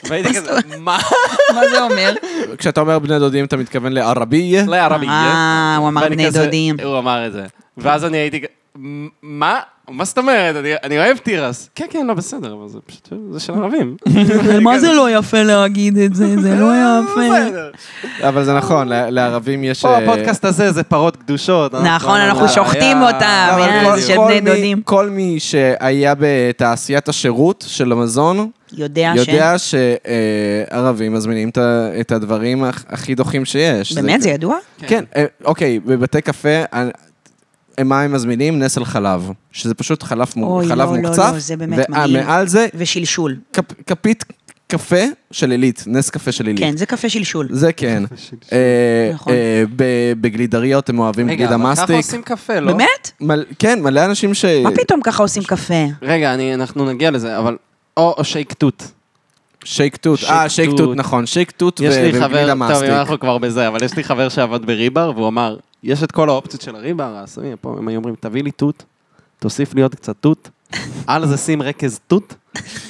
והייתי כזה, מה? מה זה אומר? כשאתה אומר בני דודים, אתה מתכוון לערבייה? לא היה רבי. אה, הוא אמר ואני בני כזה- דודים. הוא אמר את זה. ואז אני הייתי... כ- מה? מה זאת אומרת? אני- אני אוהב תירס. כן, כן, לא בסדר, אבל זה פשוט... זה של ערבים. מה זה לא יפה להגיד את זה? זה לא אה, יפה. אבל זה נכון, ל- לערבים יש... פה אה, הפודקאסט הזה זה פרות קדושות. אה? לא, נכון, לא, אנחנו לא, שוחטים היה- אותם, אבל אה, כל- זה של כל בני מי- דודים. כל מי שהיה בתעשיית השירות של המזון, יודע ש... יודע שערבים מזמינים את ה- את הדברים הכ- הכי דוחים שיש. באמת, זה ידוע? כן, אה, אוקיי, בבתי קפה, אה, אה, מה הם מזמינים? נסל חלב, שזה פשוט חלב מו- אוי, חלב לא, לא, מוקצף. לא, זה באמת מגעיל. ומעל זה ושלשול. כפ- כפית קפה של עילית, נס קפה של עילית. כן, זה קפה שלשול. זה כן. אה, נכון. אה, ב- בגלידריות הם אוהבים רגע, גלידה אבל ככה מסטיק. עושים קפה, לא? אה. באמת? מל- כן, מלא אנשים ש... מה פתאום ככה עושים קפה? רגע, אני- אנחנו נגיע לזה, אבל... או או שייק תות. שייק תות. אה, שייק שייק תות. תות, נכון. שייק תות ו- יש לי ובגלידה חבר, טוב, מסטיק. אם אנחנו כבר בזה, אבל יש לי חבר שעבד בריבר, והוא אמר, יש את כל האופציות של הריבר, אז הנה, פה הם היו אומרים, תביא לי תות, תוסיף לי עוד קצת תות, על זה שים רקז תות,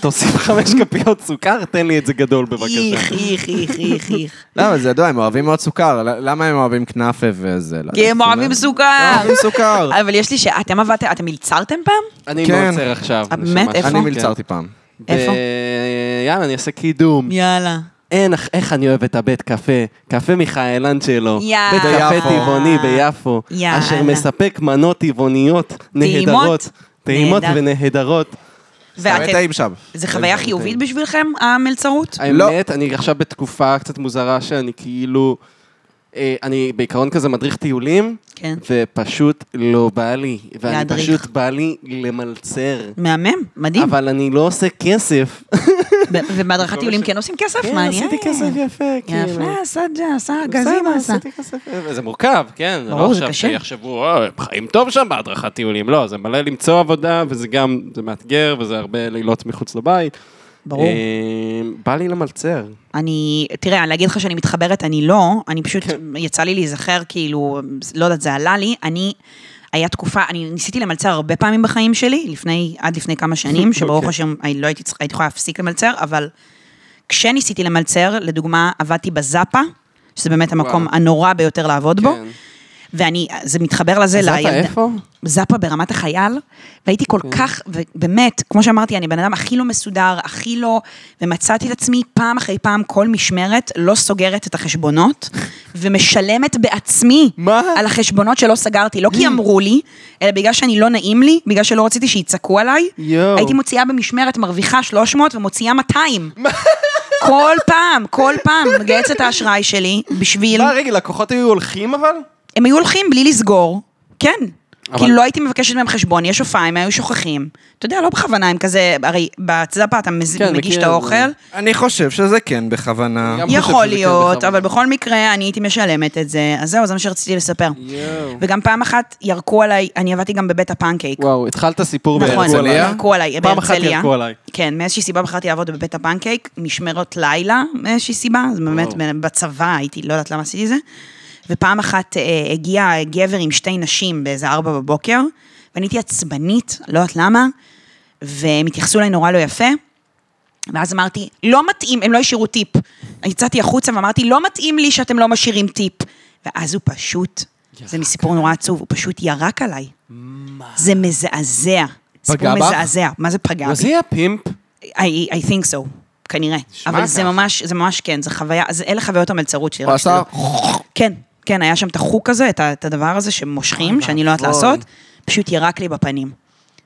תוסיף חמש כפיות סוכר, תן לי את זה גדול בבקשה. איך, איך, איך, איך, איך. לא, אבל זה ידוע, הם אוהבים מאוד סוכר. ל- למה הם אוהבים כנאפה וזה? לא כי יודע, הם זה אוהבים לא- סוכר. אה, אוהבים סוכר. אבל יש לי ש... אתם עבדתם, אתם מלצרתם פעם? אני כן. מוצר עכשיו. אה, נשמה באמת? שלי. איפה? אני מלצרתי פעם. ב- איפה? אה, יאללה, אני אעשה קידום. יאללה. אין, אך- איך אני אוהב את הבית קפה, קפה מיכאלן שלו, יאללה. בית קפה ביפו. טבעוני ביפו, יאללה. אשר מספק מנות טבעוניות נהדרות, טעימות נהדר. ונהדרות. באמת ואתם... טעים שם. זה חוויה טעים. חיובית בשבילכם, המלצרות? לא. האמת, אני עכשיו בתקופה קצת מוזרה שאני כאילו, אה, אני בעיקרון כזה מדריך טיולים, כן. ופשוט לא בא לי, ואני להדריך. פשוט בא לי למלצר, מהמם, מדהים. אבל אני לא עושה כסף. ו- ובהדרכת טיולים כן עושים כסף? כן, מעניין. עשיתי כסף יפה, כאילו. יפה, סג'ה, עשה, גזים בסדר, עשה. עשיתי כסף. זה מורכב, כן. זה ברור, לא זה עכשיו קשה. שיחשבו, "אה, הם חיים טוב שם בהדרכת טיולים. לא, זה מלא למצוא עבודה, וזה גם, זה מאתגר, וזה הרבה לילות מחוץ לבית. ברור. אה, בא לי למלצר. אני, תראה, להגיד לך שאני מתחברת, אני לא, אני פשוט, כן. יצא לי להיזכר, כאילו, לא יודעת, זה עלה לי, אני, היה תקופה, אני ניסיתי למלצר הרבה פעמים בחיים שלי, לפני, עד לפני כמה שנים, שברוך אוקיי. השם, אני לא הייתי צריכה, הייתי יכולה להפסיק למלצר, אבל כשניסיתי למלצר, לדוגמה, עבדתי בזאפה, שזה באמת המקום וואו. הנורא ביותר לעבוד בו, כן. ואני, זה מתחבר לזה, אז אתה לילדה- איפה? זאפה ברמת החייל, והייתי כן. כל כך, ובאמת, כמו שאמרתי, אני בן אדם הכי לא מסודר, הכי לא, ומצאתי את עצמי פעם אחרי פעם, כל משמרת, לא סוגרת את החשבונות, ומשלמת בעצמי מה? Mm. על החשבונות שלא סגרתי, לא כי אמרו לי, אלא בגלל שאני לא נעים לי, בגלל שלא רציתי שיצעקו עליי, יואו. הייתי מוציאה במשמרת, מרוויחה 300 ומוציאה 200. כל פעם, כל פעם, מגייסת את האשראי שלי, בשביל... מה, רגע, לקוחות היו הולכים אבל? הם היו הולכים בלי לסגור, כן. אבל- כאילו לא הייתי מבקשת מהם חשבון, יש הופעה, הם היו שוכחים. אתה יודע, לא בכוונה, הם כזה, הרי בצדפה אתה מז- כן, מכיר מגיש את את זה. האוכל, אני חושב שזה כן בכוונה. גם- אני חושב יכול שזה כן להיות, בכוונה. אבל בכל מקרה, אני הייתי משלמת את זה, אז זהו, זה מה שרציתי לספר. יואו. וגם פעם אחת ירקו עליי, אני עבדתי גם בבית הפנקייק. וואו, התחלת סיפור נכון, בהרצליה? ירקו עליי, פעם אחת בהרצליה. ירקו עליי. כן, מאיזושהי סיבה בחרתי לעבוד בבית הפנקייק, משמרות לילה מאיזושהי סיבה, זה באמת וואו. בצבא הייתי, לא יודעת למה עשיתי זה. ופעם אחת אה, הגיע גבר עם שתי נשים באיזה ארבע בבוקר, ואני הייתי עצבנית, לא יודעת למה, והם התייחסו אליי נורא לא יפה. ואז אמרתי, לא מתאים, הם לא השאירו טיפ. יצאתי החוצה ואמרתי, לא מתאים לי שאתם לא משאירים טיפ. ואז הוא פשוט, זה מסיפור נורא עצוב, הוא פשוט ירק עליי. זה מזעזע. סיפור בך? מזעזע. מה זה פגע אז בי? היא הפימפ. I, I think so, כנראה. אבל זה ככה. ממש, זה ממש כן, זה חוויה, זה, אלה חוויות המלצרות שלי. הוא רק עשה... שתדעו. כן, כן, היה שם את החוק הזה, את, ה- את הדבר הזה שמושכים, שאני לא יודעת נכון. לעשות, פשוט ירק לי בפנים.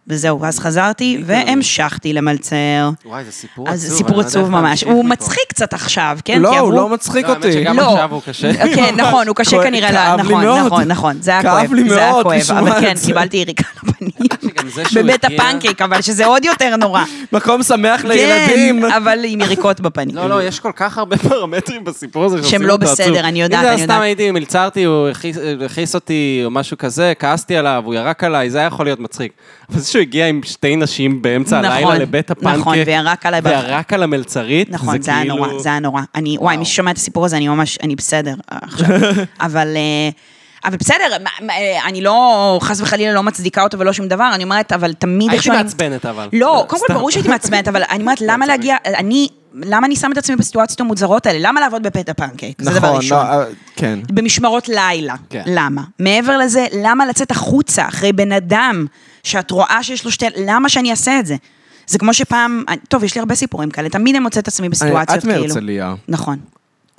וזהו, ואז חזרתי, והמשכתי למלצר. וואי, זה סיפור לא אז זה סיפור עצוב ממש. הוא מצחיק קצת עכשיו, כן? לא, כי הוא עברו- לא מצחיק אותי. שגם- לא. עכשיו הוא קשה. כן, נכון, הוא קשה כואב- כנראה, כאב ל- לי נכון, מאוד. נכון, נכון, זה היה כאב כואב. לי זה היה מאוד כואב, לשמוע אבל את כן, זה. קיבלתי יריקה לפנים. שגם זה שהוא בבית הגיע- הפנקייק, אבל שזה עוד יותר נורא. מקום שמח כן, לילדים. אבל עם יריקות בפנים. לא, לא, יש כל כך הרבה פרמטרים בסיפור הזה שעושים שהם לא אותו עצוב. בסדר, אני יודעת, אם אני זה היה סתם יודעת. הייתי מלצרתי, הוא הכיס- הכיס אותי או משהו כזה, כעסתי עליו, הוא ירק עליי, זה היה יכול להיות מצחיק. אבל זה שהוא הגיע עם שתי נשים באמצע נכון, הלילה לבית הפנקה, נכון, וירק עליי ב- וירק על המלצרית, נכון, זה היה כאילו- נורא, זה היה נורא. אני, וואי, מי ששומע את הסיפור הזה, אני ממש, אני בסדר אה, עכשיו. אבל... אה, אבל בסדר, מה- מה, אה, אני לא, חס וחלילה לא מצדיקה אותו ולא שום דבר, אני אומרת, אבל תמיד הייתי איכשהו אני- מעצבנת אבל. לא, קודם כל סתם. לא, ברור שהייתי מעצבנת, אבל אני אומרת, למה מעצבן. להגיע, אני למה אני שם את עצמי בסיטואציות המוזרות האלה? למה לעבוד בפתע פנקייק? זה דבר נכון, ראשון. לא, אה, כן. במשמרות לילה. כן. למה? מעבר לזה, למה לצאת החוצה אחרי בן אדם שאת רואה שיש לו שתי... למה שאני אעשה את זה? זה כמו שפעם... טוב, יש לי הרבה סיפורים כאלה, תמיד אני מוצאת את עצמי בסיטואציות אה, את כאילו. מהרצליה. נכון.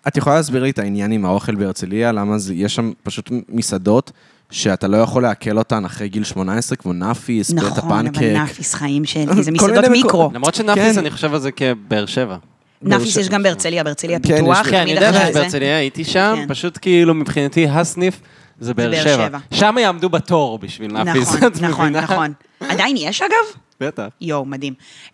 את יכולה להסביר לי את העניין עם האוכל בהרצליה? למה זה, יש שם פשוט מסעדות שאתה לא יכול לעכל אותן אחרי גיל 18, כמו נאפיס, פלט נכון, אבל הפנקק. נאפיס חיים שלי, כל זה מסעדות מיני מקו- מיקרו. למרות שנאפיס, כן. אני חושב על זה כבאר שבע. כן, נאפיס יש גם בהרצליה, בהרצליה כן, יש פיתוח, לי- כן, אני תמיד יודע אחרי שיש זה. בהרצליה, הייתי שם, כן. פשוט כאילו מבחינתי הסניף זה באר באר שבע. שבע. שם יעמדו בתור בשביל נאפיס, נכון, את מבינה? נכון, נכון. עדיין יש אגב? בטח. יואו, מדהים.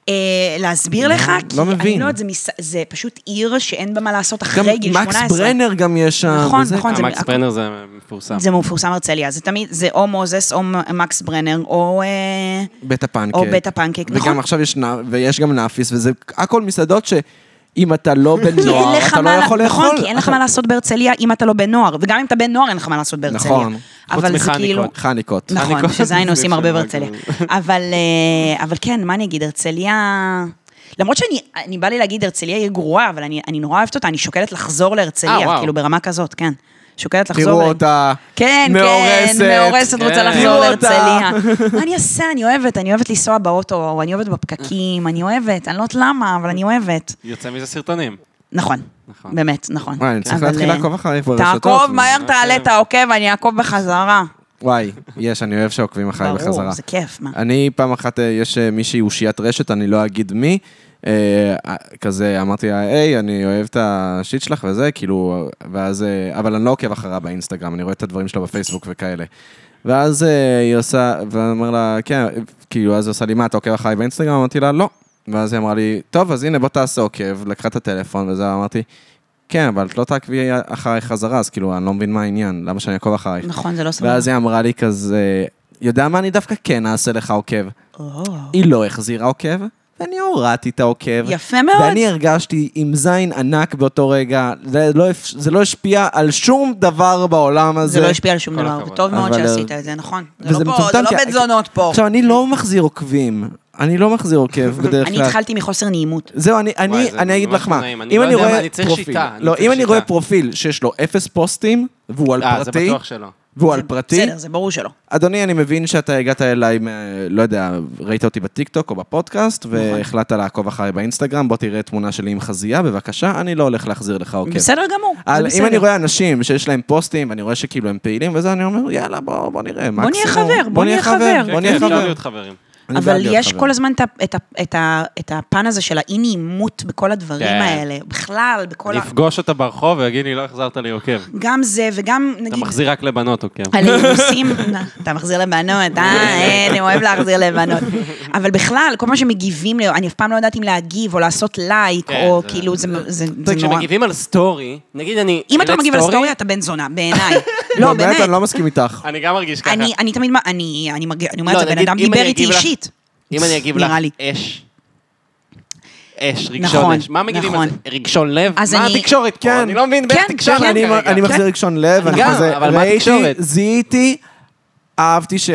אה, להסביר לך? כי לא מבין. אני לא יודעת, זה מס- זה פשוט עיר שאין בה מה לעשות גם אחרי גיל 18. מקס ברנר גם יש שם. נכון, וזה- נכון, זה המקס הכל- אה, ברנר זה מפורסם. זה מפורסם הרצליה, זה תמיד, זה או מוזס או מ- מקס ברנר, או... אה, בית הפנקק. או בית הפנקק, וגם נכון. עכשיו יש, נא- ויש גם נאפיס, וזה הכל מסעדות שאם אתה לא בן כי אין נוער, לך אתה לא מה, יכול לאכול. נכון, כי אין לך מה לעשות בהרצליה אם אתה לא בן נוער, וגם אם אתה בן נוער אין לך מה לעשות בהרצליה. נכון. חוץ אבל זה מחניקות. כאילו... חניקות. חניקות נכון, שזה היינו עושים הרבה בהרצליה. אבל אה, אבל כן, מה אני אגיד, הרצליה... למרות שאני, אני בא לי להגיד, הרצליה היא גרועה, אבל אני, אני נורא אוהבת אותה, אני שוקלת לחזור אה, להרצליה, וואו. כאילו ברמה כזאת, כן. שוקלת לחזור... תראו ל- אותה, כן, מאורסת. כן, מאורסת, כן. רוצה לחזור תראו אותה. להרצליה. מה אני אעשה? אני אוהבת, אני אוהבת לנסוע באוטו, אני אוהבת בפקקים, אני אוהבת, אני לא יודעת למה, אבל אני אוהבת. יוצא מזה סרטונים. נכון, נכון. באמת, נכון. וואי, אני צריך אבל, להתחיל אה, לעקוב אחרייך ברשתות. תעקוב מהר, תעלה, תעוקב, אני אעקוב בחזרה. וואי, יש, אני אוהב שעוקבים אחריי בחזרה. ברור, זה כיף, מה. אני פעם אחת, אה, יש אה, מישהי אושיית רשת, אני לא אגיד מי, אה, אה, כזה אמרתי לה, היי, אני אוהב את השיט שלך וזה, כאילו, ואז, אה, אבל אני לא עוקב אחריה באינסטגרם, אני רואה את הדברים שלה בפייסבוק וכאלה. ואז אה, היא עושה, ואני אומר לה, כן, כאילו, אז היא עושה לי, מה, אתה עוקב אחריי באינסטגרם? אמרתי לה, לא. ואז היא אמרה לי, טוב, אז הנה, בוא תעשה עוקב, לקחה את הטלפון וזה, אמרתי, כן, אבל את לא תעקבי אחריי חזרה, אז כאילו, אני לא מבין מה העניין, למה שאני אעקוב אחרייך? נכון, זה לא סבבה. אה, ואז היא אמרה לי כזה, יודע מה, אני דווקא כן אעשה לך עוקב. או, היא לא החזירה עוקב, ואני הורדתי את העוקב. יפה מאוד. ואני הרגשתי עם זין ענק באותו רגע, זה לא, הפ- זה לא השפיע על שום דבר בעולם הזה. זה לא השפיע על שום כל דבר, הכבוד. וטוב מאוד אבל, שעשית אה, את זה, נכון. זה וזה לא פה, זה מטומטם, לא כי- בית זונות פה. עכשיו, אני לא מחזיר עוקבים, אני לא מחזיר עוקב בדרך אני כלל. התחלתי מחוסר נעימות. זהו, אני, אני, וואי, זה אני אגיד ממש לך מה, לא נעים. אני אם לא אני יודע מה, רואה אני צריך פרופיל, שיטה, אני לא, צריך אם אני שיטה. רואה פרופיל שיש לו אפס פוסטים, והוא על אה, זה פרטי, בטוח שלא. והוא על זה- פרטי, בסדר, זה ברור שלא. אדוני, אני מבין שאתה הגעת אליי, מ- לא יודע, ראית אותי בטיקטוק או בפודקאסט, נכון. והחלטת לעקוב אחריי באינסטגרם, בוא תראה תמונה שלי עם חזייה, בבקשה, אני לא הולך להחזיר לך עוקב. בסדר גמור, זה על, אם בסדר. אני רואה אנשים שיש להם פוסטים, ואני רואה שכאילו הם פעילים וזה, אני אומר, יאללה, בוא, בוא נראה, בוא נהיה מקסימום- חבר, בוא נהיה חבר, בוא כן, נהיה כן, אפשר חבר. להיות חברים. אני בעד אבל להיות יש חבר. כל הזמן את ה- את ה- את ה- את הפן הזה של האי-נעימות בכל הדברים כן. האלה, בכלל, בכל ה... נפגוש אותה ברחוב ויגיד לי, לא החזרת לי עוקב. גם זה וגם, אתה נגיד, מחזיר רק לבנות עוקב. על אינוסים, אתה מחזיר לבנות, אה, אני אוהב להחזיר לבנות. אבל בכלל, כל מה שמגיבים, לי, אני אף פעם לא יודעת אם להגיב או לעשות לייק, כן, או זה- כאילו, זה זה- זה נורא. כשמגיבים על סטורי, נגיד אני... אם אתה העלית מגיב על סטורי, סטורי, אתה בן זונה, בעיניי. לא, באמת, באמת. אני לא מסכים איתך. אני גם מרגיש ככה. אני, אני תמיד, מה- אני, אני, מרגיש, אני אומרת, לא, זה בן נגיד, אדם אם דיבר אני איתי אגיב לך- אישית. אם אני אגיב לך, נראה לי. אש. אש, רגשון נכון, אש. מה מגיבים על נכון. זה? רגשון לב? אז מה אני- התקשורת פה? כן. אני לא מבין כן, בין התקשורת כן, אני, כרגע. אני מחזיר ראשון לב, אני גם, חוזר, אבל מה ראיתי, התקשורת? זיהיתי, אהבתי ש...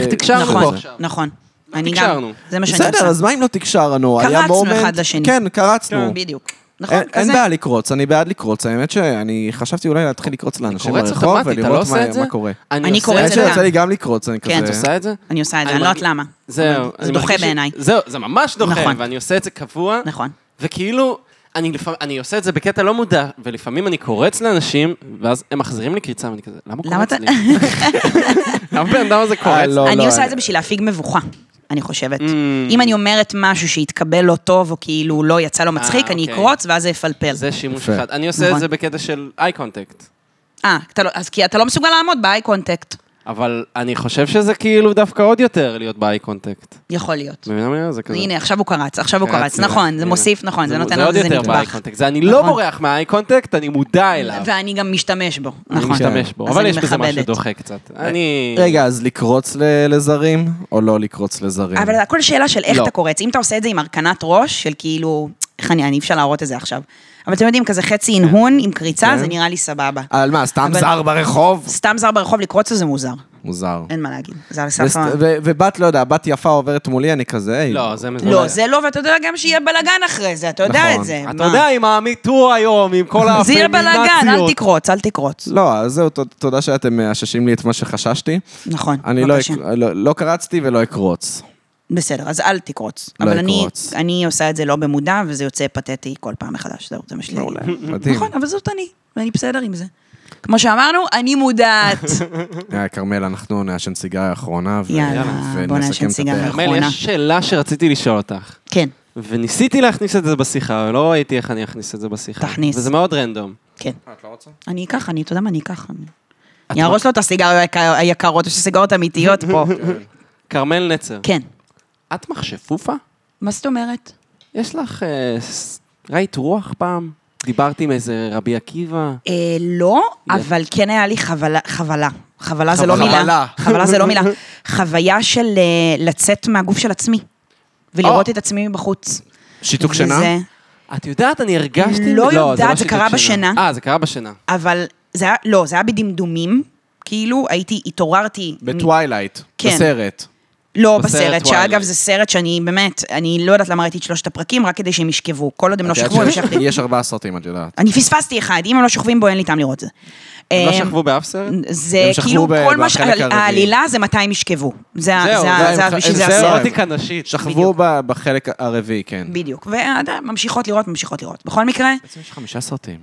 איך תקשרנו נכון. פה נכון, עכשיו. לא נכון. אני תקשרנו. גם, זה מה שאני עושה. בסדר, אז מה אם לא תקשרנו? היה קרצנו מומנט- אחד לשני. כן, קרצנו. כן, בדיוק. נכון, אין- אין כזה. בעיה לקרוץ, אני בעד לקרוץ. האמת שאני חשבתי אולי להתחיל לקרוץ לאנשים קורץ ברחוב אוטומטית, אתה לא ולראות עושה מה- את זה? מה קורה. אני עושה קוראת את האמת זה. גם. שיוצא לי גם לקרוץ, אני כן. כזה... את עושה את זה? אני עושה את זה, אני לא מרגיש- יודעת למה. זהו. זה אני דוחה מרגיש ש- בעיניי. זהו, זה ממש דוחה, נכון. ואני עושה את זה קבוע. נכון. וכאילו, אני לפעמים, אני עושה את זה בקטע לא מודע, ולפעמים אני קורץ לאנשים, ואז הם מחזירים לי קריצה, ואני כזה, למה הוא למה קורץ אתה- לי? למה בן אדם הזה אה, קורץ? לא, לא, אני עושה אני- את זה בשביל להפיג מבוכה. אני חושבת. Mm. אם אני אומרת משהו שהתקבל לא טוב, או כאילו לא יצא לו מצחיק, אני אוקיי. אקרוץ ואז זה יפלפל. זה שימוש יפה. אחד. אני עושה את נכון. זה בקטע של איי קונטקט. אה, אתה לא- אז כי אתה לא מסוגל לעמוד באיי קונטקט. אבל אני חושב שזה כאילו דווקא עוד יותר להיות באי קונטקט. יכול להיות. את מבינה מה אני אומר? זה כזה. הנה, עכשיו הוא קרץ, עכשיו הוא קרץ. הנה, נכון, זה הנה. מוסיף, נכון, זה נותן לו עוד איזה יותר באי נדבך. קונטקט. זה אני לא נכון. בורח מהאי קונטקט, אני מודע אליו. ואני גם משתמש בו, אני נכון. משתמש בו. אז אבל אני יש בזה משהו מכבדת. אה, דוחה קצת. אני... רגע, אז לקרוץ ל- לזרים, או לא לקרוץ כן. לזרים? אבל זה הכל שאלה של איך לא. אתה קורץ. אם אתה עושה את זה עם הרכנת ראש, של כאילו, איך אני, אני אי אפשר להראות את זה עכשיו. אבל אתם יודעים, כזה חצי כן. הנהון עם קריצה, זה נראה לי סבבה. על מה, סתם אבל- זר ברחוב? סתם זר ברחוב לקרוץ זה מוזר. מוזר. אין מה להגיד, זה על סף וס- ה... ו- ובת, לא יודע, בת יפה עוברת מולי, אני כזה, היי. לא, זה מזמן. לא, זה לא, ואתה יודע גם שיהיה בלאגן אחרי זה, אתה יודע נכון. את זה. אתה מה? יודע, אה, עם המיטו היום, עם כל זה יהיה בלאגן, אל הפמיניזציות. תקרוץ, אל תקרוץ. לא, אז זהו, תוד- תודה שאתם מאששים לי את מה שחששתי. נכון, אני לא בבקשה. אק- לא- לא קרצתי ולא אקרוץ. בסדר, אז אל תקרוץ. לא אבל אני- אקרוץ. אני עושה את זה לא במודע, וזה יוצא פתטי כל פעם מחדש, זהו, זה מה שלי. מעולה, מדהים. נכון, אבל זאת אני, ואני בסדר עם זה. כמו שאמרנו, אני מודעת. אה, כרמל, אנחנו נעשן סיגריה אחרונה, ו- יאללה, בוא נעשן ונסכם את סיגריה. הפרק. כרמל, אחרונה. יש שאלה שרציתי לשאול אותך. כן, וניסיתי להכניס את זה בשיחה, ולא ראיתי איך אני אכניס את זה בשיחה. תכניס. וזה מאוד רנדום. כן. את לא רוצה? אני אקח, אני, אתה יודע מה, אני אקח. אני- אני אהרוס לו את הסיגריות היקר- היקרות, יש סיגריות אמיתיות פה. כרמל נצר, כן. את מכשפופה? מה זאת אומרת? יש לך... אה, ס- ראית רוח פעם? דיברת עם איזה רבי עקיבא? אה, לא, אבל כן היה לי חבלה, חבלה. חבלה זה לא חבלה. מילה. חבלה זה לא מילה. חוויה של אה, לצאת מהגוף של עצמי, ולראות את עצמי מבחוץ. שיתוק שינה? וזה- את יודעת, אני הרגשתי... לא יודעת, לא זה שיתוק קרה שינה. בשינה. אה, זה קרה בשינה. אבל זה היה, לא, זה היה בדמדומים, כאילו, הייתי, התעוררתי. מ- בטווילייט, כן. בסרט. לא, בסרט בסרט, שאגב, Twilight. זה סרט שאני, באמת, אני לא יודעת למה ראיתי את שלושת הפרקים, רק כדי שהם ישכבו. כל עוד הם לא את יודעת שכבו, שיש- המשכתי. יש ארבעה סרטים, את יודעת. אני פספסתי אחד, אם הם לא שוכבים בו, אין לי טעם לראות את זה. לא אמ, שכבו באף סרט? זה הם שכבו כאילו ב- כל מה ש... בחלק הרביעי. העלילה זה מתי הם ישכבו. זה ה- זהו, זה ה- זה זה ה- הם- בשביל זה הם- זה בסדר. הסרט. ארוטיקה אה, נשית. שכבו ב- בחלק הרביעי, כן. בדיוק. וממשיכות לראות, ממשיכות לראות. בכל מקרה, בעצם יש חמישה סרטים.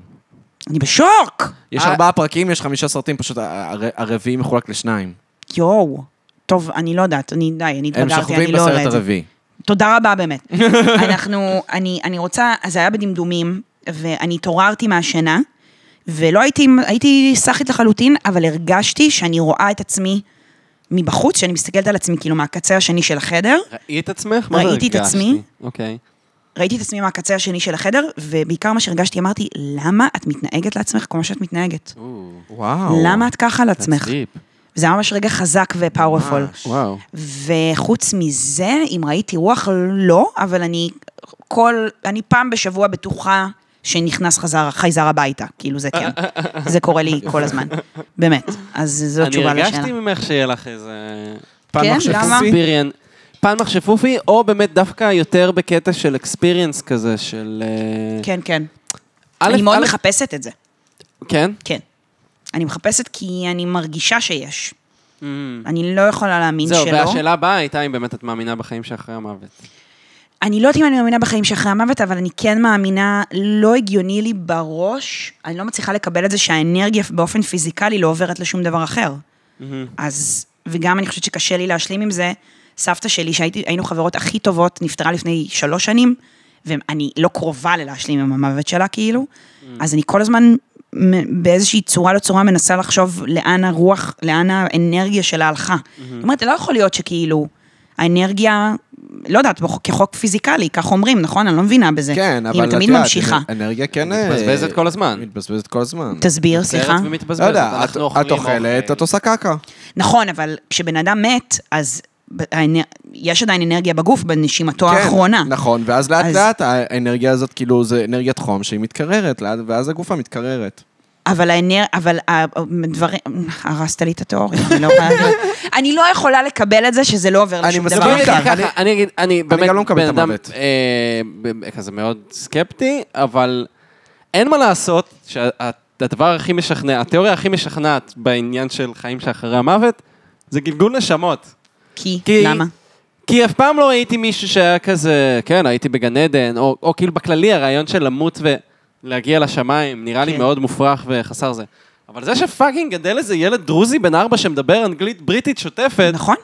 אני בשוק! יש אה. ארבעה פרקים, יש חמישה סרטים, פשוט הר- הרביעי מחולק לשניים. יואו. טוב, אני לא יודעת, אני די, אני הם התבגרתי, שוכבים אני לא בסרט יודעת. הרביעי. תודה רבה באמת. אנחנו, אני, אני רוצה, אז זה היה בדמדומים, ואני התעוררתי מהשינה, ולא הייתי, הייתי סאחית לחלוטין, אבל הרגשתי שאני רואה את עצמי מבחוץ, שאני מסתכלת על עצמי כאילו מהקצה השני של החדר, ראית עצמך? מה זה ראיתי את הרגשתי? עצמי. אוקיי. ראיתי את עצמי מהקצה השני של החדר, ובעיקר מה שהרגשתי, אמרתי, למה את מתנהגת לעצמך כמו שאת מתנהגת? וואו. למה את ככה על עצמך? מצליפ. זה היה ממש רגע חזק ופאורפול. וואו. וחוץ מזה, אם ראיתי רוח, לא, אבל אני כל, אני פעם בשבוע בטוחה שנכנס חזר, חייזר הביתה. כאילו זה כן, זה קורה לי כל הזמן. באמת. אז זו אני לא תשובה לשאלה. הרגשתי ממך שיהיה לך איזה... פעם כן, מחשב למה? פופי? אקספיריאן. פן מכשפופי, או באמת דווקא יותר בקטע של אקספיריאנס כזה, של... אה, כן, כן. א', אני מאוד א', מחפשת את זה, כן? כן. אני מחפשת כי אני מרגישה שיש. אני לא יכולה להאמין שלא. Mm. זהו, והשאלה הבאה הייתה אם באמת את מאמינה בחיים שאחרי המוות. אני לא יודעת אם אני מאמינה בחיים שאחרי המוות, אבל אני כן מאמינה, לא הגיוני לי בראש, אני לא מצליחה לקבל את זה שהאנרגיה באופן פיזיקלי לא עוברת לשום דבר אחר. אז, וגם אני חושבת שקשה לי להשלים עם זה, סבתא שלי, שהיינו חברות הכי טובות, נפטרה לפני שלוש שנים, ואני לא קרובה ללהשלים עם המוות שלה, כאילו, Mm. אז אני כל הזמן מ- באיזושהי צורה לא צורה מנסה לחשוב לאן הרוח, לאן האנרגיה שלה הלכה. Mm-hmm. זאת אומרת, לא יכול להיות שכאילו, האנרגיה, לא יודעת, בח- כחוק פיזיקלי, כך אומרים, נכון? אני לא מבינה בזה. כן, אבל היא את תמיד יודעת, ממשיכה. אנרגיה כן... אה, מתבזבזת כל הזמן. מתבזבזת כל הזמן. תסביר, סליחה. מתארת לא ומתבזבזת, יודע, את- אנחנו אוכלים את אוכלת, אוכל. את עושה קקה. נכון, אבל כשבן אדם מת, אז ב- האנ- יש עדיין אנרגיה בגוף בנשימתו כן, האחרונה. נכון, ואז לאט אז- לאט האנרגיה הזאת, כאילו, זה אנרגיית חום שהיא מתקררת, לאט- ואז הגופה מתקררת. אבל האנר... אבל הדברים... הרסת לי את התיאוריה, אני לא יכולה... אני לא יכולה לקבל את זה שזה לא עובר אני לשום מסכים דבר. אני איתך. אגיד ככה, אני אגיד, אני באמת גם לא מקבל בן את אדם, המוות. אה, ב- כזה מאוד סקפטי, אבל אין מה לעשות שהדבר הכי משכנע, התיאוריה הכי משכנעת בעניין של חיים שאחרי המוות, זה גלגול נשמות. כי... כי- למה? כי אף פעם לא ראיתי מישהו שהיה כזה, כן, הייתי בגן עדן, או, או כאילו בכללי הרעיון של למות ולהגיע לשמיים, נראה לי כן. מאוד מופרך וחסר זה. אבל זה שפאקינג גדל איזה ילד דרוזי בן ארבע שמדבר אנגלית בריטית שוטפת, נכון.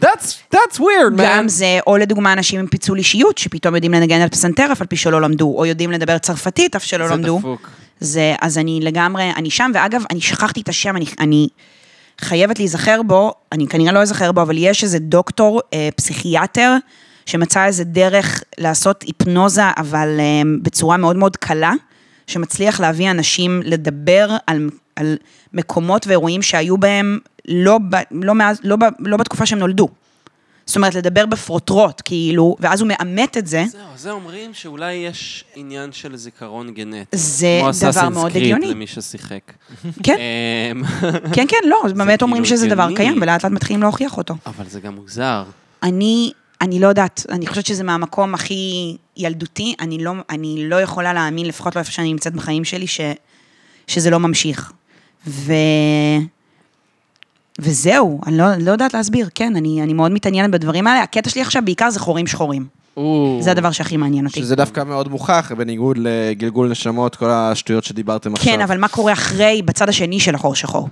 that's, that's weird, man. גם זה, או לדוגמה אנשים עם פיצול אישיות, שפתאום יודעים לנגן על פסנתר אף על פי שלא למדו, או יודעים לדבר צרפתית אף שלא זה לא למדו. נכון. דפוק. זה, אז אני לגמרי, אני שם, ואגב, אני שכחתי את השם, אני, אני חייבת להיזכר בו, אני כנראה לא אזכר בו, אבל יש איזה דוקטור, אה, פסיכיאטר, שמצא איזה דרך לעשות היפנוזה, אבל אה, בצורה מאוד מאוד קלה, שמצליח להביא אנשים לדבר על, על מקומות ואירועים שהיו בהם לא, ב, לא, מאז, לא, ב, לא בתקופה שהם נולדו. זאת אומרת, לדבר בפרוטרוט, כאילו, ואז הוא מאמת את זה, זהו, זה אומרים שאולי יש עניין של זיכרון גנטי. זה כמו דבר Assassin's מאוד Creed הגיוני. למי ששיחק. כן, אמ, כן, כן, לא, באמת אומרים כאילו שזה דבר הגיוני. קיים, ולאט לאט מתחילים להוכיח אותו. אבל זה גם מוזר. אני, אני לא יודעת, אני חושבת שזה מהמקום הכי ילדותי, אני לא, אני לא יכולה להאמין, לפחות לא איפה שאני נמצאת בחיים שלי, ש, שזה לא ממשיך. ו... וזהו, אני לא, לא יודעת להסביר, כן, אני, אני מאוד מתעניינת בדברים האלה. הקטע שלי עכשיו בעיקר זה חורים שחורים. זה הדבר שהכי מעניין אותי. שזה דווקא מאוד מוכח, בניגוד לגלגול נשמות, כל השטויות שדיברתם עכשיו. כן, אבל מה קורה אחרי, בצד השני של החור שחור?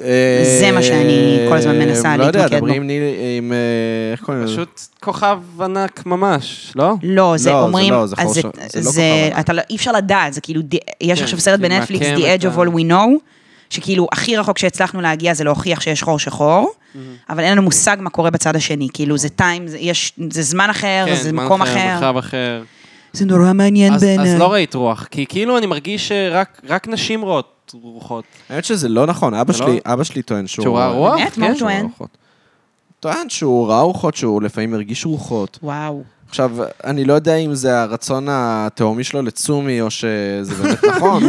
אה, זה מה שאני כל הזמן מנסה לא יודע, להתמקד דברי בו. עם נילי, עם... אה, איך קוראים לזה? פשוט כוכב ענק ממש, לא? לא, לא, זה זה אומרים... לא, זה אז חור ש- זה לא זה- כוכב. אתה לא- אי אפשר לדעת, זה כאילו, די- יש כן, עכשיו סרט כאילו בנטפליקס, מעקם The את Edge of ה- All We Know, שכאילו, הכי רחוק שהצלחנו להגיע זה להוכיח שיש חור שחור, Mm-hmm. אבל אין לנו מושג מה קורה בצד השני, כאילו, זה טיים, זה- יש- זה זמן אחר, כן, זה זמן מקום אחר. אחר. מרחב אחר. זה נורא מעניין אז, בעיניי. אז לא ראית רוח, כי כאילו אני מרגיש שרק רק נשים רואות רוחות. האמת שזה לא נכון, אבא זה לא? שלי, אבא שלי טוען שהוא... שהוא ראה רוח? באמת? מה כן, הוא שהוא ראה טוען? רוחות. טוען שהוא ראה רוחות, שהוא לפעמים הרגיש רוחות. וואו. עכשיו, אני לא יודע אם זה הרצון התהומי שלו לצומי, או שזה באמת נכון.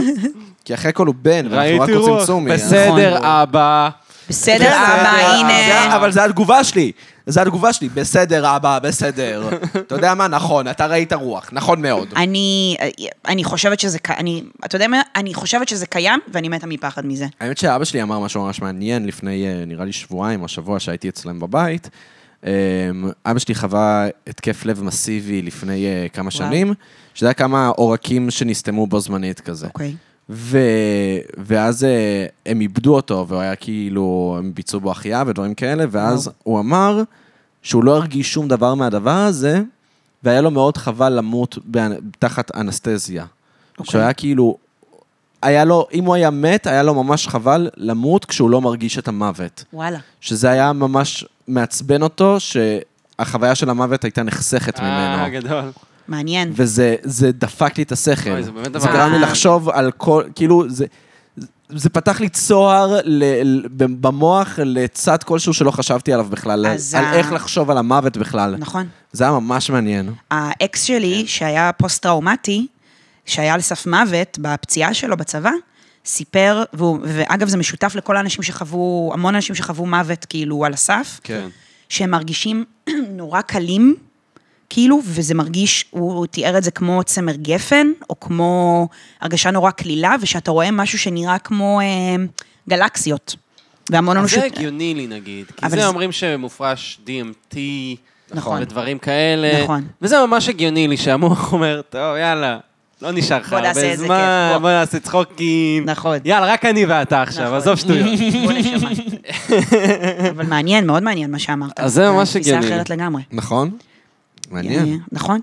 כי אחרי הכל הוא בן, ואנחנו רק רוצים צומי. אז- בסדר, נכון. אבא. בסדר, אבא, זה- הנה. אבל זה התגובה שלי. זה התגובה שלי. בסדר, אבא, בסדר. אתה יודע מה? נכון, אתה ראית רוח. נכון מאוד. אני, אני חושבת שזה, ק- אני, אתה יודע מה, אני חושבת שזה קיים, ואני מתה מפחד מזה. האמת שאבא שלי אמר משהו ממש מעניין לפני, אה, נראה לי שבועיים או שבוע שהייתי אצלם בבית. אמ, אבא שלי חווה התקף לב מסיבי לפני אה, כמה שנים, שזה היה כמה עורקים שנסתמו בו זמנית כזה. אוקיי. ו... ואז אה, הם איבדו אותו, והוא היה כאילו, הם ביצעו בו החייאה ודברים כאלה, ואז הוא אמר שהוא לא הרגיש שום דבר מהדבר הזה, והיה לו מאוד חבל למות באנ- תחת אנסתזיה. אוקיי. שהוא היה כאילו, היה לו, אם הוא היה מת, היה לו ממש חבל למות כשהוא לא מרגיש את המוות. וואלה. שזה היה ממש מעצבן אותו, שהחוויה של המוות הייתה נחסכת אה, ממנו. גדול. מעניין. וזה זה דפק לי את השכל. אוי, זה באמת דבר זה גרם לי מעניין. לחשוב על כל, כאילו, זה... זה פתח לי צוהר ל, ל, במוח לצד כלשהו שלא חשבתי עליו בכלל, על, אז על ה- איך לחשוב על המוות בכלל. נכון. זה היה ממש מעניין. האקס כן. שלי, שהיה פוסט-טראומטי, שהיה על סף מוות בפציעה שלו בצבא, סיפר, והוא, ואגב, זה משותף לכל האנשים שחוו, המון אנשים שחוו מוות, כאילו, על הסף, כן. שהם מרגישים נורא קלים, כאילו, וזה מרגיש, הוא תיאר את זה כמו צמר גפן, או כמו הרגשה נורא קלילה, ושאתה רואה משהו שנראה כמו אה, גלקסיות. והמון אז אנושות... זה כאילו- הגיוני לי נגיד, כי אבל זה זה- אומרים שמופרש DMT, נכון. ודברים כאלה, נכון. וזה ממש הגיוני לי שהמוח אומר, טוב, יאללה, לא נשאר לך בוא נעשה הרבה איזה זמן, כיף, בוא." בוא נעשה צחוקים, נכון. יאללה, רק אני ואתה עכשיו, נכון. עזוב שטויות. בוא נשמע. אבל מעניין, מאוד מעניין מה שאמרת. אז זה ממש הגיוני. תפיסה אחרת לגמרי. נכון? מעניין. נכון.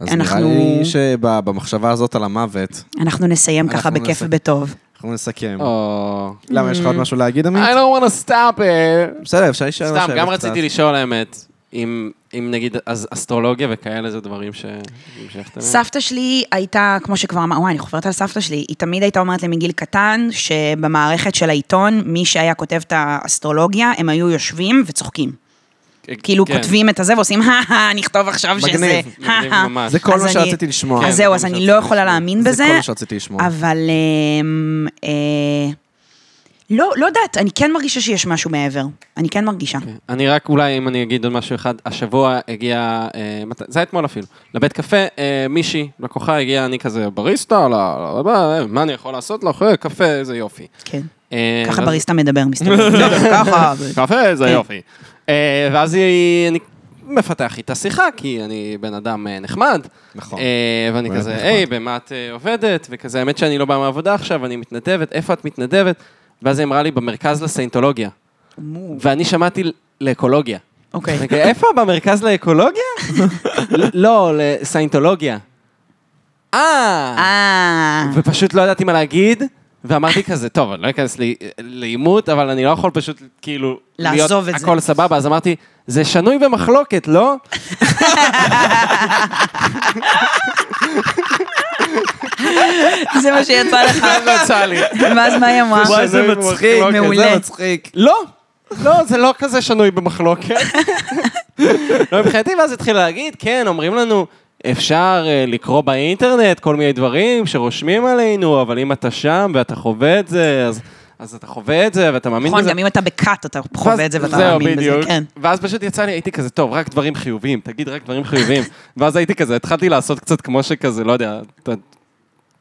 אז אנחנו- נראה לי שבמחשבה הזאת על המוות, אנחנו נסיים אנחנו אה. ככה בכיף נסיים. ובטוב. אנחנו נסכם. או, למה, יש לך אה. עוד משהו להגיד, עמית? I don't want to stop it. בסדר, אפשר לשאול סתם, שאלות גם כן, קצת. רציתי לשאול האמת, אם אם נגיד אז אסטרולוגיה וכאלה זה דברים שהמשכת אליהם. סבתא שלי הייתה, כמו שכבר אמרת, וואי, אני חוברת על סבתא שלי, היא תמיד הייתה אומרת לי מגיל קטן, שבמערכת של העיתון, מי שהיה כותב את האסטרולוגיה, הם היו יושבים וצוחקים. כאילו כן. כותבים את הזה ועושים, הא נכתוב עכשיו מגניב, שזה, מגניב "הא-הא". ממש. זה כל אז מה אני- שרציתי לשמוע. אז כן, זהו, זה אז מה אני שרציתי לא לשמוע. יכולה להאמין זה בזה. כל מה שרציתי לשמוע. אבל... אמ, אה, לא, לא יודעת, אני כן מרגישה שיש משהו מעבר. אני כן מרגישה. אני רק אולי, אם אני אגיד עוד משהו אחד, השבוע הגיע, אה, מת... זה היה אתמול אפילו, לבית קפה, אה, מישהי, לקוחה הגיעה, אני כזה בריסטה, לא, לא, לא, אה, מה אני יכול לעשות לך, אה, קפה, איזה יופי. כן. אה, ככה ואז- בריסטה מדבר, מסתבר. לא, ככה. זה- קפה, איזה כן. יופי. אה, ואז היא, אני מפתח איתה שיחה, כי אני בן אדם אה, נחמד. נכון. אה, ואני באמת כזה, נחמד. היי, במה את אה, עובדת? וכזה, האמת שאני לא בא מהעבודה עכשיו, אני מתנדבת, איפה את מתנדבת? ואז היא אמרה לי, במרכז לסיינטולוגיה. מו. ואני שמעתי לאקולוגיה. אוקיי. רגע, איפה? במרכז לאקולוגיה? לא, לסיינטולוגיה. אה! אה, ופשוט לא ידעתי מה להגיד, ואמרתי כזה, טוב, אני לא אכנס לי- לעימות, אבל אני לא יכול פשוט כאילו... לעזוב להיות את זה. הכל סבבה, אז אמרתי, זה שנוי במחלוקת, לא? זה מה שיצא לך. אז לא יצא לי. ואז מה היא אמרה? נכון, וואי, זה מצחיק, מעולה. מצחיק. לא! לא, זה לא כזה שנוי במחלוקת. לא, מבחינתי, ואז התחיל להגיד, כן, אומרים לנו, אפשר אה, לקרוא באינטרנט כל מיני דברים שרושמים עלינו, אבל אם אתה שם ואתה חווה את זה, אז... אז אתה חווה את זה, ואתה מאמין נכון, בזה. גם אם אתה בקאט, אתה ואז- חווה את זה ואתה זהו, מאמין בזה, בדיוק. כן. ואז פשוט יצא לי, הייתי כזה, טוב, רק דברים חיוביים, תגיד רק דברים חיוביים. ואז הייתי כזה, התחלתי לעשות קצת כמו שכזה, לא יודע, אתה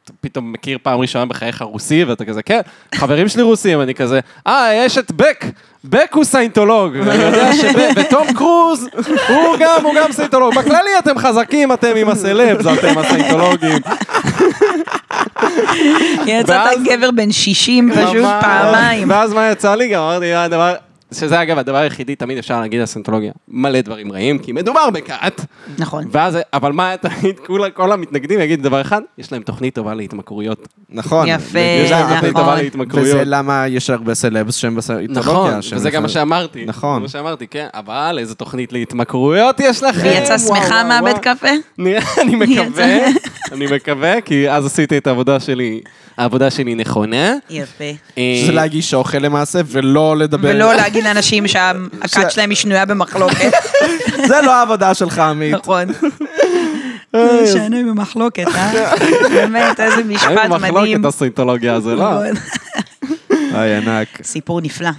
אתה פתאום מכיר פעם ראשונה בחייך רוסי, ואתה כזה, כן, חברים שלי רוסים, אני כזה, אה, יש את בק, בק הוא סיינטולוג, ואני יודע שבק, וטום קרוז, הוא גם, הוא גם סיינטולוג. בכללי אתם חזקים, אתם עם הסלבס, אתם הסיינטולוגים. יצאת ואז- גבר בן 60 פשוט ממש. פעמיים. ואז מה יצא לי? גם אמרתי, "אה, הדבר... שזה אגב הדבר היחידי, תמיד אפשר להגיד על סנטולוגיה. מלא דברים רעים, כי מדובר בכת. נכון. ואז, אבל מה, תמיד כולה- כל המתנגדים יגידו דבר אחד, יש להם תוכנית טובה להתמכרויות. נכון. יפה, יש להם תוכנית טובה נכון. להתמכרויות. וזה למה יש הרבה סלבס שהם בסרטולוגיה. נכון, וזה גם מה שאמרתי. נכון. זה מה שאמרתי, כן, אבל איזה תוכנית להתמכרויות יש לכם? היא יצאה וואו, שמחה וואו, מהבית וואו. קפה? נראה, אני מקווה, יצא. אני מקווה, כי אז עשיתי את העבודה שלי, העבודה שלי נכונה. אה, יפה. שזה להגיש אוכל למעשה, ולא לדבר. ולא להגיד לאנשים שהכת שלהם היא שנויה במחלוקת. זה לא העבודה שלך, עמית. נכון. שנוי במחלוקת, אה? באמת, איזה משפט אין מחלוקת מדהים. הסינטולוגיה הזו, לא. נכון. היי, ענק. סיפור נפלא.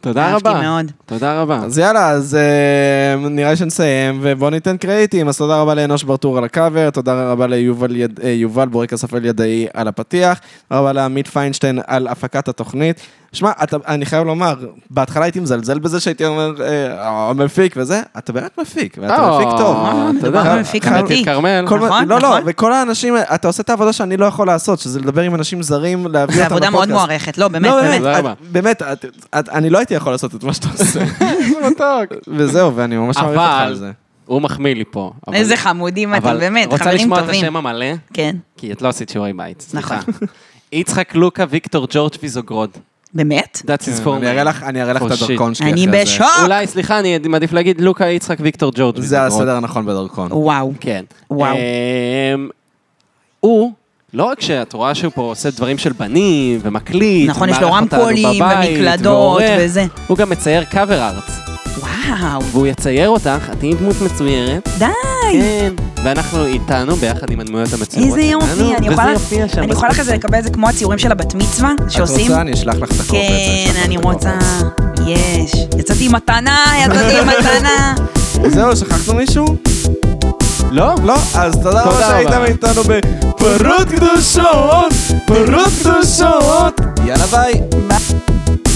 תודה אהבתי רבה. מאוד. תודה רבה. אז יאללה, אז אה, נראה לי שנסיים, ובואו ניתן קרדיטים. אז תודה רבה לאנוש ברטור על הקאבר, תודה רבה ליובל יד- אה, יובל בורק אספל ידעי על הפתיח, תודה רבה לעמית פיינשטיין על הפקת התוכנית. שמע, אתה- אני חייב לומר, בהתחלה הייתי מזלזל בזה שהייתי אומר, אה, המפיק וזה, אתה באמת מפיק, ואתה אה, מפיק טוב. אה, אתה נכון, מדובר יודע, במפיק חייב- אמיתי. את כרמל. כל מה- נכון, לא, לא, נכון. וכל האנשים, אתה עושה את העבודה שאני לא יכול לעשות, שזה לדבר עם אנשים זרים, להביא אותם לפודקאסט. זו עבודה מאוד מוערכת, לא, באמת, לא, באמת. תודה באמת, רבה. את- באמת, את- את- אני לא הייתי יכול לעשות את מה שאתה עושה. וזהו, ואני ממש מעריך אותך על אבל, זה. הוא מחמיא לי פה. אבל- איזה חמודים אתם, אבל באמת, רוצה חברים לשמוע את טובים. השם המלא? כן, כי את לא עשית שיעורי בית. סליחה. נכון. יצחק לוקה ויקטור ג'ורג' ויזוגרוד. באמת? That's his form. כן, אני אראה לך אני אראה לך את Oh, shit. הדרכון שלי אני אחרי זה. בשוק! אולי, סליחה, אני מעדיף להגיד לוקה, יצחק, ויקטור ג'ורג' זה ויזוגרוד. הסדר הנכון בדרכון. וואו. כן. וואו. אמ, הוא, לא רק שאת רואה שהוא פה עושה דברים של בנים, ומקליט, נכון, יש לו ומארח אותנו רמקולים, בבית, ומקלדות, ועורך, וזה. הוא גם מצייר קאבר ארץ, וואו, והוא יצייר אותך, את תהיי דמות מצוירת. די! כן, ואנחנו איתנו ביחד עם הדמויות המצוירות. איזה יופי, שלנו, אני וזה יכולה- יופיע שם אני יכולה בסוף. כזה לקבל את זה כמו הציורים של הבת מצווה את שעושים? רוצה, אני אשלח לך את הקובץ. כן, אשלח לך אני את הקובץ. רוצה. יש. יצאתי עם מתנה, יצאתי עם מתנה. זהו, שכחנו מישהו? לא? לא? אז תודה רבה תודה שהייתם רבה. איתנו בפרות קדושות, פרות קדושות. יאללה ביי.